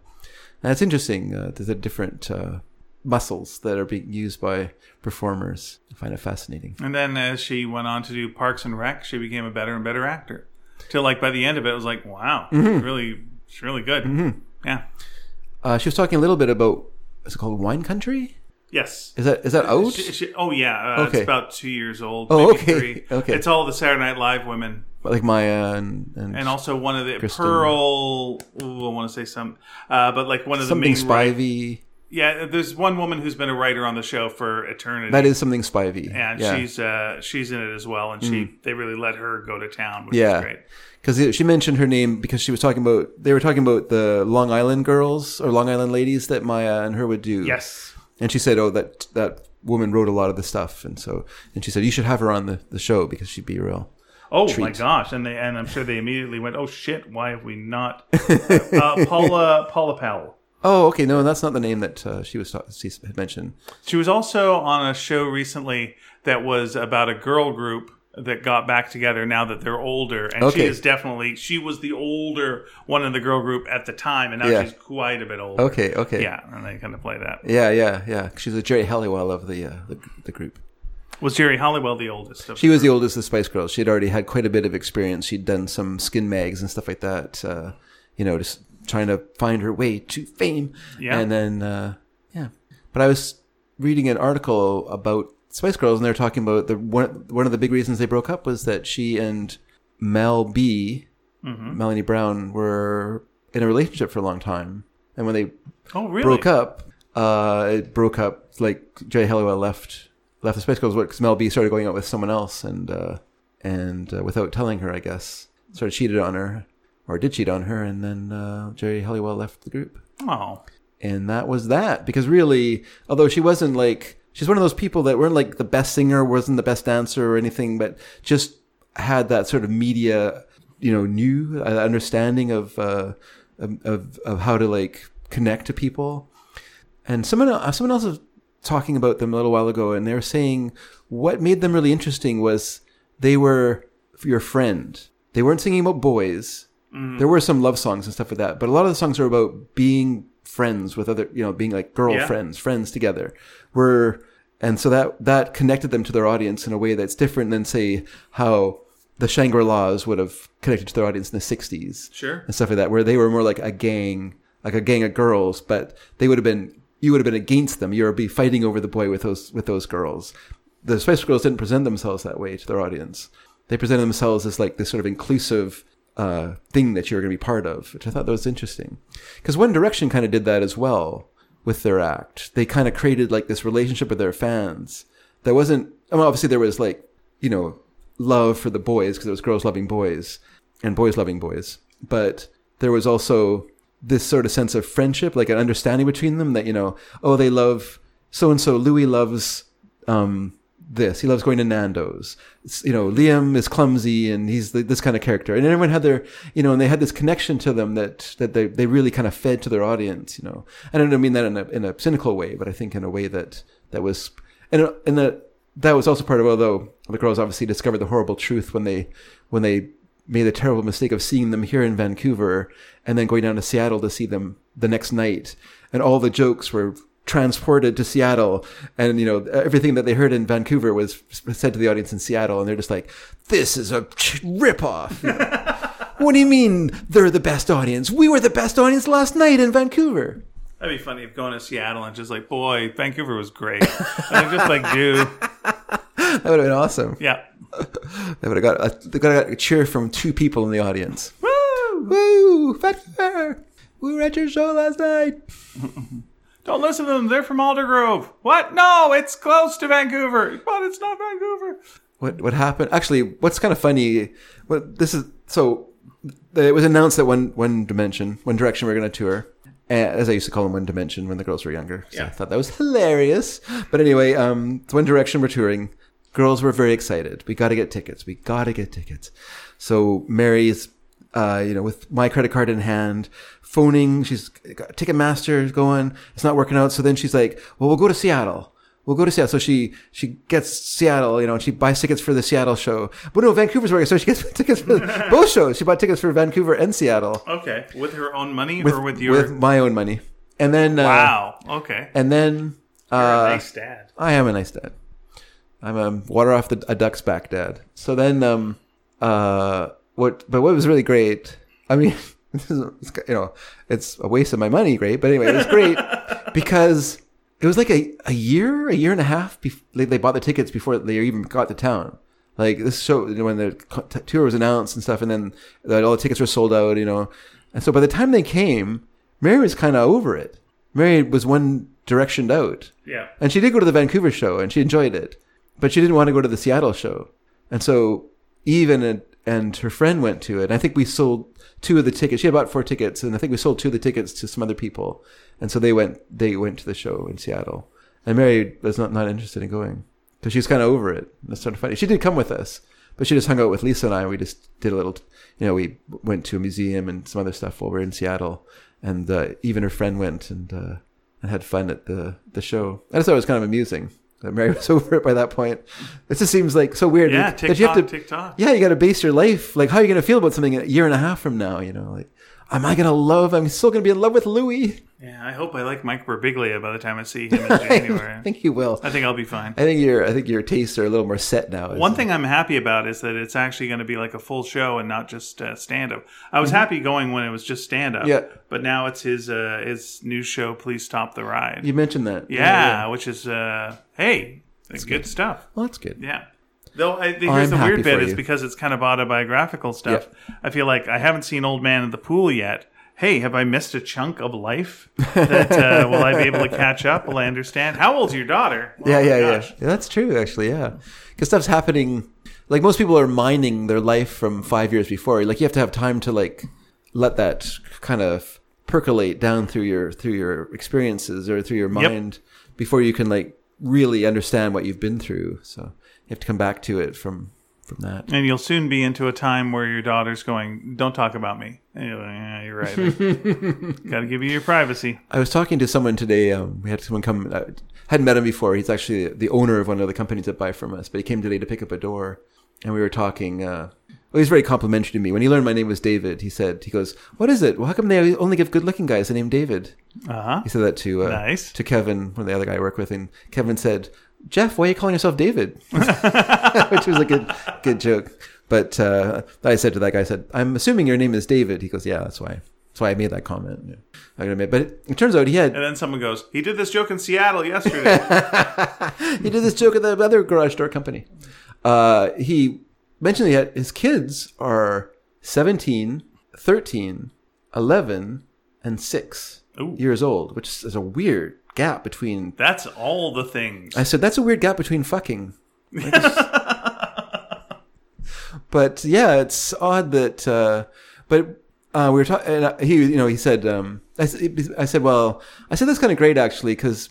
A: And it's interesting. Uh, there's the different uh, muscles that are being used by performers. I find it fascinating.
B: And then as she went on to do Parks and Rec, she became a better and better actor. Till like by the end of it, it was like, wow,
A: Mm-hmm.
B: really, it's really good. Yeah.
A: Uh, she was talking a little bit about is it called Wine Country?
B: Yes.
A: Is that is that out?
B: She- she- oh yeah. Uh,
A: Okay.
B: It's about two years old.
A: Oh,
B: maybe
A: okay.
B: Three.
A: Okay.
B: It's all the Saturday Night Live women,
A: Like Maya and, and,
B: and also one of the
A: Kristen.
B: Pearl. Ooh, I want to say some, uh, but like one of the
A: something
B: main. wri-
A: Spivey.
B: yeah, there's one woman who's been a writer on the show for eternity.
A: That is something Spivey.
B: and she's uh, she's in it as well, and she they really let her go to town, which
A: Mm. Yeah.
B: is great.
A: because she mentioned her name because she was talking about they were talking about the Long Island girls or Long Island ladies that Maya and her would do.
B: Yes.
A: and she said, "Oh, that that woman wrote a lot of the stuff," and so and she said, "You should have her on the, the show because she'd be real."
B: Oh my gosh! And they and I'm sure they immediately went, "Oh shit! Why have we not?" uh, Paula Paula Powell.
A: Oh, okay, no, that's not the name that uh, she was ta- she had mentioned.
B: She was also on a show recently that was about a girl group that got back together now that they're older, and she
A: Okay.
B: is definitely she was the older one in the girl group at the time, and now
A: Yeah.
B: she's quite a bit older.
A: Okay, okay,
B: Yeah, and they kind of play that.
A: yeah, yeah, yeah. She's the Jerry Halliwell of the uh, the, the group.
B: Was Jerry Halliwell the oldest? Of
A: She was the oldest of the Spice Girls. She had already had quite a bit of experience. She'd done some skin mags and stuff like that. Uh, you know, just trying to find her way to fame.
B: Yeah.
A: And then, uh, yeah. But I was reading an article about Spice Girls, and they were talking about the one one of the big reasons they broke up was that she and Mel B, Melanie Brown, were in a relationship for a long time, and when they
B: oh really?
A: broke up. Uh, it broke up. Like Jay Halliwell left left the Spice Girls because Mel B started going out with someone else, and uh, and uh, without telling her, I guess, sort of cheated on her, or did cheat on her, and then uh, Jerry Halliwell left the group,
B: Oh,
A: and that was that. Because really, although she wasn't like she's one of those people that weren't like the best singer, wasn't the best dancer or anything, but just had that sort of media, you know, new uh, understanding of uh, of of- of how to like connect to people and someone el- someone else was talking about them a little while ago, and they were saying what made them really interesting was they were your friend. They weren't singing about boys. There were some love songs and stuff like that, but a lot of the songs are about being friends with other, you know, being like girl
B: Yeah.
A: friends, friends together. Were and so that that connected them to their audience in a way that's different than say how the Shangri Las would have connected to their audience in the '60s
B: sure.
A: and stuff like that, where they were more like a gang, like a gang of girls, but they would have been you would have been against them. You would be fighting over the boy with those with those girls. The Spice Girls didn't present themselves that way to their audience. They presented themselves as like this sort of inclusive uh, thing that you were going to be part of, which I thought that was interesting. Because One Direction kind of did that as well with their act. They kind of created like this relationship with their fans that wasn't. I mean, obviously there was like you know love for the boys because it was girls loving boys and boys loving boys. But there was also this sort of sense of friendship, like an understanding between them that, you know, oh, they love so and so. Louis loves um, this. He loves going to Nando's. It's- you know, Liam is clumsy and he's the, this kind of character. And everyone had their, you know, and they had this connection to them that, that they, they really kind of fed to their audience, you know. And I don't mean that in a, in a cynical way, but I think in a way that, that was, and, and that, that was also part of although the girls obviously discovered the horrible truth when they when they made the terrible mistake of seeing them here in Vancouver and then going down to Seattle to see them the next night and all the jokes were transported to Seattle and you know everything that they heard in Vancouver was said to the audience in Seattle and they're just like this is a ripoff what do you mean they're the best audience we were the best audience last night in Vancouver
B: That'd be funny if going to Seattle and just like, boy, Vancouver was great. and I'm just like, dude,
A: that would have been awesome
B: yeah.
A: they would have got a, they got a cheer from two people in the audience
B: Woo!
A: Woo! Fatfair! We were at your show last night.
B: Don't listen to them. They're from Aldergrove. What? No, it's close to Vancouver. But it's not Vancouver.
A: what what happened. Actually, what's kind of funny. What this is so it was announced that one one dimension, one direction, we're going to tour. Uh, As I used to call them, One Dimension when the girls were younger. So I
B: Yeah.
A: thought that was hilarious. But anyway, um, it's One Direction we're touring. Girls were very excited. We got to get tickets. We got to get tickets. So Mary's, uh, you know, with my credit card in hand, phoning. She's got Ticketmaster going. It's not working out. So then she's like, "Well, we'll go to Seattle." We'll go to Seattle. So she she gets Seattle, you know, and she buys tickets for the Seattle show. But no, Vancouver's working, so she gets tickets for both shows. She bought tickets for Vancouver and Seattle
B: Okay, with her own money or with your
A: with my own money. And then uh,
B: wow? Okay,
A: and then uh,
B: nice dad.
A: I am a nice dad. I'm a water off the, a duck's back dad. So then, um, uh, what? But what was really great? I mean, this is it's, you know, it's a waste of my money, great. But anyway, it was great because it was like a, a year, a year and a half before they, they bought the tickets before they even got to town. Like this show when the co- t- tour was announced and stuff, and then like, all the tickets were sold out, you know. And so by the time they came, Mary was kind of over it. Mary was one directioned out.
B: Yeah,
A: And she did go to the Vancouver show and she enjoyed it, but she didn't want to go to the Seattle show. And so even and, and her friend went to it. And I think we sold two of the tickets. She had bought four tickets, and I think we sold two of the tickets to some other people. And so they went they went to the show in Seattle. And Mary was not, not interested in going because she was kind of over it. That's sort of funny. She did come with us, but she just hung out with Lisa and I. We just did a little, you know, we went to a museum and some other stuff while we were in Seattle. And uh, even her friend went and uh, and had fun at the the show. I just thought it was kind of amusing that Mary was over it by that point. It just seems like so weird
B: yeah.
A: that you have
B: TikTok,
A: to
B: TikTok.
A: yeah, you got to base your life. Like, how are you going to feel about something a year and a half from now? You know, like, am I going to love? I'm still going to be in love with Louis.
B: Yeah, I hope I like Mike Birbiglia by the time I see him in January.
A: I think you will.
B: I think I'll be fine.
A: I think your I think your tastes are a little more set now. isn't
B: One
A: it?
B: thing I'm happy about is that it's actually going to be like a full show and not just uh, stand up. I was happy going when it was just stand up.
A: Mm-hmm. Yeah.
B: But now it's his uh, his new show. Please stop the ride. Yeah,
A: you mentioned that.
B: which is uh, hey, it's good, stuff.
A: Well, that's good.
B: Yeah. Though I, here's
A: I'm
B: the
A: happy
B: weird bit
A: for
B: is
A: you.
B: because it's kind of autobiographical stuff. I feel like I haven't seen Old Man in the Pool yet. Hey, have I missed a chunk of life? That uh, will I be able to catch up? Will I understand? How old's your daughter? Oh
A: Yeah,
B: my
A: yeah, yeah,
B: gosh.
A: yeah. That's true, actually. Yeah, because stuff's happening. Like most people are mining their life from five years before. Like you have to have time to like let that kind of percolate down through your through your experiences or through your
B: Yep.
A: mind before you can like really understand what you've been through. So you have to come back to it from from that.
B: And you'll soon be into a time where your daughter's going, "Don't talk about me." And you're like, yeah, you're right. Got to give you your privacy.
A: I was talking to someone today. Um, we had someone come. I hadn't met him before. He's actually the owner of one of the companies that buy from us, but he came today to pick up a door, and we were talking. Uh, well, he's very complimentary to me. When he learned my name was David, he said, "He goes, what is it? Well, how come they only give good-looking guys the name David?"
B: Uh huh.
A: He said that to uh,
B: Nice.
A: to Kevin, one of the other guy I work with, and Kevin said, "Jeff, why are you calling yourself David?" Which was a good good joke. But uh, I said to that guy, I said, "I'm assuming your name is David." He goes, "Yeah, that's why." That's why I made that comment. Yeah. I gotta admit, but it, it turns out he had
B: And then someone goes, "He did this joke in Seattle yesterday."
A: he did this joke at the other garage door company. Uh, he mentioned that his kids are 17, 13, 11, and 6
B: Ooh.
A: years old, which is a weird gap between.
B: That's all the things.
A: I said, that's a weird gap between fucking. Like, it's- but yeah, it's odd that. Uh, but uh, we were talking, and uh, he, you know, he said, um, I, s- I said, well, I said that's kind of great actually, because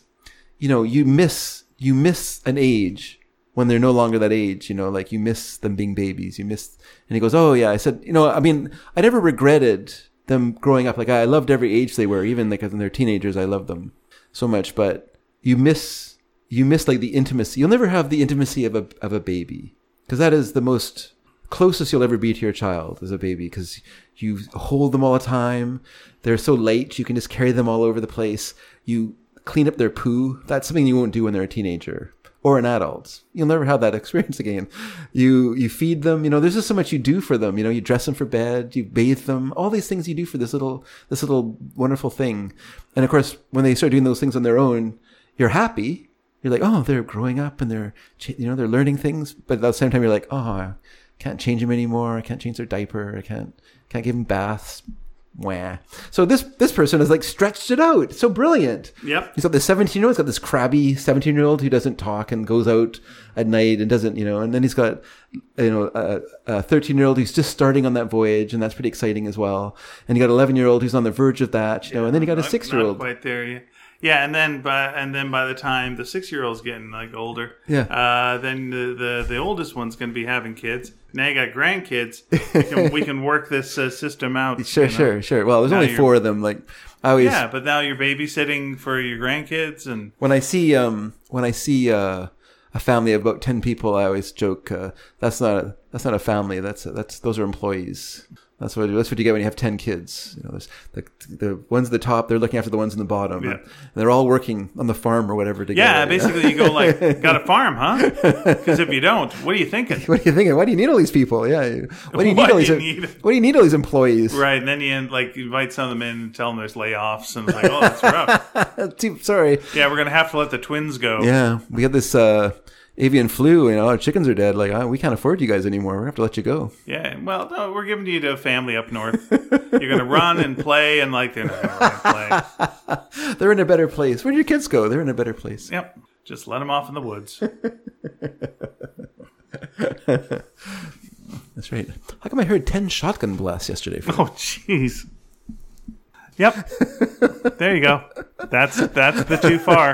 A: you know you miss you miss an age when they're no longer that age you know like you miss them being babies you miss and he goes oh yeah i said you know i mean i never regretted them growing up like i loved every age they were even like when they're teenagers i loved them so much but you miss you miss like the intimacy you'll never have the intimacy of a of a baby because that is the most closest you'll ever be to your child as a baby because you hold them all the time they're so light you can just carry them all over the place you clean up their poo that's something you won't do when they're a teenager or an adult you'll never have that experience again you you feed them you know there's just so much you do for them you know you dress them for bed you bathe them all these things you do for this little this little wonderful thing and of course when they start doing those things on their own you're happy you're like, oh, they're growing up and they're, ch- you know, they're learning things. But at the same time, you're like, oh, I can't change them anymore. I can't change their diaper. I can't, can't give them baths. Wah. So this this person has like stretched it out. So brilliant.
B: Yep.
A: He's got this 17 year old. He's got this crabby 17 year old who doesn't talk and goes out at night and doesn't, you know, and then he's got, you know, a- a 13 year old who's just starting on that voyage and that's pretty exciting as well. And you got 11 year old who's on the verge of that, you know, and then you got a
B: Not-
A: six year
B: not
A: old.
B: quite there yet. Yeah, and then by and then by the time the six year old's getting like older,
A: Yeah.
B: uh, then the, the the oldest one's going to be having kids. Now you got grandkids. We can, we can work this uh, system out.
A: Sure,
B: you know?
A: sure, sure. Well, there's only
B: you're-
A: four of them. Like, I always,
B: Yeah, but now you're babysitting for your grandkids, and
A: when I see, um, when I see, uh, a family of about 10 people, I always joke, uh, that's not, a, that's not a family. That's, that's, those are employees. That's what, that's what you get when you have 10 kids. You know, there's the, the ones at the top, they're looking after the ones in the bottom.
B: Yeah.
A: And they're all working on the farm or whatever together.
B: yeah,
A: you know?
B: basically you go like, got a farm, huh? Because if you don't, what are you thinking?
A: What are you thinking? Why do you need all these people? Yeah. What do you
B: Why
A: need all these?
B: do you need-
A: What do you need all these employees?
B: Right, and then you end, like invite some of them in and tell them there's layoffs, and it's like, oh, that's rough.
A: Too- Sorry.
B: yeah, we're gonna have to let the twins go.
A: Yeah, we had this uh, avian flu, and all our chickens are dead. Like uh, we can't afford you guys anymore. We are have to let you go.
B: Yeah, well, no, we're giving you to a family up north. You're gonna run and play, and like they're not gonna run and play.
A: They're in a better place. Where did your kids go? They're in a better place.
B: Yep, just let them off in the woods.
A: That's right. How come I heard ten shotgun blasts yesterday? Phil?
B: Oh, jeez. Yep, there you go. That's that's the too far.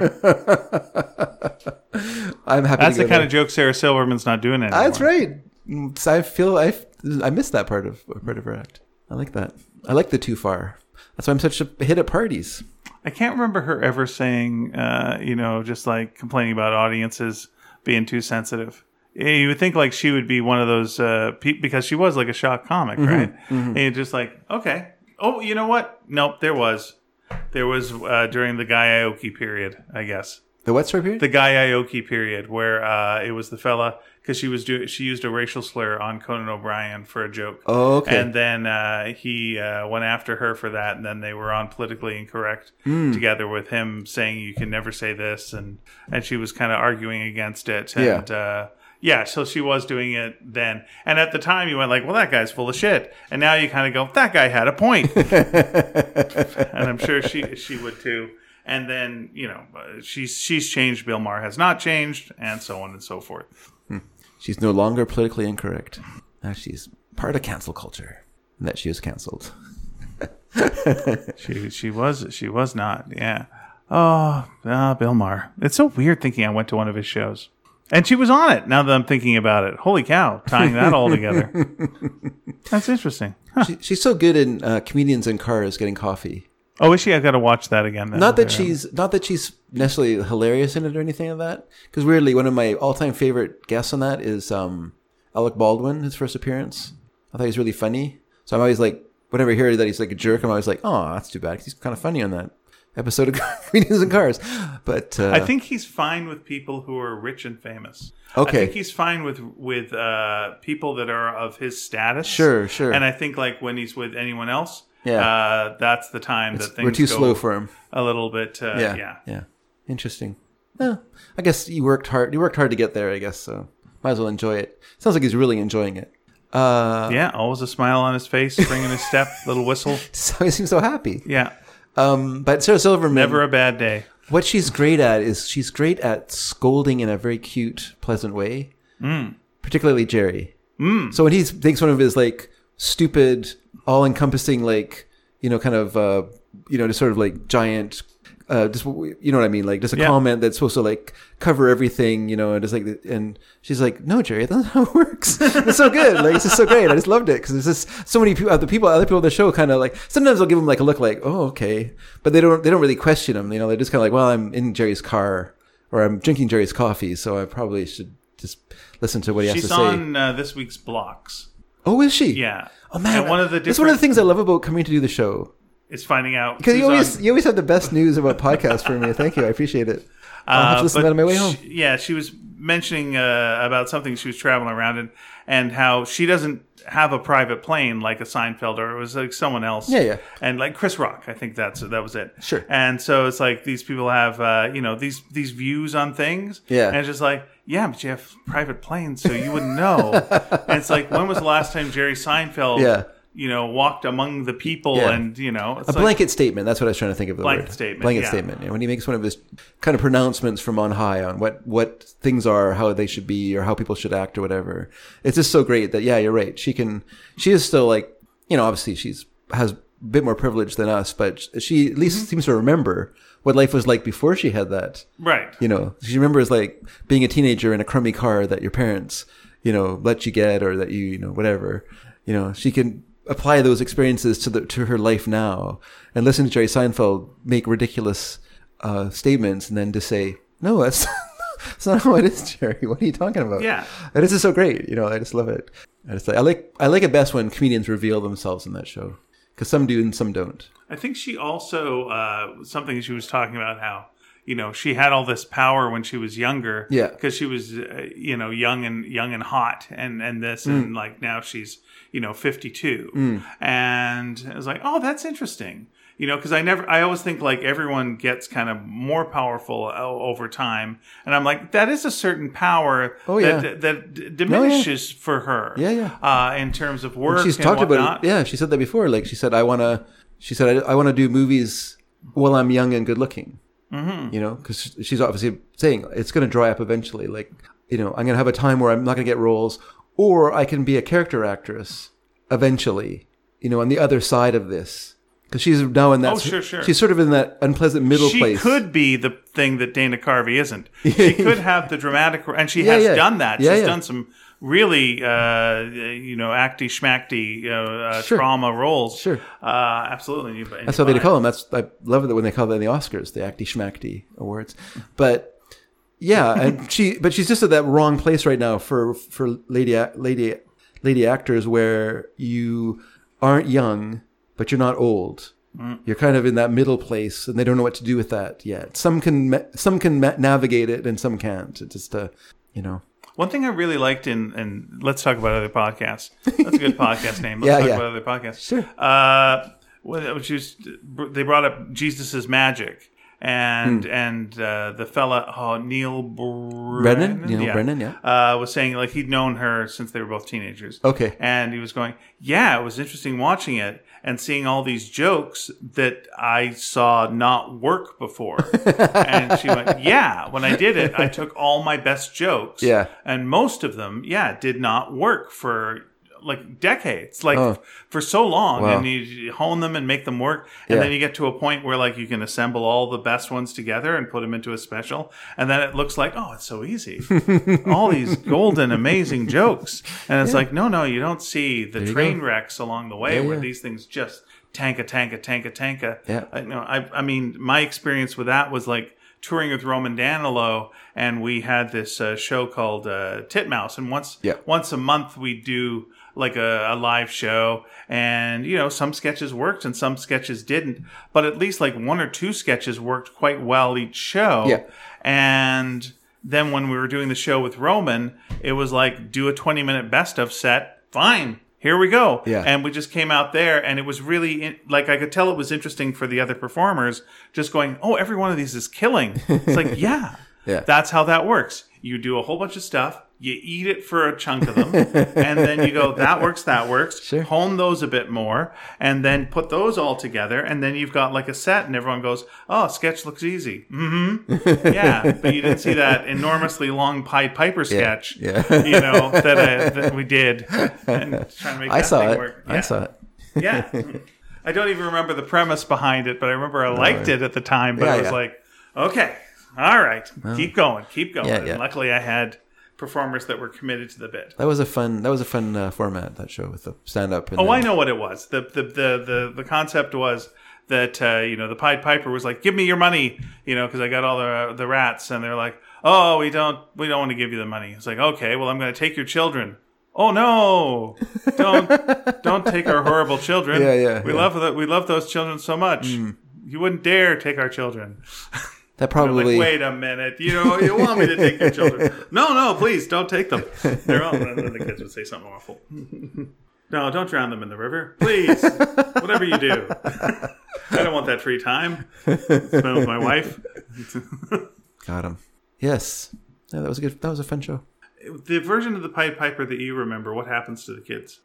A: I'm happy.
B: That's
A: to
B: the
A: go
B: kind
A: there.
B: of joke Sarah Silverman's not doing anymore.
A: eh? That's right. Mm, so I feel I I missed that part of part of her act. I like that. I like the too far. That's why I'm such a hit at parties.
B: I can't remember her ever saying, uh, you know, just like complaining about audiences being too sensitive. Eh, You would think like she would be one of those uh, pe- because she was like a shock comic,
A: Mm-hmm.
B: right? And you're just like, okay, oh, you know what? Nope, there was, there was uh, during the Guy Aoki period, I guess.
A: The wet stripe period.
B: The Guy Aoki period where uh, it was the fella because she was do- she used a racial slur on Conan O'Brien for a joke.
A: oh, okay.
B: And then uh, he uh, went after her for that, and then they were on politically incorrect together with him saying you can never say this, and and she was kind of arguing against it, and yeah. Uh, yeah, so she was doing it then, and at the time you went like, well, that guy's full of shit, and now you kind of go, that guy had a point, and I'm sure she she would too. And then you know uh, she's she's changed. Bill Maher has not changed, and so on and so forth.
A: She's no longer politically incorrect. Now she's part of cancel culture. And that she was canceled.
B: She she was she was not. Yeah. Oh, ah, Bill Maher. It's so weird thinking I went to one of his shows. And she was on it now that I'm thinking about it. Holy cow, tying that all together. That's interesting. Huh.
A: She, she's so good in uh, comedians in cars getting coffee.
B: Oh, is she? I've got to watch that again. Then.
A: Not that she's not that she's necessarily hilarious in it or anything like that. Because weirdly, one of my all-time favorite guests on that is um, Alec Baldwin. His first appearance, I thought he was really funny. So I'm always like, whenever I hear that he's like a jerk, I'm always like, oh, that's too bad. 'cause he's kind of funny on that episode of comedians in cars. But uh,
B: I think he's fine with people who are rich and famous.
A: Okay.
B: I think he's fine with with uh, people that are of his status.
A: Sure, sure.
B: And I think like when he's with anyone else,
A: Yeah.
B: uh, that's the time that things
A: we're too
B: go
A: slow for him.
B: a little bit. Uh,
A: yeah,
B: yeah.
A: Interesting. Yeah, I guess you worked hard. You worked hard to get there. I guess so. Might as well enjoy it. Sounds like he's really enjoying it. Uh,
B: Yeah, always a smile on his face, bringing his step, little whistle.
A: so he seems so happy.
B: Yeah,
A: Um, but Sarah Silverman,
B: never a bad day.
A: what she's great at is she's great at scolding in a very cute, pleasant way. Particularly Jerry. Mm. So when he thinks one of his like stupid, all-encompassing, like you know, kind of uh, you know, just sort of like giant. Uh, just you know what I mean, like just a
B: Yeah.
A: comment that's supposed to like cover everything, you know, and just like and she's like, no, Jerry, that's not how it works. It's so good, like it's just so great. I just loved it because there's just so many people, other people, other people on the show kind of like sometimes they'll give him like a look, like oh okay, but they don't they don't really question him, you know, they're just kind of like, well, I'm in Jerry's car or I'm drinking Jerry's coffee, so I probably should just listen to what he has to
B: She's
A: say.
B: on uh, this week's blocks.
A: Oh, is she?
B: Yeah.
A: Oh man,
B: And one of the
A: that's one of
B: different
A: the things I love about coming to do the show
B: is finding out
A: because
B: who's
A: you always
B: on-
A: you always have the best news about podcasts for me. Thank you, I appreciate it. I'll have
B: uh,
A: to listen to
B: but
A: that on my way home.
B: she- yeah, she was mentioning uh, about something she was traveling around in, and how she doesn't have a private plane like a Seinfeld or it was like someone else.
A: Yeah, yeah.
B: And like Chris Rock, I think that's that was it.
A: Sure.
B: And so it's like these people have uh, you know these these views on things.
A: Yeah.
B: And it's just like yeah, but you have private planes, so you wouldn't know. and it's like when was the last time Jerry Seinfeld?
A: Yeah.
B: you know, walked among the people
A: Yeah.
B: and, you know, it's
A: A
B: like,
A: blanket statement. That's what I was trying to think of. The
B: Blanket
A: word.
B: statement,
A: Blanket
B: yeah.
A: statement. And when he makes one of his kind of pronouncements from on high on what what things are, how they should be, or how people should act, or whatever. It's just so great that yeah, you're right. She can. She is still like you know, obviously she's has a bit more privilege than us, but she at
B: Mm-hmm.
A: least seems to remember what life was like before she had that.
B: right.
A: You know, she remembers like being a teenager in a crummy car that your parents, you know, let you get or that you, you know, whatever. You know, she can apply those experiences to the to her life now and listen to Jerry Seinfeld make ridiculous uh, statements and then just say, "No, that's that's not how it is, Jerry. What are you talking about?"
B: Yeah.
A: and this is so great. You know, I just love it. And it's like I like I like it best when comedians reveal themselves in that show because some do and some don't.
B: I think she also uh, something she was talking about how you know she had all this power when she was younger,
A: Yeah.
B: because she was uh, you know young and young and hot and and this
A: Mm.
B: and like now she's you know fifty two, and I was like, oh, that's interesting. You know, because I never, I always think like everyone gets kind of more powerful o- over time, and I'm like, that is a certain power
A: Oh,
B: that,
A: yeah. Oh,
B: that, d- diminishes for her,
A: Yeah, yeah.
B: uh, in terms of work.
A: she's
B: and
A: talked
B: whatnot.
A: about it. Yeah, she said that before. Like she said, I want to. She said, I, I want to do movies while I'm young and good looking. Mm-hmm. You know, because she's obviously saying it's going to dry up eventually. Like, you know, I'm going to have a time where I'm not going to get roles, or I can be a character actress eventually. You know, on the other side of this, because she's now in that.
B: Oh, sure, sure.
A: She's sort of in that unpleasant middle
B: she
A: place.
B: could be the thing that Dana Carvey isn't. She could have the dramatic, and she has
A: yeah.
B: done that.
A: Yeah,
B: She's
A: yeah.
B: done some really, uh, you know, acty schmacty uh, uh,
A: Sure.
B: trauma roles.
A: Sure.
B: uh, absolutely. And you- and
A: That's
B: you
A: how they
B: buy
A: call them. That's I love it when they call them the Oscars, the Acty Schmacty Awards. But yeah, and she but she's just at that wrong place right now for for lady ac- lady lady actors where you aren't young but you're not old.
B: Mm.
A: You're kind of in that middle place, and they don't know what to do with that yet. Some can ma- some can ma- navigate it, and some can't. It's just a you know
B: One thing I really liked in, and let's talk about other podcasts. That's a good podcast name. Let's
A: Yeah,
B: talk
A: yeah.
B: about other podcasts.
A: Sure.
B: Uh, when it was just, they brought up Jesus's magic and and uh, the fella oh, Neil Brennan,
A: Hmm. Brennan? Neil Brennan, yeah.
B: uh, was saying like he'd known her since they were both teenagers.
A: Okay.
B: and he was going, yeah, it was interesting watching it and seeing all these jokes that I saw not work before. and she went, yeah, when I did it, I took all my best jokes,
A: Yeah.
B: and most of them, yeah, did not work for like decades, like for so long,
A: Wow.
B: and you hone them and make them work, and
A: Yeah.
B: then you get to a point where like you can assemble all the best ones together and put them into a special, and then it looks like oh, it's so easy, all these golden amazing jokes, and it's like no, no, you don't see the train wrecks along the way
A: Yeah,
B: where
A: yeah.
B: these things just tanka tanka tanka tanka.
A: Yeah.
B: I, no, I, I mean, my experience with that was like touring with Roman Danilo, and we had this uh, show called uh, Titmouse, and once
A: Yeah.
B: once a month we do like a, a live show, and you know some sketches worked and some sketches didn't, but at least like one or two sketches worked quite well each show,
A: Yeah.
B: and then when we were doing the show with Roman, it was like do a 20 minute best of set. Fine. Here we go.
A: Yeah.
B: And we just came out there and it was really in- like I could tell it was interesting for the other performers just going, "Oh, every one of these is killing." It's like, "Yeah."
A: Yeah.
B: That's how that works. You do a whole bunch of stuff, you eat it for a chunk of them, and then you go, "That works, that works."
A: Sure.
B: Hone those a bit more and then put those all together and then you've got like a set and everyone goes, "Oh, sketch looks easy." Mm-hmm. yeah, but you didn't see that enormously long Pied Piper sketch,
A: yeah.
B: you know, that, I, that we did. And trying to make
A: I
B: that
A: saw
B: thing
A: it.
B: work.
A: I saw it.
B: Yeah. I don't even remember the premise behind it, but I remember I liked it at the time, but
A: Yeah,
B: I was
A: yeah.
B: like, okay, all right, keep going, keep going.
A: Yeah,
B: And
A: yeah.
B: luckily I had performers that were committed to the bit.
A: That was a fun. That was a fun uh, format. That show with the stand up.
B: Oh, I know what it was. The the the the, the concept was that uh, you know the Pied Piper was like, "Give me your money," you know, because I got all the the rats, and they're like, "Oh, we don't we don't want to give you the money." It's like, okay, well, I'm going to take your children. Oh no! Don't don't take our horrible children.
A: Yeah, yeah, Hmm.
B: We
A: yeah.
B: love the, we love those children so much. You wouldn't dare take our children.
A: that
B: Like,
A: probably.
B: wait a minute. You know, you want me to take your children? No, no, please don't take them. They're all. And then the kids would say something awful. No, don't drown them in the river, please. Whatever you do, I don't want that free time. Spend with my wife.
A: Got him. Yes. Yeah, that was a good. That was a fun show.
B: The version of the Pied Piper that you remember. What happens to the kids?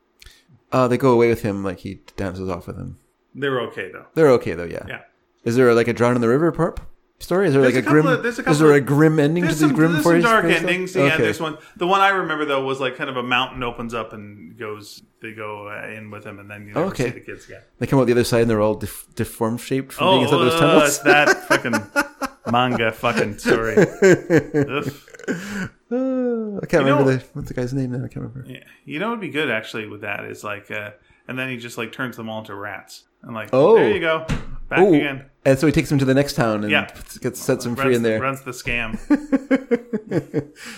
A: Uh, they go away with him, like he dances off with him.
B: They're okay though.
A: They're okay though, yeah.
B: Yeah.
A: Is there like a drown in the river part story? Is there
B: There's
A: like
B: a
A: a,
B: couple
A: grim?
B: of- there's a
A: is
B: couple
A: there a
B: of-
A: grim ending to
B: There's
A: these
B: some,
A: grim
B: there's some
A: stories?
B: dark
A: stories?
B: endings. Yeah,
A: Okay.
B: there's one. The one I remember though was like kind of a mountain opens up and goes. They go uh, in with him, and then you never
A: Okay.
B: see the kids again.
A: They come out the other side and they're all def- deform shaped from
B: Oh,
A: being inside those
B: uh,
A: tunnels.
B: it's that fucking manga fucking story. Ugh.
A: Uh, I can't
B: You
A: remember
B: know-
A: the, what's the guy's name now. I can't remember.
B: Yeah. You know, it'd be good actually with that is like, uh, and then he just like turns them all into rats and like,
A: Oh.
B: there you go, back
A: Oh,
B: again.
A: and so he takes him to the next town and
B: Yeah.
A: gets sets him
B: Runs,
A: free in there.
B: runs the scam.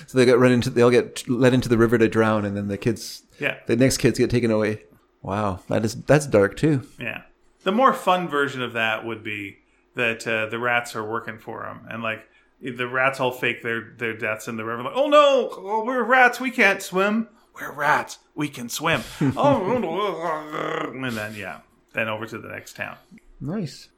A: So they get run into. They all get led into the river to drown, and then the kids,
B: Yeah,
A: the next kids, get taken away. Wow, that is that's dark too.
B: yeah. The more fun version of that would be that uh, the rats are working for him and like the rats all fake their their deaths in the river. Like, oh no, oh, we're rats, we can't swim. We're rats, we can swim. oh, and then yeah, then over to the next town.
A: Nice.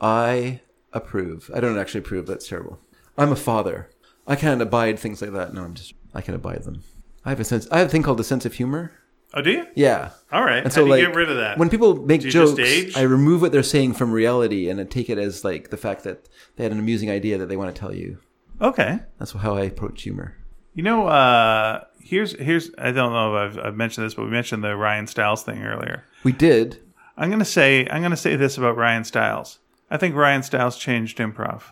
A: I approve. I don't actually approve. That's terrible. I'm a father. I can't abide things like that. No, I'm just. I can abide them. I have a sense. I have a thing called a sense of humor.
B: Oh, do you?
A: Yeah.
B: All right. How
A: so,
B: do you
A: like,
B: get rid of that?
A: When people make
B: you just
A: jokes,
B: age?
A: I remove what they're saying from reality and I take it as like the fact that they had an amusing idea that they want to tell you.
B: okay.
A: That's how I approach humor.
B: You know, uh, here's here's I don't know if I've, I've mentioned this, but we mentioned the Ryan Stiles thing earlier.
A: We did.
B: I'm gonna say I'm gonna say this about Ryan Stiles. I think Ryan Stiles changed improv.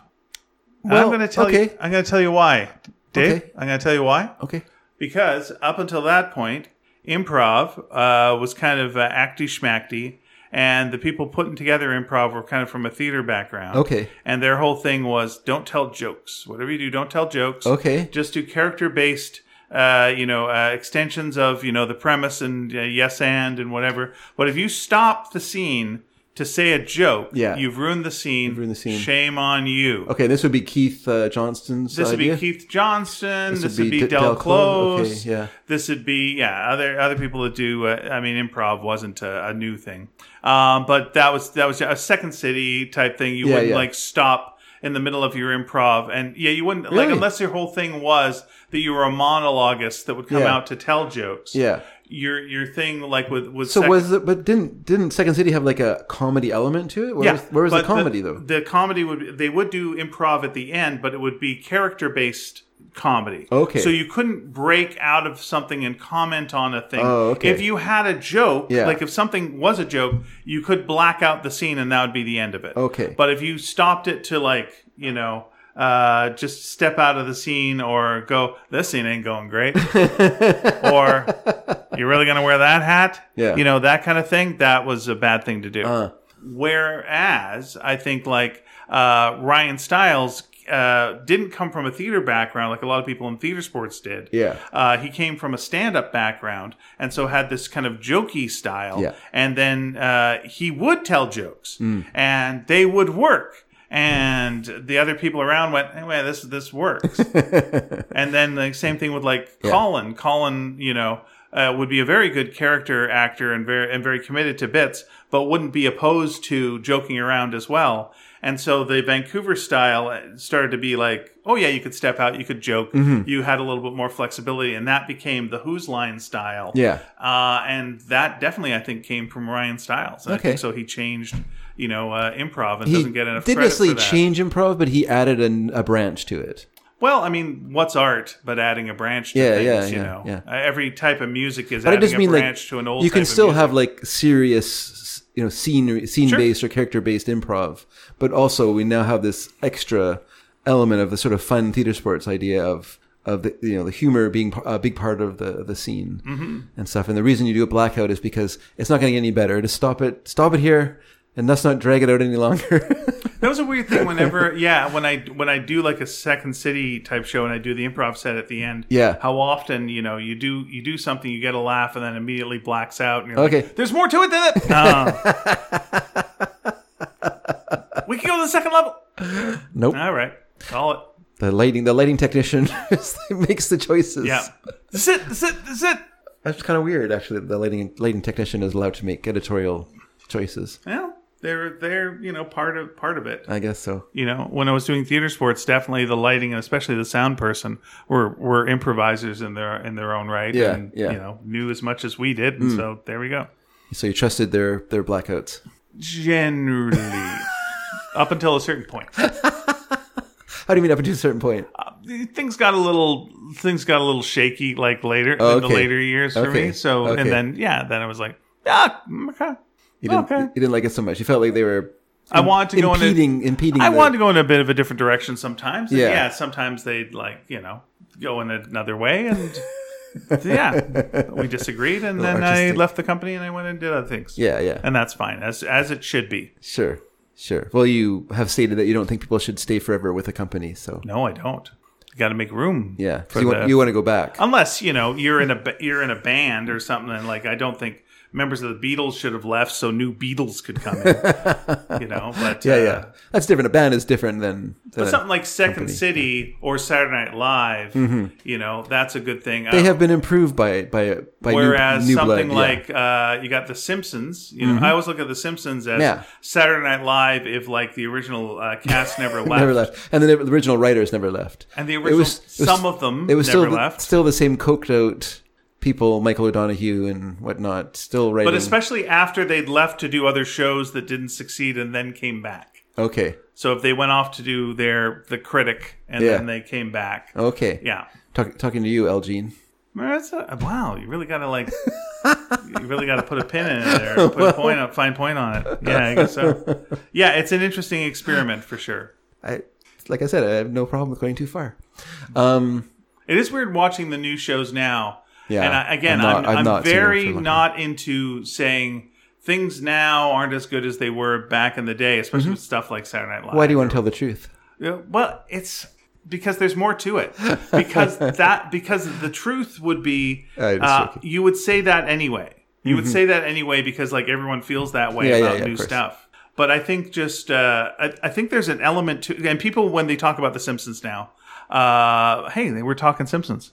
B: And
A: Well,
B: I'm gonna tell you.
A: okay.
B: I'm gonna tell you why, Dave.
A: Okay.
B: I'm gonna tell you why
A: Okay.
B: because up until that point, improv uh, was kind of uh, acty schmacty, and the people putting together improv were kind of from a theater background.
A: Okay.
B: and their whole thing was don't tell jokes. Whatever you do, don't tell jokes
A: Okay.
B: just do character based uh, you know uh, extensions of you know the premise and uh, yes and and whatever but if you stop the scene to say a joke
A: Yeah.
B: you've ruined the scene
A: ruined the scene.
B: shame on you
A: Okay. This would be Keith uh, Johnston's
B: this would
A: idea.
B: be keith johnston this, would be,
A: D-
B: del, close
A: Okay. Yeah.
B: this would be yeah other other people that do uh, i mean improv wasn't a, a new thing um, but that was that was a second city type thing you
A: Yeah,
B: wouldn't
A: yeah.
B: like stop in the middle of your improv and yeah you wouldn't like
A: Really?
B: unless your whole thing was that you were a monologuist that would come
A: Yeah.
B: out to tell jokes
A: Yeah.
B: your your thing like with was
A: So
B: sec-
A: was it? But didn't didn't Second City have like a comedy element to it? Where was, where was the
B: but
A: comedy though?
B: The comedy would be- they would do improv at the end, but it would be character based comedy.
A: Okay.
B: So you couldn't break out of something and comment on a thing.
A: Oh, okay.
B: If you had a joke,
A: Yeah.
B: like if something was a joke, you could black out the scene and that would be the end of it.
A: Okay.
B: But if you stopped it to like, you know, uh, just step out of the scene or go, this scene ain't going great. or you're really going to wear that hat?
A: Yeah. Uh.
B: You know, that kind of thing. That was a bad thing to do. Whereas I think like uh, Ryan Stiles uh, didn't come from a theater background like a lot of people in theater sports did.
A: Yeah.
B: Uh, he came from a stand up background and so had this kind of jokey style.
A: Yeah. Hmm.
B: And then uh, he would tell jokes and they would work. And the other people around went, anyway, this this works. and then the same thing with like Colin. Colin, you know, uh, would be a very good character actor and very and very committed to bits, but wouldn't be opposed to joking around as well. And so the Vancouver style uh, started to be like, oh yeah, you could step out, you could joke,
A: Mm-hmm.
B: you had a little bit more flexibility, and that became the Who's Line style.
A: Yeah.
B: Uh, and that definitely, I think, came from Ryan Stiles. And I
A: Okay.
B: think so he changed, you know, uh, improv and
A: He
B: doesn't get enough
A: did
B: credit for
A: necessarily
B: that.
A: change improv, but he added an, a branch to it.
B: Well, I mean, what's art but adding a branch to
A: Yeah,
B: things,
A: yeah,
B: you
A: yeah,
B: know?
A: yeah.
B: Uh, Every type of music is
A: But I
B: adding
A: just mean
B: a
A: like
B: branch to an old
A: you can
B: type of
A: still
B: music.
A: have like serious, you know, scene scene based or character based improv, but also we now have this extra element of the sort of fun theater sports idea of of the you know the humor being p- a big part of the the scene
B: Mm-hmm.
A: and stuff. And the reason you do a blackout is because it's not going to get any better. Just stop it, stop it here, and let's not drag it out any longer.
B: That was a weird thing. Whenever, yeah, when I when I do like a Second City type show and I do the improv set at the end,
A: Yeah.
B: how often you know you do you do something, you get a laugh, and then immediately blacks out, and you're
A: Okay.
B: like, "There's more to it than that." No. we can go to the second level.
A: Nope.
B: All right, call it.
A: the lighting, the lighting technician just makes the choices.
B: Yeah, that's it. That's it. That's it.
A: that's kind of weird. Actually, the lighting lighting technician is allowed to make editorial choices.
B: Well, they're they're you know part of part of it.
A: I guess so.
B: You know, when I was doing theater sports, definitely the lighting and especially the sound person were were improvisers in their in their own right.
A: Yeah,
B: and,
A: yeah. Mm.
B: You know, knew as much as we did, and so there we go.
A: So you trusted their their blackouts.
B: Generally, up until a certain point.
A: How do you mean up to a certain point?
B: things got a little things got a little shaky like later
A: Oh,
B: in the
A: okay.
B: later years for
A: Okay.
B: me. So
A: Okay.
B: and then yeah, then I was like, ah, mm, okay.
A: You didn't
B: Okay.
A: you didn't like it so much. You felt like they were
B: I wanted to go in. A,
A: impeding impeding.
B: I
A: the-
B: wanted to go in a bit of a different direction sometimes. And
A: Yeah.
B: Yeah, sometimes they'd like you know go in another way and. yeah, we disagreed, and then I
A: artistic.
B: left the company and I went and did other things.
A: Yeah, yeah.
B: and that's fine, as as it should be.
A: Sure, sure. Well, you have stated that you don't think people should stay forever with a company, so
B: No, I don't. You got to make room.
A: yeah, 'Cause
B: for
A: you
B: the- Oh.
A: want you want to go back.
B: unless you know you're in a ba- you're in a band or something and like i don't think members of the beatles should have left so new beatles could come in you know but
A: yeah,
B: uh,
A: yeah. That's different. A band is different than. than
B: but
A: a-
B: something like second city or saturday night live you know that's a good thing
A: Mm-hmm. they have been improved by by by new-
B: Whereas
A: new,
B: something
A: blood. yeah. Mm-hmm.
B: like uh, you got The Simpsons, you know, I always look at The Simpsons as
A: Yeah.
B: Saturday Night Live if like the original uh, cast never left,
A: never left, and then the original writers never left,
B: and the
A: It
B: original
A: was- it was-
B: some of them
A: it was
B: never
A: still
B: left.
A: The, still the same coked out people, Michael O'Donohue and whatnot, still writing.
B: But especially after they'd left to do other shows that didn't succeed and then came back.
A: okay,
B: So if they went off to do their the critic and
A: Yeah. Oh.
B: then they came back,
A: okay,
B: yeah.
A: Talk, talking to you, Elgene.
B: Well, that's a- wow, you really gotta like, you really gotta put a pin in it there, put a point up, fine point on it. Yeah, I guess so. Yeah, it's an interesting experiment for sure.
A: I like I said, I have no problem with going too far. Um,
B: It is weird watching the new shows now.
A: Yeah,
B: and I, again,
A: I'm
B: I'm,
A: not-
B: I'm,
A: I'm not too
B: very
A: familiar.
B: not into saying things now aren't as good as they were back in the day, especially
A: Mm-hmm.
B: with stuff like Saturday Night Live.
A: why do you want to tell the truth?
B: Yeah, well, it's because there's more to it. Because that because the truth would be
A: I was
B: uh,
A: joking. Mm-hmm.
B: you would say that anyway. You would say that anyway because like everyone feels that way
A: Yeah, yeah,
B: about
A: yeah, of
B: new
A: course.
B: stuff. But I think just uh, I, I think there's an element to and people when they talk about the Simpsons now, uh, hey, they were talking Simpsons.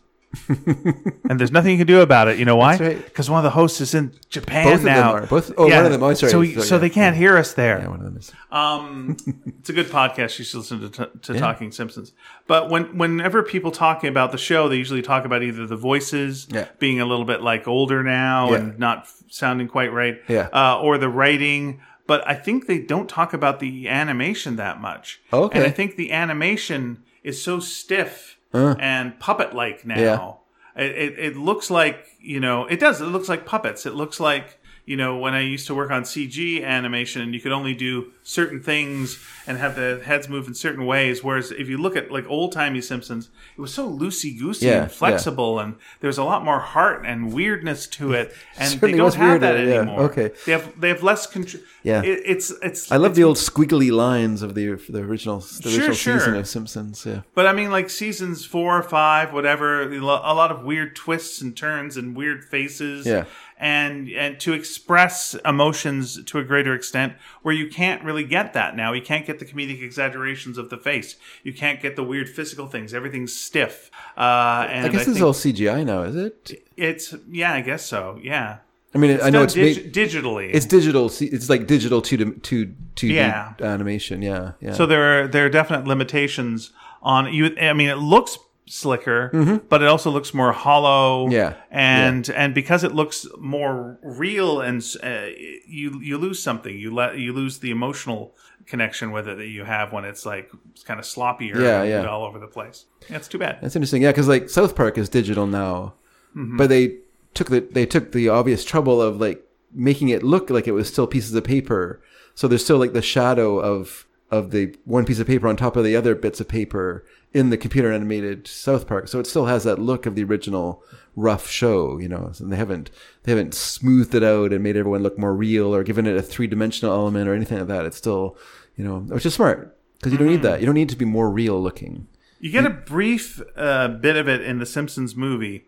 B: and there's nothing you can do about it. You know why?
A: That's right.
B: Because one of the hosts is in Japan
A: Both of them
B: now.
A: are. Both- oh, one of them- oh, sorry.
B: So, we-
A: So,
B: so,
A: yeah.
B: they can't hear us there.
A: Yeah, one of them is.
B: Um, it's a good podcast. You should listen to, to, to Talking Simpsons. But when whenever people talk about the show, they usually talk about either the voices
A: Yeah.
B: being a little bit like older now
A: Yeah.
B: and not f- sounding quite right,
A: Yeah.
B: uh, or the writing. But I think they don't talk about the animation that much.
A: Okay.
B: and I think the animation is so stiff and puppet like now. It, it, it looks like you know it does. It looks like puppets. It looks like you know when I used to work on CG animation, and you could only do certain things and have the heads move in certain ways. Whereas if you look at like old timey Simpsons, it was so loosey goosey
A: Yeah, yeah.
B: and flexible, and there's a lot more heart and weirdness to it. And
A: Certainly
B: they don't
A: was
B: have that
A: weirder, yeah.
B: anymore.
A: Okay.
B: they have they have less control.
A: Yeah.
B: it, it's it's.
A: I love the old squiggly lines of the the original the
B: Sure,
A: original season
B: sure.
A: of Simpsons. Yeah,
B: But I mean, like seasons four or five, whatever, a lo- a lot of weird twists and turns and weird faces.
A: Yeah.
B: And and to express emotions to a greater extent, where you can't really get that now. You can't get the comedic exaggerations of the face. You can't get the weird physical things. Everything's stiff. Uh, and
A: I guess this is
B: think
A: all CGI now, is it?
B: it's yeah, I guess so. Yeah.
A: I mean, I know
B: Done
A: it's made-
B: dig- digitally.
A: It's digital. see, It's like digital two to two two
B: Yeah.
A: D animation. Yeah, yeah.
B: So there are there are definite limitations on you. I mean, it looks slicker, but it also looks more hollow.
A: Mm-hmm. Yeah.
B: and and because it looks more real, and s- uh, you you lose something. You let you lose the emotional connection with it that you have when it's like it's kind of sloppier.
A: Yeah,
B: and
A: yeah.
B: all over the place. That's too bad.
A: that's interesting. Yeah, because like South Park is digital now, but they took the they took the obvious trouble of like making it look like it was still pieces of paper. So there's still like the shadow of of the one piece of paper on top of the other bits of paper in the computer animated South Park. So it still has that look of the original rough show, you know. And they haven't they haven't smoothed it out and made everyone look more real or given it a three dimensional element or anything like that. It's still, you know, which is smart because you don't need that. You don't need to be more real looking.
B: You get a brief uh, bit of it in the Simpsons movie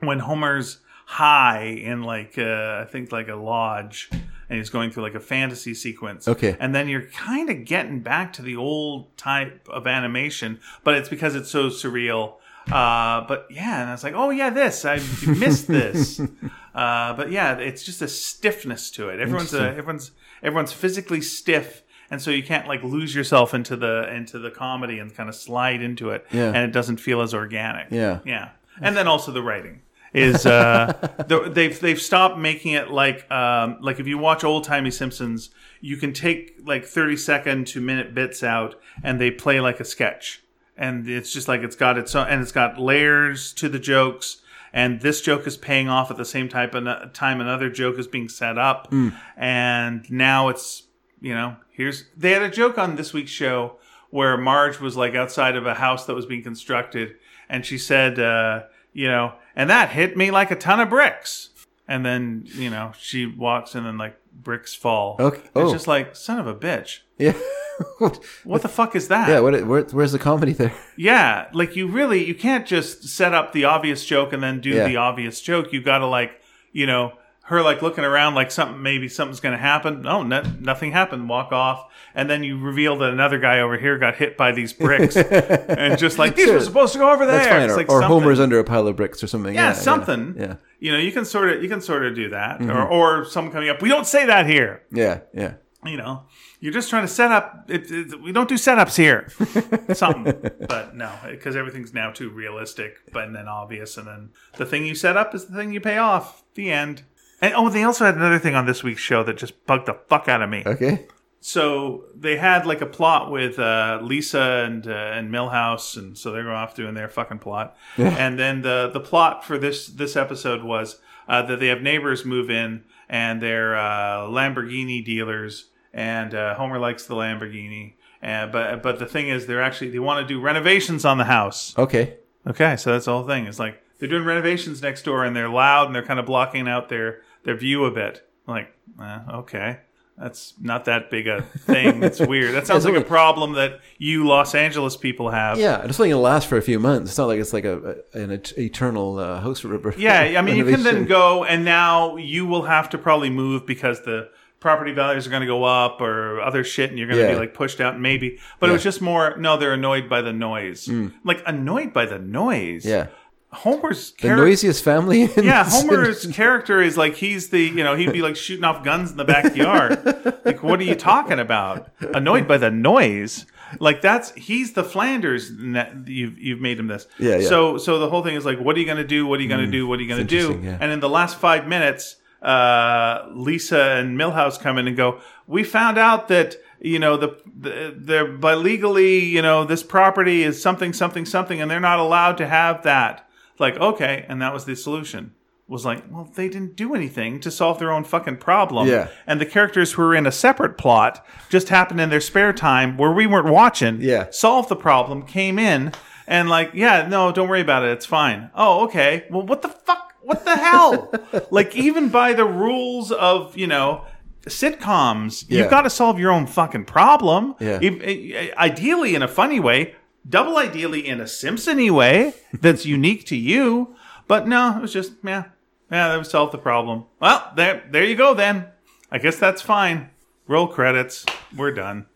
B: when Homer's high in like uh, I think like a lodge, and he's going through like a fantasy sequence.
A: Okay.
B: and then you're kind of getting back to the old type of animation, but it's because it's so surreal. Uh, but yeah, and I was like, oh yeah, this I missed this. uh, but yeah, it's just a stiffness to it. Everyone's uh everyone's everyone's physically stiff, and so you can't like lose yourself into the into the comedy and kind of slide into it,
A: Yeah.
B: and it doesn't feel as organic.
A: Yeah.
B: yeah. And then also the writing is uh, the- they've they've stopped making it like um, like if you watch old timey Simpsons, you can take like thirty second to minute bits out, and they play like a sketch, and it's just like it's got its own, and it's got layers to the jokes. And this joke is paying off at the same type an- time another joke is being set up, and now it's you know here's they had a joke on this week's show where Marge was like outside of a house that was being constructed, and she said, uh, you know, and that hit me like a ton of bricks. And then you know she walks, and then like bricks fall.
A: Okay.
B: it's
A: Oh.
B: just like son of a bitch.
A: Yeah.
B: What the fuck is that?
A: yeah. What? Where, where's the comedy there?
B: Yeah, like you really you can't just set up the obvious joke and then do
A: Yeah.
B: the obvious joke. You got to like, you know, her like looking around like something maybe something's going to happen. No, no, nothing happened. Walk off. And then you reveal that another guy over here got hit by these bricks. and just like these were
A: Sure.
B: supposed to go over there.
A: That's fine.
B: It's
A: Or,
B: like
A: or
B: something-
A: Homer's under a pile of bricks or something.
B: yeah, something.
A: Yeah. Mm-hmm.
B: You know, you can sort of you can sort of do that or or someone coming up, "We don't say that here."
A: Yeah. Yeah.
B: you know, you're just trying to set up. It, it, we don't do setups here. Something, but no, because everything's now too realistic, but and then obvious, and then the thing you set up is the thing you pay off. The end. And oh, they also had another thing on this week's show that just bugged the fuck out of me.
A: Okay.
B: So they had like a plot with uh, Lisa and uh, and Millhouse, and so they're going off doing their fucking plot. And then the the plot for this this episode was uh, that they have neighbors move in, and they're uh, Lamborghini dealers, and uh, Homer likes the Lamborghini. And, but but the thing is, they're actually they want to do renovations on the house.
A: Okay.
B: Okay, so that's the whole thing. It's like they're doing renovations next door, and they're loud, and they're kind of blocking out their their view a bit. I'm like, eh, okay, that's not that big a thing. It's weird. That sounds
A: Yeah,
B: like
A: it's
B: a problem that you Los Angeles people have.
A: Yeah, it's only gonna last for a few months. It's not like it's like a, a an et- eternal uh, house river.
B: Yeah, I mean, you can then go, and now you will have to probably move because the property values are going to go up or other shit, and you're going to be
A: Yeah.
B: like pushed out, maybe. But it was just more. No, they're annoyed by the noise. Like annoyed by the noise.
A: Mm. Yeah,
B: Homer's
A: the
B: character.
A: noisiest family. In
B: Yeah,
A: the-
B: Homer's character is like he's the you know he'd be like shooting off guns in the backyard. like, what are you talking about? Annoyed by the noise. Like that's he's the Flanders. in that You've you've made him this.
A: Yeah, yeah.
B: So so the whole thing is like, what are you gonna do? What are you gonna do? What are you gonna do?
A: interesting, yeah.
B: And in the last five minutes, uh, Lisa and Milhouse come in and go. We found out that. You know the, the they're by legally you know this property is something something something and they're not allowed to have that like okay and that was the solution was like well they didn't do anything to solve their own fucking problem
A: Yeah.
B: and the characters who were in a separate plot just happened in their spare time where we weren't watching
A: Yeah.
B: solved the problem came in and like yeah no don't worry about it it's fine oh okay well what the fuck what the hell like even by the rules of you know sitcoms
A: Yeah.
B: you've got to solve your own fucking problem
A: Yeah.
B: If- i- ideally in a funny way double ideally in a simpsony way that's unique to you but no it was just yeah yeah that solved the problem well there there you go then i guess that's fine roll credits we're done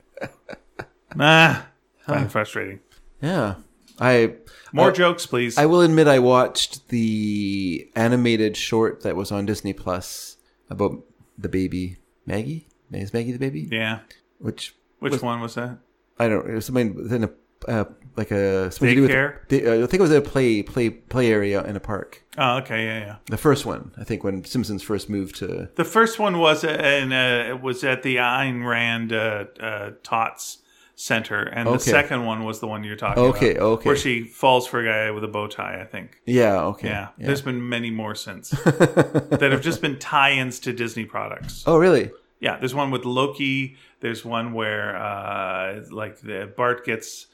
B: ah kind of frustrating
A: yeah. I
B: more
A: I-
B: jokes please
A: I will admit I watched the animated short that was on Disney Plus about the baby Maggie. Is Maggie the baby?
B: yeah
A: Which
B: which one was that
A: I don't. It was something within a uh, like a something
B: Daycare?
A: to do with. Uh, I think it was a play play play area in a park.
B: oh okay yeah yeah
A: The first one, I think, when Simpsons first moved to
B: The first one was uh, and uh, it was at the Ayn Rand uh, uh, Tots Center, and the
A: Okay.
B: second one was the one you're talking about.
A: Okay, okay.
B: Where she falls for a guy with a bow tie, I think.
A: yeah okay
B: Yeah, there's been many more since that have just been tie-ins to Disney products.
A: oh really
B: Yeah, there's one with Loki. There's one where uh, like the Bart gets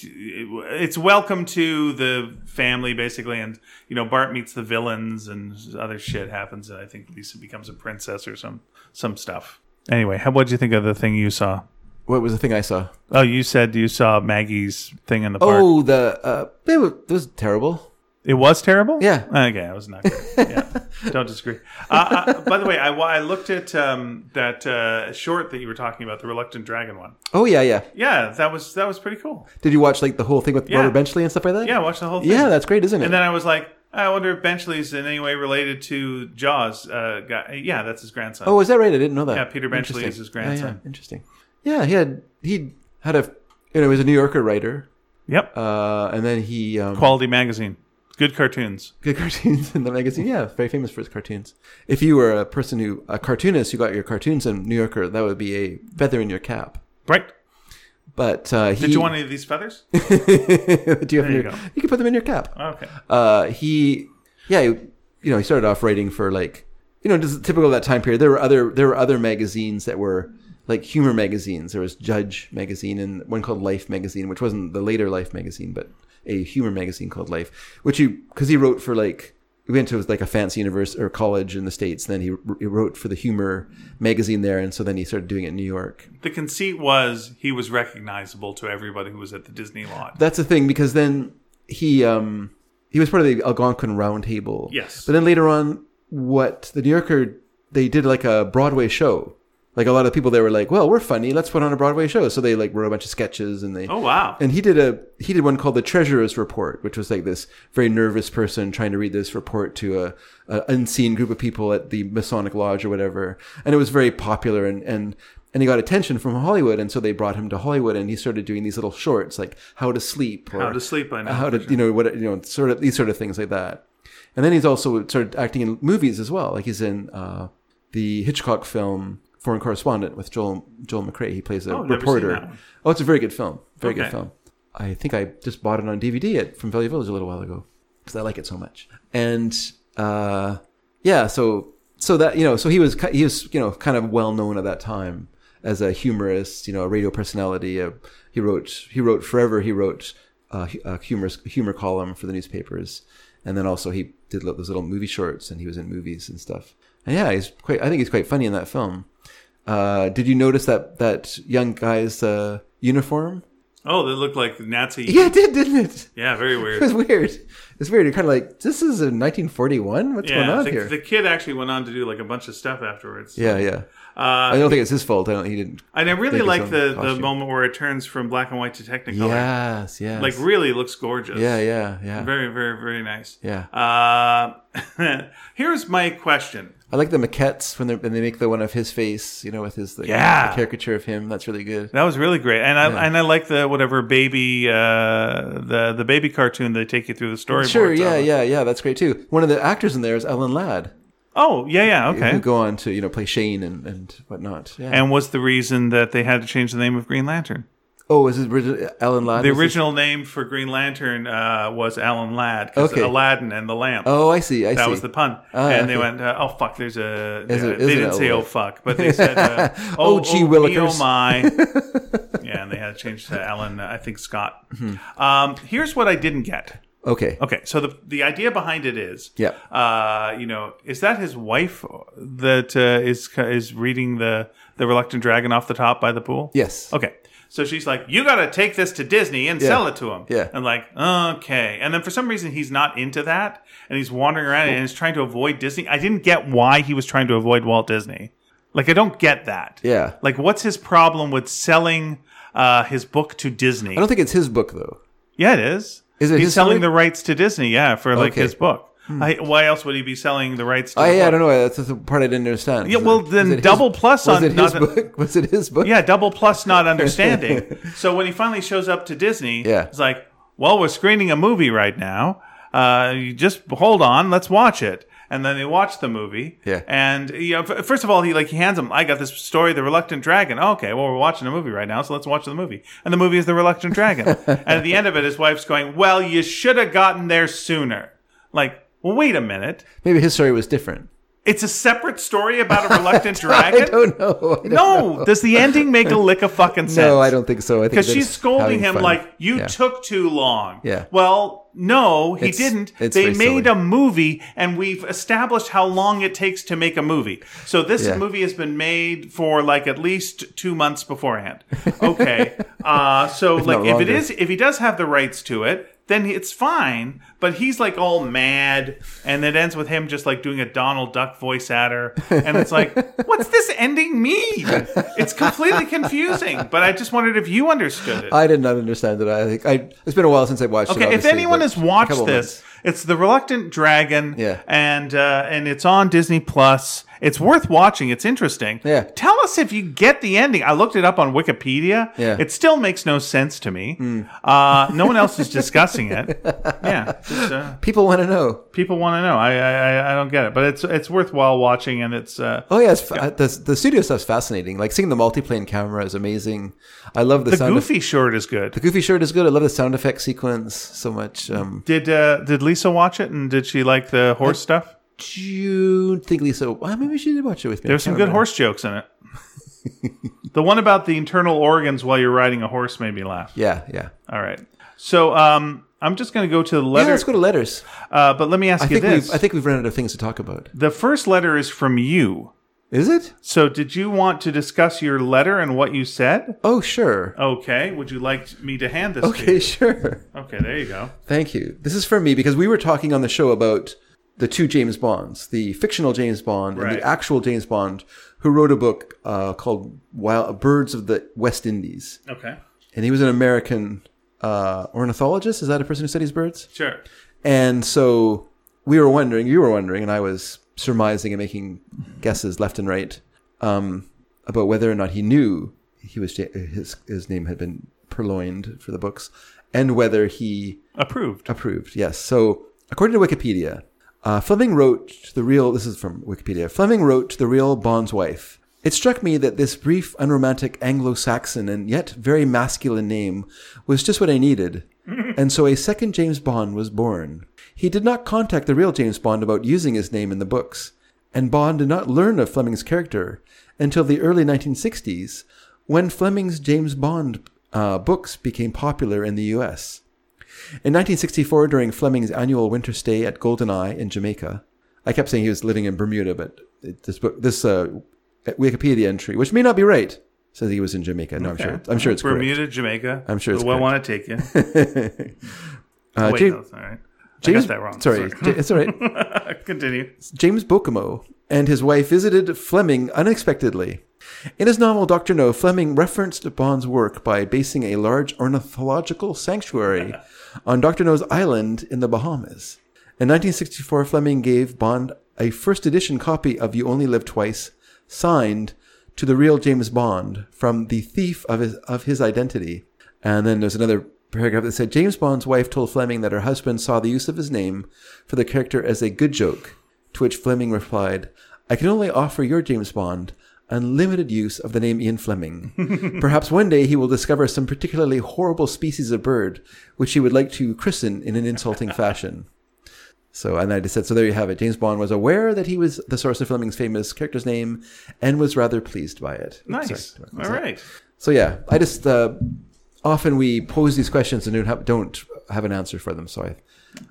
B: it's welcome to the family basically, and you know Bart meets the villains and other shit happens, and I think Lisa becomes a princess or some some stuff. Anyway, how what did you think of the thing you saw?
A: what was the thing I saw
B: Oh, you said you saw Maggie's thing in the park.
A: Oh, the uh, it was, it was terrible.
B: It was terrible.
A: Yeah.
B: Okay, I was not. Great. Yeah, don't disagree. Uh, uh, by the way, I, wa- I looked at um, that uh, short that you were talking about, the Reluctant Dragon one.
A: Oh yeah, yeah.
B: Yeah, that was that was pretty cool.
A: Did you watch like the whole thing with
B: Yeah.
A: Robert Benchley and stuff like that?
B: Yeah, watch the whole thing.
A: Yeah, that's great, isn't it?
B: And then I was like, I wonder if Benchley's in any way related to Jaws. Uh, guy. Yeah, that's his grandson.
A: oh, is that right? I didn't know that.
B: Yeah, Peter Benchley
A: Interesting.
B: is his
A: Yeah, yeah,
B: grandson.
A: Interesting. Yeah, he had he had a you know he was a New Yorker writer,
B: Yep.
A: uh, and then he um,
B: Quality magazine. Good cartoons.
A: good cartoons in the magazine. Yeah, very famous for his cartoons. If you were a person who a cartoonist who got your cartoons in New Yorker, that would be a feather in your cap.
B: Right.
A: But uh, he,
B: Did you want any of these feathers?
A: do you have
B: There
A: your,
B: you go.
A: you can put them in your cap.
B: Okay.
A: uh, he yeah he, you know he started off writing for like you know just typical of that time period there were other there were other magazines that were like humor magazines there was judge magazine and one called life magazine which wasn't the later life magazine but a humor magazine called life which he because he wrote for like he went to like a fancy university or college in the states then he, he wrote for the humor magazine there and so then he started doing it in new york
B: The conceit was he was recognizable to everybody who was at the Disney lot.
A: That's the thing because then he um he was part of the Algonquin Roundtable.
B: Yes.
A: But then later on, what the New Yorker they did like a Broadway show. Like a lot of people there were like, "Well, we're funny. Let's put on a Broadway show." So they like wrote a bunch of sketches and they
B: Oh wow.
A: and he did a he did one called the Treasurer's Report, which was like this very nervous person trying to read this report to a, a unseen group of people at the Masonic Lodge or whatever, and it was very popular and and and he got attention from Hollywood, and so they brought him to Hollywood, and he started doing these little shorts like how to sleep or
B: How to sleep, I know.
A: how to you know what you know sort of these sort of things like that, and then he's also started acting in movies as well, like he's in uh, the Hitchcock film. Foreign correspondent with Joel Joel McRae. He plays a
B: Oh, never seen
A: reporter.
B: that one.
A: Oh, it's a very good film. Very
B: Okay.
A: good film. I think I just bought it on DVD at from Value Village a little while ago because I like it so much. And uh, yeah, so so that you know, so he was ki- he was you know kind of well known at that time as a humorist, you know, a radio personality. A, he wrote he wrote forever. He wrote uh, hu- a humorous humor column for the newspapers, and then also he did lo- those little movie shorts, and he was in movies and stuff. And yeah, he's quite. I think he's quite funny in that film. Uh, did you notice that that young guy's uh, uniform?
B: Oh, they look like Nazi.
A: Yeah, it did, didn't it?
B: Yeah, very
A: It
B: weird.
A: was weird. It's weird. You're kind of like, this is in 1941. What's going
B: Yeah,
A: on
B: the,
A: here?
B: the kid actually went on to do like a bunch of stuff afterwards.
A: yeah, yeah.
B: Uh,
A: I don't think it's his fault. I don't. He didn't.
B: and I really
A: Think
B: like
A: it's
B: the,
A: on
B: the
A: costume.
B: moment where it turns from black and white to Technicolor.
A: Yes, yes.
B: Like really looks gorgeous.
A: yeah, yeah, yeah,
B: Very, very, very nice.
A: yeah.
B: Uh, here's my question.
A: I like the maquettes when they when they make the one of his face. You know, with his the,
B: Yeah.
A: the caricature of him. That's really good.
B: That was really great, and I and I like the whatever baby uh, the the baby cartoon they take you through the storyboard.
A: Sure. Yeah,
B: of.
A: yeah, yeah. That's great too. One of the actors in there is Ellen Ladd,
B: Oh yeah, yeah.
A: who
B: Okay.
A: go on to you know play Shane and and whatnot. Yeah.
B: And was the reason that they had to change the name of Green Lantern?
A: oh, is his origi- Ellen Ladd?
B: The
A: was his-
B: original name for Green Lantern uh, was Alan Ladd because
A: Okay.
B: Aladdin and the lamp.
A: oh, I see. I
B: that
A: see.
B: was the pun,
A: Ah,
B: and they
A: okay.
B: went, uh, "Oh fuck!" There's a.
A: Is
B: yeah,
A: it- is
B: they
A: it
B: didn't say
A: Alan?
B: "Oh fuck," but they said, uh, "Oh,
A: Oh, gee
B: oh, me,
A: willikers.
B: oh my." yeah, and they had to change to Alan. uh, I think Scott.
A: Hmm.
B: Um, here's what I didn't get.
A: okay.
B: Okay, so the the idea behind it is,
A: Yeah.
B: uh, you know, is that his wife that uh, is is reading the the reluctant dragon off the top by the pool?
A: Yes.
B: Okay, so she's like, you got to take this to Disney and sell it to him.
A: Yeah.
B: and like, okay, and then for some reason he's not into that, and he's wandering around and he's trying to avoid Disney. I didn't get why he was trying to avoid Walt Disney. Like, I don't get that.
A: Yeah.
B: Like, what's his problem with selling uh, his book to Disney?
A: I don't think it's his book though.
B: Yeah, it is.
A: Is it
B: He's
A: his
B: selling
A: selling?
B: the rights to Disney? Yeah, for like
A: Okay.
B: his book. I, why else would he be selling the rights? to
A: I,
B: the
A: Oh, yeah, I
B: book?
A: don't know. That's the part I didn't understand.
B: Yeah,
A: Was
B: well,
A: it-
B: then
A: was it his-
B: double plus
A: was
B: on-
A: it his
B: not-
A: book. Was it his book?
B: Yeah, double plus not understanding. so when he finally shows up to Disney,
A: Yeah.
B: it's like, well, we're screening a movie right now. Uh, you just hold on, let's watch it. And then they watch the movie.
A: Yeah.
B: And you know, f- first of all, he like he hands him. I got this story, The Reluctant Dragon. Oh, okay, well, we're watching a movie right now, so let's watch the movie. And the movie is The Reluctant Dragon. and at the end of it, his wife's going, "Well, you should have gotten there sooner." Like, well, wait a minute.
A: Maybe his story was different.
B: It's a separate story about a reluctant dragon.
A: I don't know. I don't
B: no,
A: know.
B: does the ending make a lick of fucking sense?
A: no, I don't think so. I think
B: because
A: they're
B: she's
A: just
B: scolding
A: having
B: him
A: fun.
B: like you
A: Yeah.
B: took too long
A: Yeah.
B: well no he
A: It's-
B: didn't
A: it's
B: they
A: very
B: made
A: silly.
B: a movie and we've established how long it takes to make a movie so this
A: Yeah.
B: movie has been made for like at least two months beforehand okay uh, so like if it
A: longer.
B: is if he does have the rights to it then it's fine. But he's like all mad, and it ends with him just like doing a Donald Duck voice at her, and it's like, what's this ending mean? It's completely confusing. But I just wondered if you understood it.
A: I did not understand it. I think I. It's been a while since I watched it.
B: Okay, if
A: obviously,
B: anyone
A: but
B: has
A: a
B: watched
A: couple
B: this, it's the Reluctant Dragon.
A: Yeah.
B: and uh, and it's on Disney Plus. It's worth watching. It's interesting.
A: Yeah.
B: Tell us if you get the ending. I looked it up on Wikipedia.
A: Yeah. Hmm.
B: It still makes no sense to me. Uh, no one else is discussing it. Yeah. Just, uh,
A: people want to know.
B: people want to know. I, I I- I don't get it, but it's it's worthwhile watching, and it's uh,
A: Oh yeah, it's, fa- the the studio stuff's fascinating. Like seeing the multiplane camera is amazing. I love the,
B: the
A: sound.
B: Goofy short is good.
A: the goofy shirt is good. I love the sound effect sequence so much. Um,
B: Did uh, did Lisa watch it, and did she like the horse stuff?
A: do you think Lisa? Well, maybe she did watch it with me.
B: There's
A: I
B: some
A: can't
B: good
A: remember.
B: horse jokes in it. the one about the internal organs while you're riding a horse made me laugh.
A: Yeah, yeah.
B: All right. So um, I'm just going to go to the
A: Yeah,
B: letter,
A: let's go to letters.
B: uh, but let me ask
A: I
B: you
A: think
B: this.
A: we've I think we've run out of things to talk about.
B: the first letter is from you.
A: Is it?
B: So did you want to discuss your letter and what you said?
A: Oh sure.
B: Okay. Would you like me to hand this to
A: Okay,
B: you?
A: sure.
B: Okay, there you go.
A: Thank you. This is for me because we were talking on the show about the two James Bonds, the fictional James Bond and
B: Right.
A: the actual James Bond, who wrote a book uh, called Wild Birds of the West Indies,
B: Okay.
A: and he was an American uh, ornithologist. Is that a person who studies birds?
B: Sure.
A: And so we were wondering, you were wondering, and I was surmising and making guesses left and right um, about whether or not he knew he was his his name had been purloined for the books, and whether he
B: Approved.
A: Approved, yes. So, according to Wikipedia, uh, Fleming wrote to the real. This is from Wikipedia. Fleming wrote to the real Bond's wife. It struck me that this brief, unromantic Anglo-Saxon and yet very masculine name was just what I needed, and so a second James Bond was born. He did not contact the real James Bond about using his name in the books, and Bond did not learn of Fleming's character until the early 1960s, when Fleming's James Bond uh, books became popular in the U.S. In 1964, during Fleming's annual winter stay at Goldeneye in Jamaica, I kept saying he was living in Bermuda, but it- this book, this uh, Wikipedia entry, which may not be right, says he was in Jamaica. No, I'm sure. I'm sure it's correct. Uh,
B: Bermuda, Jamaica.
A: I'm sure it's
B: Where I
A: correct.
B: want to take you. Oh,
A: Uh,
B: Wait,
A: Ja-
B: no, it's all right.
A: James,
B: I got that wrong.
A: Sorry, Ja- it's all right.
B: Sorry. Continue.
A: James Bocomo and his wife visited Fleming unexpectedly. In his novel Dr. No, Fleming referenced Bond's work by basing a large ornithological sanctuary on Dr. No's island in the Bahamas. In 1964, Fleming gave Bond a first edition copy of You Only Live Twice, signed to the real James Bond from the thief of his, of his identity. And then there's another paragraph that said James Bond's wife told Fleming that her husband saw the use of his name for the character as a good joke, to which Fleming replied, I can only offer your James Bond unlimited use of the name Ian Fleming. Perhaps one day he will discover some particularly horrible species of bird which he would like to christen in an insulting fashion. So, and I just said, so there you have it. James Bond was aware that he was the source of Fleming's famous character's name and was rather pleased by it.
B: Nice.
A: Sorry.
B: All right.
A: So yeah, I just uh, often we pose these questions and don't have, don't have an answer for them. So I,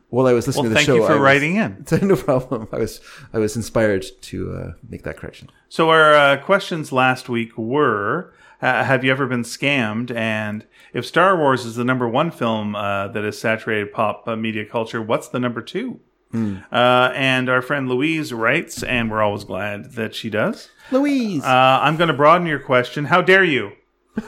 A: while I was listening
B: Well,
A: to the
B: thank
A: show,
B: you for
A: I was-
B: writing in.
A: no problem. I was I was inspired to uh, make that correction.
B: So our uh, questions last week were: uh, Have you ever been scammed? And if Star Wars is the number one film uh, that has saturated pop uh, media culture, what's the number two?
A: Hmm.
B: Uh, and our friend Louise writes, and we're always glad that she does.
A: Louise,
B: Uh, I'm going to broaden your question. How dare you?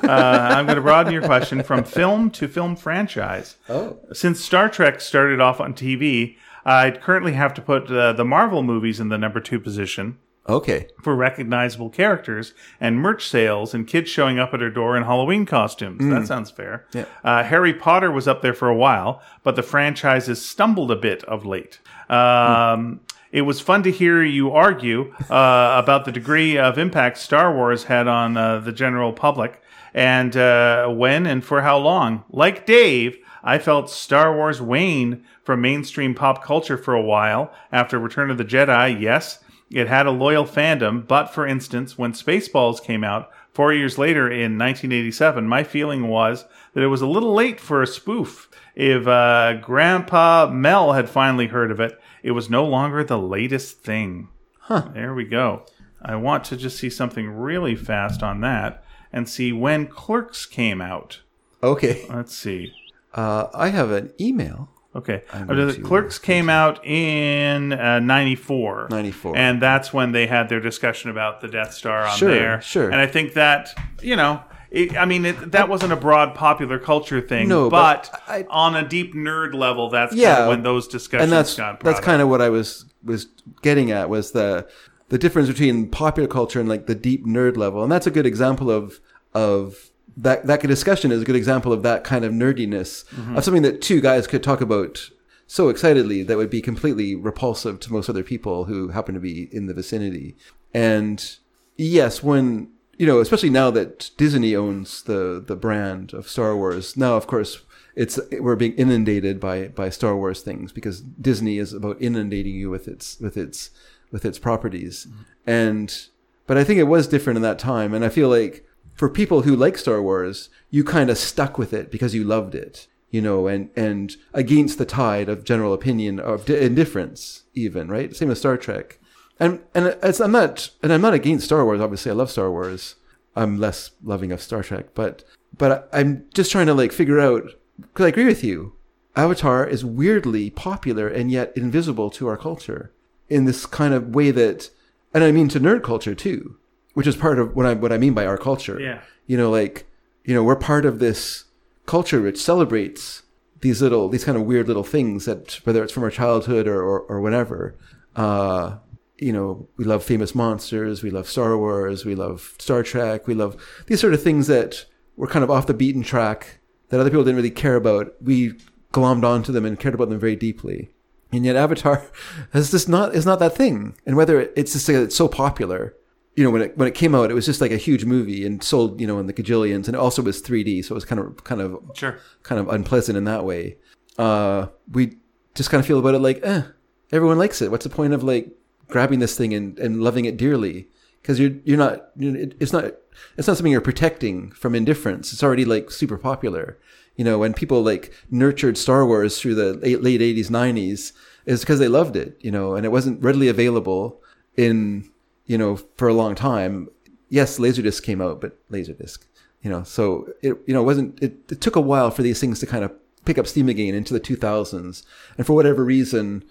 B: Uh, I'm going to broaden your question from film to film franchise.
A: oh,
B: Since Star Trek started off on TV, I'd currently have to put uh, the Marvel movies in the number two position
A: okay,
B: for recognizable characters and merch sales and kids showing up at her door in Halloween costumes. That sounds fair.
A: Yeah.
B: Uh, Harry Potter was up there for a while, but the franchise has stumbled a bit of late. Um, It was fun to hear you argue uh, about the degree of impact Star Wars had on uh, the general public and uh, when and for how long. Like Dave, I felt Star Wars wane from mainstream pop culture for a while after Return of the Jedi, yes. It had a loyal fandom, but for instance, when Spaceballs came out four years later in 1987, my feeling was that it was a little late for a spoof. If uh, Grandpa Mel had finally heard of it, it was no longer the latest thing. There we go. I want to just see something really fast on that and see when Clerks came out.
A: okay.
B: Let's see.
A: Uh, I have an email.
B: Okay.
A: I'm
B: Uh, the
A: into-
B: Clerks came out in uh, 94.
A: 94.
B: And that's when they had their discussion about the Death Star on
A: Sure,
B: there.
A: sure.
B: And I think that, you know, it, I mean, it, that wasn't a broad popular culture thing.
A: No,
B: but,
A: but I-
B: on a deep nerd level, that's
A: Yeah,
B: kinda when those
A: and
B: discussions
A: that's
B: got brought
A: that's kind of what I was was getting at was the the difference between popular culture and like the deep nerd level, and that's a good example of of that that discussion is a good example of that kind of nerdiness
B: Mm-hmm.
A: of something that two guys could talk about so excitedly that would be completely repulsive to most other people who happen to be in the vicinity, and yes, when you know, especially now that Disney owns the the brand of Star Wars, now of course it's we're being inundated by by Star Wars things because Disney is about inundating you with its with its with its properties. And but I think it was different in that time, and I feel like for people who like Star Wars, you kind of stuck with it because you loved it, you know, and and against the tide of general opinion of di- indifference, even right. Same with Star Trek and and it's, I'm not and I'm not against Star Wars. Obviously, I love Star Wars. I'm less loving of Star Trek, but but I, I'm just trying to like figure out because I agree with you. Avatar is weirdly popular and yet invisible to our culture in this kind of way that, and I mean to nerd culture too, which is part of what I what I mean by our culture.
B: Yeah.
A: you know, like you know, we're part of this culture which celebrates these little these kind of weird little things that whether it's from our childhood or or, or whenever uh you know we love famous monsters we love star wars we love star trek we love these sort of things that were kind of off the beaten track that other people didn't really care about we glommed onto them and cared about them very deeply and yet avatar is just not is not that thing and whether it, it's just that it's so popular you know when it when it came out it was just like a huge movie and sold you know in the gajillions and it also was 3d so it was kind of kind of
B: Sure.
A: kind of unpleasant in that way. Uh, we just kind of feel about it like, eh, everyone likes it. What's the point of like grabbing this thing and, and loving it dearly? Because you're you're not you know, it, it's not it's not something you're protecting from indifference. It's already like super popular. You know, when people like nurtured Star Wars through the late, late 80s, 90s, is because they loved it. You know, and it wasn't readily available in you know for a long time. Yes, Laserdisc came out, but Laserdisc you know so it you know it wasn't it, it took a while for these things to kind of pick up steam again into the 2000s and for whatever reason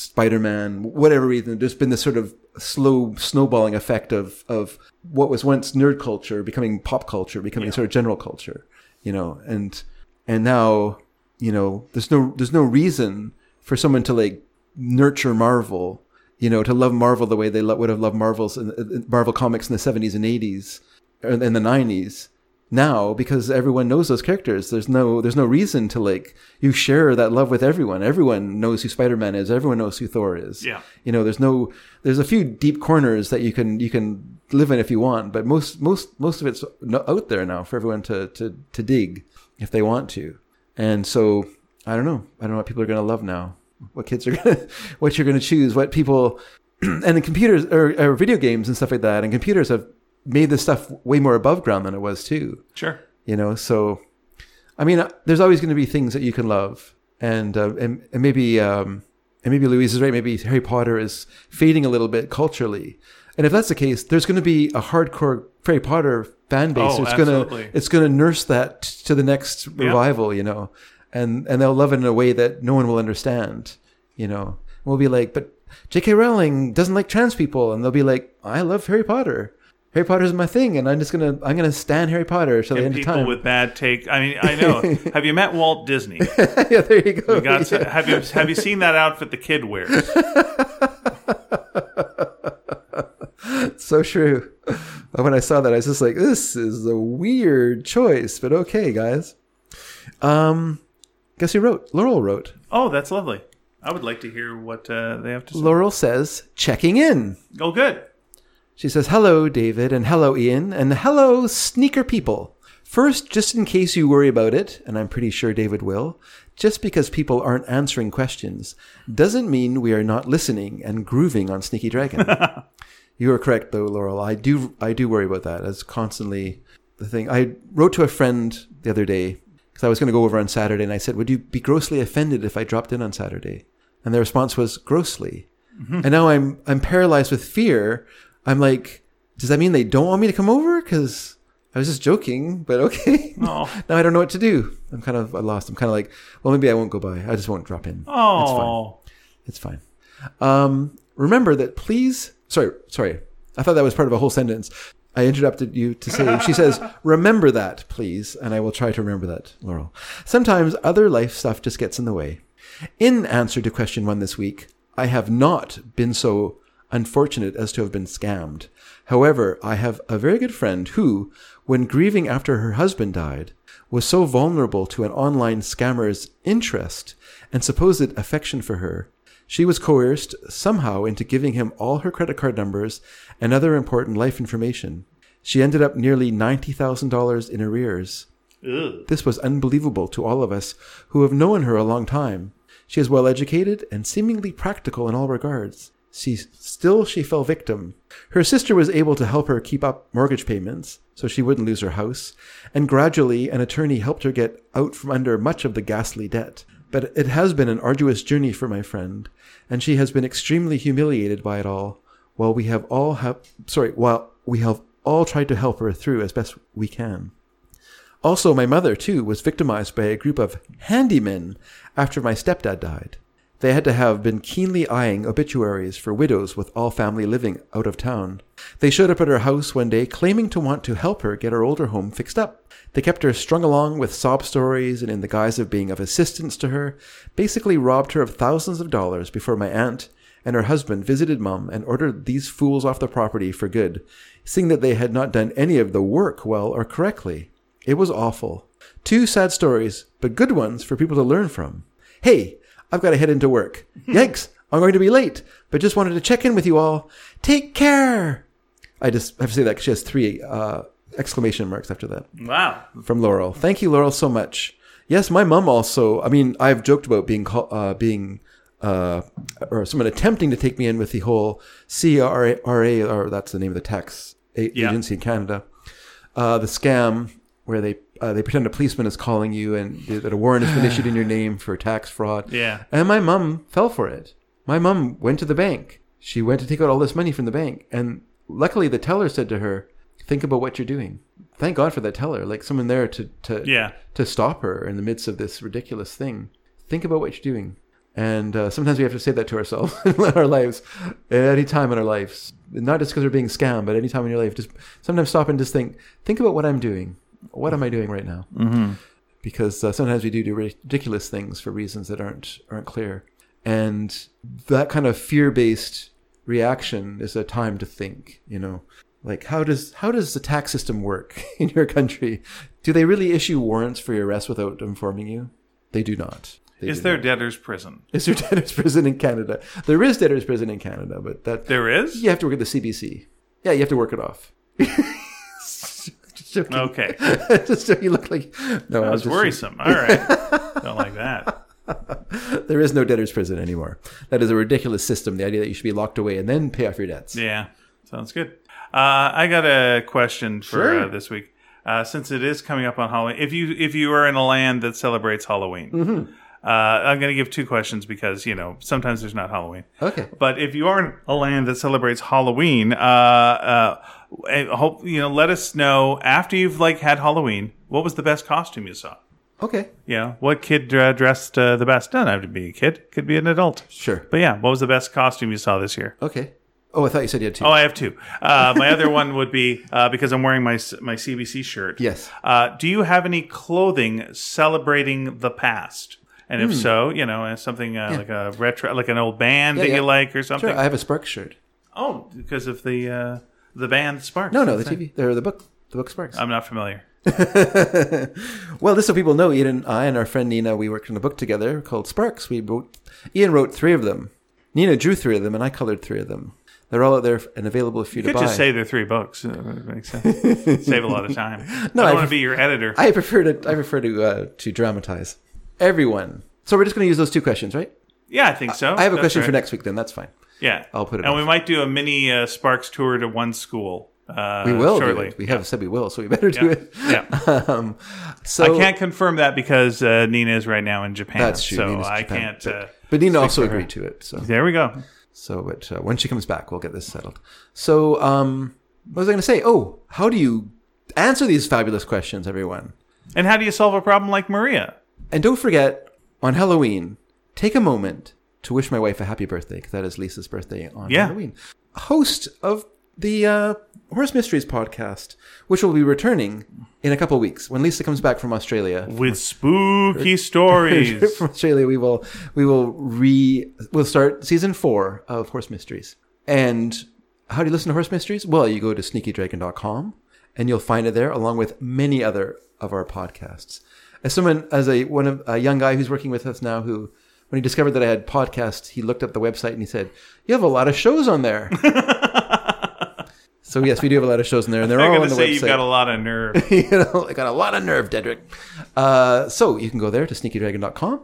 A: spider-man whatever reason there's been this sort of slow snowballing effect of of what was once nerd culture becoming pop culture becoming sort of general culture you know and and now you know there's no there's no reason for someone to like nurture marvel you know, to love Marvel the way they lo- would have loved Marvels in, in- Marvel comics in the 70s and 80s and er, in the 90s now because everyone knows those characters. There's no there's no reason to like you share that love with everyone. Everyone knows who Spider-Man is, everyone knows who Thor is.
B: Yeah.
A: You know, there's no there's a few deep corners that you can you can live in if you want, but most most most of it's no- out there now for everyone to to to dig if they want to. And so I don't know. I don't know what people are going to love now. What kids are going to, what you're going to choose, what people, and computers or, or video games and stuff like that, and computers have made this stuff way more above ground than it was too.
B: Sure.
A: You know, so I mean, uh, there's always going to be things that you can love, and uh, and, and maybe um, and maybe Louise is right. Maybe Harry Potter is fading a little bit culturally, and if that's the case, there's going to be a hardcore Harry Potter fan base.
B: Oh,
A: it's going
B: absolutely.
A: to it's going to nurse that t- to the next revival, you know, and and they'll love it in a way that no one will understand, you know. We'll be like, but J.K. Rowling doesn't like trans people, and they'll be like, I love Harry Potter. Harry Potter is my thing, and I'm just gonna I'm gonna stand Harry Potter till the end
B: And
A: of
B: people
A: time.
B: with bad take. I mean, I know. have you met Walt Disney?
A: yeah, there you go.
B: You got
A: Yeah.
B: to- have you have you seen that outfit the kid wears?
A: so true. When I saw that, I was just like, "This is a weird choice," but okay, guys. Um, guess who wrote? Laurel wrote.
B: Oh, that's lovely. I would like to hear what uh, they have to say.
A: Laurel says, "Checking in."
B: Oh, good.
A: She says, Hello, David, and hello, Ian, and hello, sneaker people. First, just in case you worry about it, and I'm pretty sure David will, just because people aren't answering questions doesn't mean we are not listening and grooving on Sneaky Dragon. you are correct, though, Laurel. I do, I do worry about that. That's constantly the thing. I wrote to a friend the other day because I was going to go over on Saturday, and I said, Would you be grossly offended if I dropped in on Saturday? And their response was, Grossly
B: Mm-hmm.
A: and now I'm I'm paralyzed with fear. I'm like, does that mean they don't want me to come over? Because I was just joking, but okay.
B: Oh,
A: now I don't know what to do. I'm kind of lost. I'm kind of like, well, maybe I won't go by. I just won't drop in. It's fine.
B: oh,
A: It's fine. Um, remember that please. Sorry, sorry. I thought that was part of a whole sentence. I interrupted you to say, she says, remember that, please, and I will try to remember that, Laurel. Sometimes other life stuff just gets in the way. In answer to question one this week, I have not been so unfortunate as to have been scammed. However, I have a very good friend who, when grieving after her husband died, was so vulnerable to an online scammer's interest and supposed affection for her she was coerced somehow into giving him all her credit card numbers and other important life information. She ended up nearly $90,000 in arrears.
B: Ugh.
A: This was unbelievable to all of us who have known her a long time. She is well educated and seemingly practical in all regards. She, still, she fell victim. Her sister was able to help her keep up mortgage payments so she wouldn't lose her house, and gradually an attorney helped her get out from under much of the ghastly debt. But it has been an arduous journey for my friend, and she has been extremely humiliated by it all. While we have all hap- sorry, while we have all tried to help her through as best we can. Also, my mother, too, was victimized by a group of handymen after my stepdad died. They had to have been keenly eyeing obituaries for widows with all family living out of town. They showed up at her house one day claiming to want to help her get her older home fixed up. They kept her strung along with sob stories and in the guise of being of assistance to her, basically robbed her of thousands of dollars before my aunt and her husband visited Mum and ordered these fools off the property for good, seeing that they had not done any of the work well or correctly. It was awful. Two sad stories, but good ones for people to learn from. Hey, I've got to head into work. Yikes, I'm going to be late, but just wanted to check in with you all. Take care. I just have to say that 'cause she has three uh, exclamation marks after that
B: wow.
A: from Laurel. Thank you, Laurel, so much. Yes, my mom also. I mean, I've joked about being call, uh, being uh, or someone attempting to take me in with the whole CRA, or that's the name of the tax a-
B: Yeah.
A: agency in Canada. Uh, the scam where they uh, they pretend a policeman is calling you and that a warrant has been issued in your name for tax fraud.
B: Yeah.
A: And my mum fell for it. My mum went to the bank. She went to take out all this money from the bank. And luckily, the teller said to her, Think about what you're doing. Thank God for that teller, like someone there to, to,
B: Yeah.
A: to stop her in the midst of this ridiculous thing. Think about what you're doing. And uh, sometimes we have to say that to ourselves in our lives, at any time in our lives. Not just because we're being scammed, but any time in your life. Just sometimes stop and just think, think about what I'm doing. What am I doing right now?
B: Mm-hmm.
A: because uh, sometimes we do do ridiculous things for reasons that aren't aren't clear, and that kind of fear based reaction is a time to think. You know, like how does how does the tax system work in your country? Do they really issue warrants for your arrest without informing you? They do not. They
B: Is
A: do
B: there
A: not.
B: debtor's prison?
A: is there debtors prison in Canada? There is debtors prison in Canada, but that
B: There is.
A: you have to work at the CBC. Yeah, you have to work it off. Just joking.
B: Okay.
A: just so you look like no,
B: That
A: I
B: was worrisome. All right. Don't like that.
A: There is no debtor's prison anymore. That is a ridiculous system. The idea that you should be locked away and then pay off your debts.
B: Yeah. Sounds good. Uh, I got a question for
A: Sure.
B: uh, this week. Uh, since it is coming up on Halloween, if you if you are in a land that celebrates Halloween,
A: Mm-hmm.
B: uh, I'm going to give two questions because you know sometimes there's not Halloween.
A: Okay.
B: But if you are in a land that celebrates Halloween, uh, uh, I hope you know. Let us know after you've like had Halloween. What was the best costume you saw?
A: Okay.
B: Yeah, what kid uh, dressed uh, the best? Doesn't have to be a kid; could be an adult.
A: Sure.
B: But yeah, what was the best costume you saw this year?
A: Okay. Oh, I thought you said you had two.
B: Oh, I have two. Uh, my other one would be uh, because I'm wearing my my CBC shirt.
A: Yes.
B: Uh, do you have any clothing celebrating the past? And
A: Hmm.
B: if so, you know, uh, something uh, like a retro, like an old band that
A: yeah.
B: you like or something.
A: Sure. I have a Spark shirt.
B: Oh, because of the uh, the band Sparks.
A: No, no, the TV, or the book, the book Sparks.
B: I'm not familiar.
A: well, this so people know, Ian and I and our friend Nina, we worked on a book together called Sparks. We wrote, Ian wrote three of them. Nina drew three of them, and I colored three of them. They're all out there and available for you,
B: You could
A: to buy.
B: just say they're three books. Uh, that makes sense. Save a lot of time.
A: No, I
B: I don't want
A: pref-
B: to be your editor.
A: I prefer to. I prefer to uh, to dramatize. Everyone. So we're just going to use those two questions, right?
B: yeah, I think so.
A: I have a
B: That's
A: question for
B: right.
A: next week. Then that's fine.
B: Yeah,
A: I'll put it
B: And
A: off.
B: we might do a mini uh, Sparks tour to one school. Uh,
A: We will do
B: shortly.
A: it. We have said we will, so we better do
B: Yeah.
A: it.
B: yeah.
A: Um, so
B: I can't confirm that because uh, Nina is right now in Japan.
A: That's true.
B: So
A: Nina's
B: I
A: Japan,
B: can't. Uh,
A: But Nina also
B: for her.
A: agreed to it. So,
B: there we go.
A: so but uh, when she comes back, we'll get this settled. So, um, what was I going to say? Oh, how do you Answer these fabulous questions, everyone.
B: And how do you solve a problem like Maria?
A: And don't forget, on Halloween, take a moment to wish my wife a happy birthday, because that is Lisa's birthday on
B: Yeah.
A: Halloween. Host of the uh, Horse Mysteries podcast, which will be returning in a couple weeks when Lisa comes back from Australia.
B: With spooky stories.
A: from Australia, we will we will re we'll start season four of Horse Mysteries. And how do you listen to Horse Mysteries? Well, you go to sneakydragon.com and you'll find it there, along with many other of our podcasts. As someone, as a one of a young guy who's working with us now, who when he discovered that I had podcasts, he looked up the website and he said, "You have a lot of shows on there." so yes, we do have a lot of shows on there, and they're
B: I'm
A: all
B: going
A: on
B: to
A: the
B: say
A: website
B: you've got a lot of nerve.
A: you know, I got a lot of nerve, Dedrick. Uh, so you can go there to sneakydragon.com.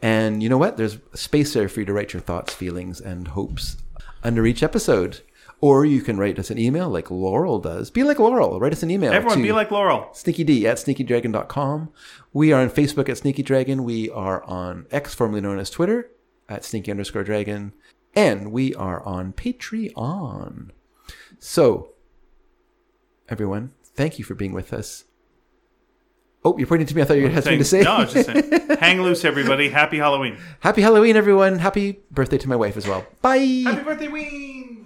A: And you know what? There's space there for you to write your thoughts, feelings, and hopes under each episode. Or you can write us an email like Laurel does. Be like Laurel. Write us an email.
B: Everyone
A: to
B: be like Laurel.
A: sneakyd at sneakydragon.com. We are on Facebook at Sneaky Dragon. We are on X, formerly known as Twitter, at sneaky underscore dragon. And we are on Patreon. So, everyone, thank you for being with us. Oh, you're pointing to me. I thought you had something to say.
B: No, I was just saying. Hang loose, everybody. Happy Halloween.
A: Happy Halloween, everyone. Happy birthday to my wife as well. Bye.
B: Happy birthday, Ween!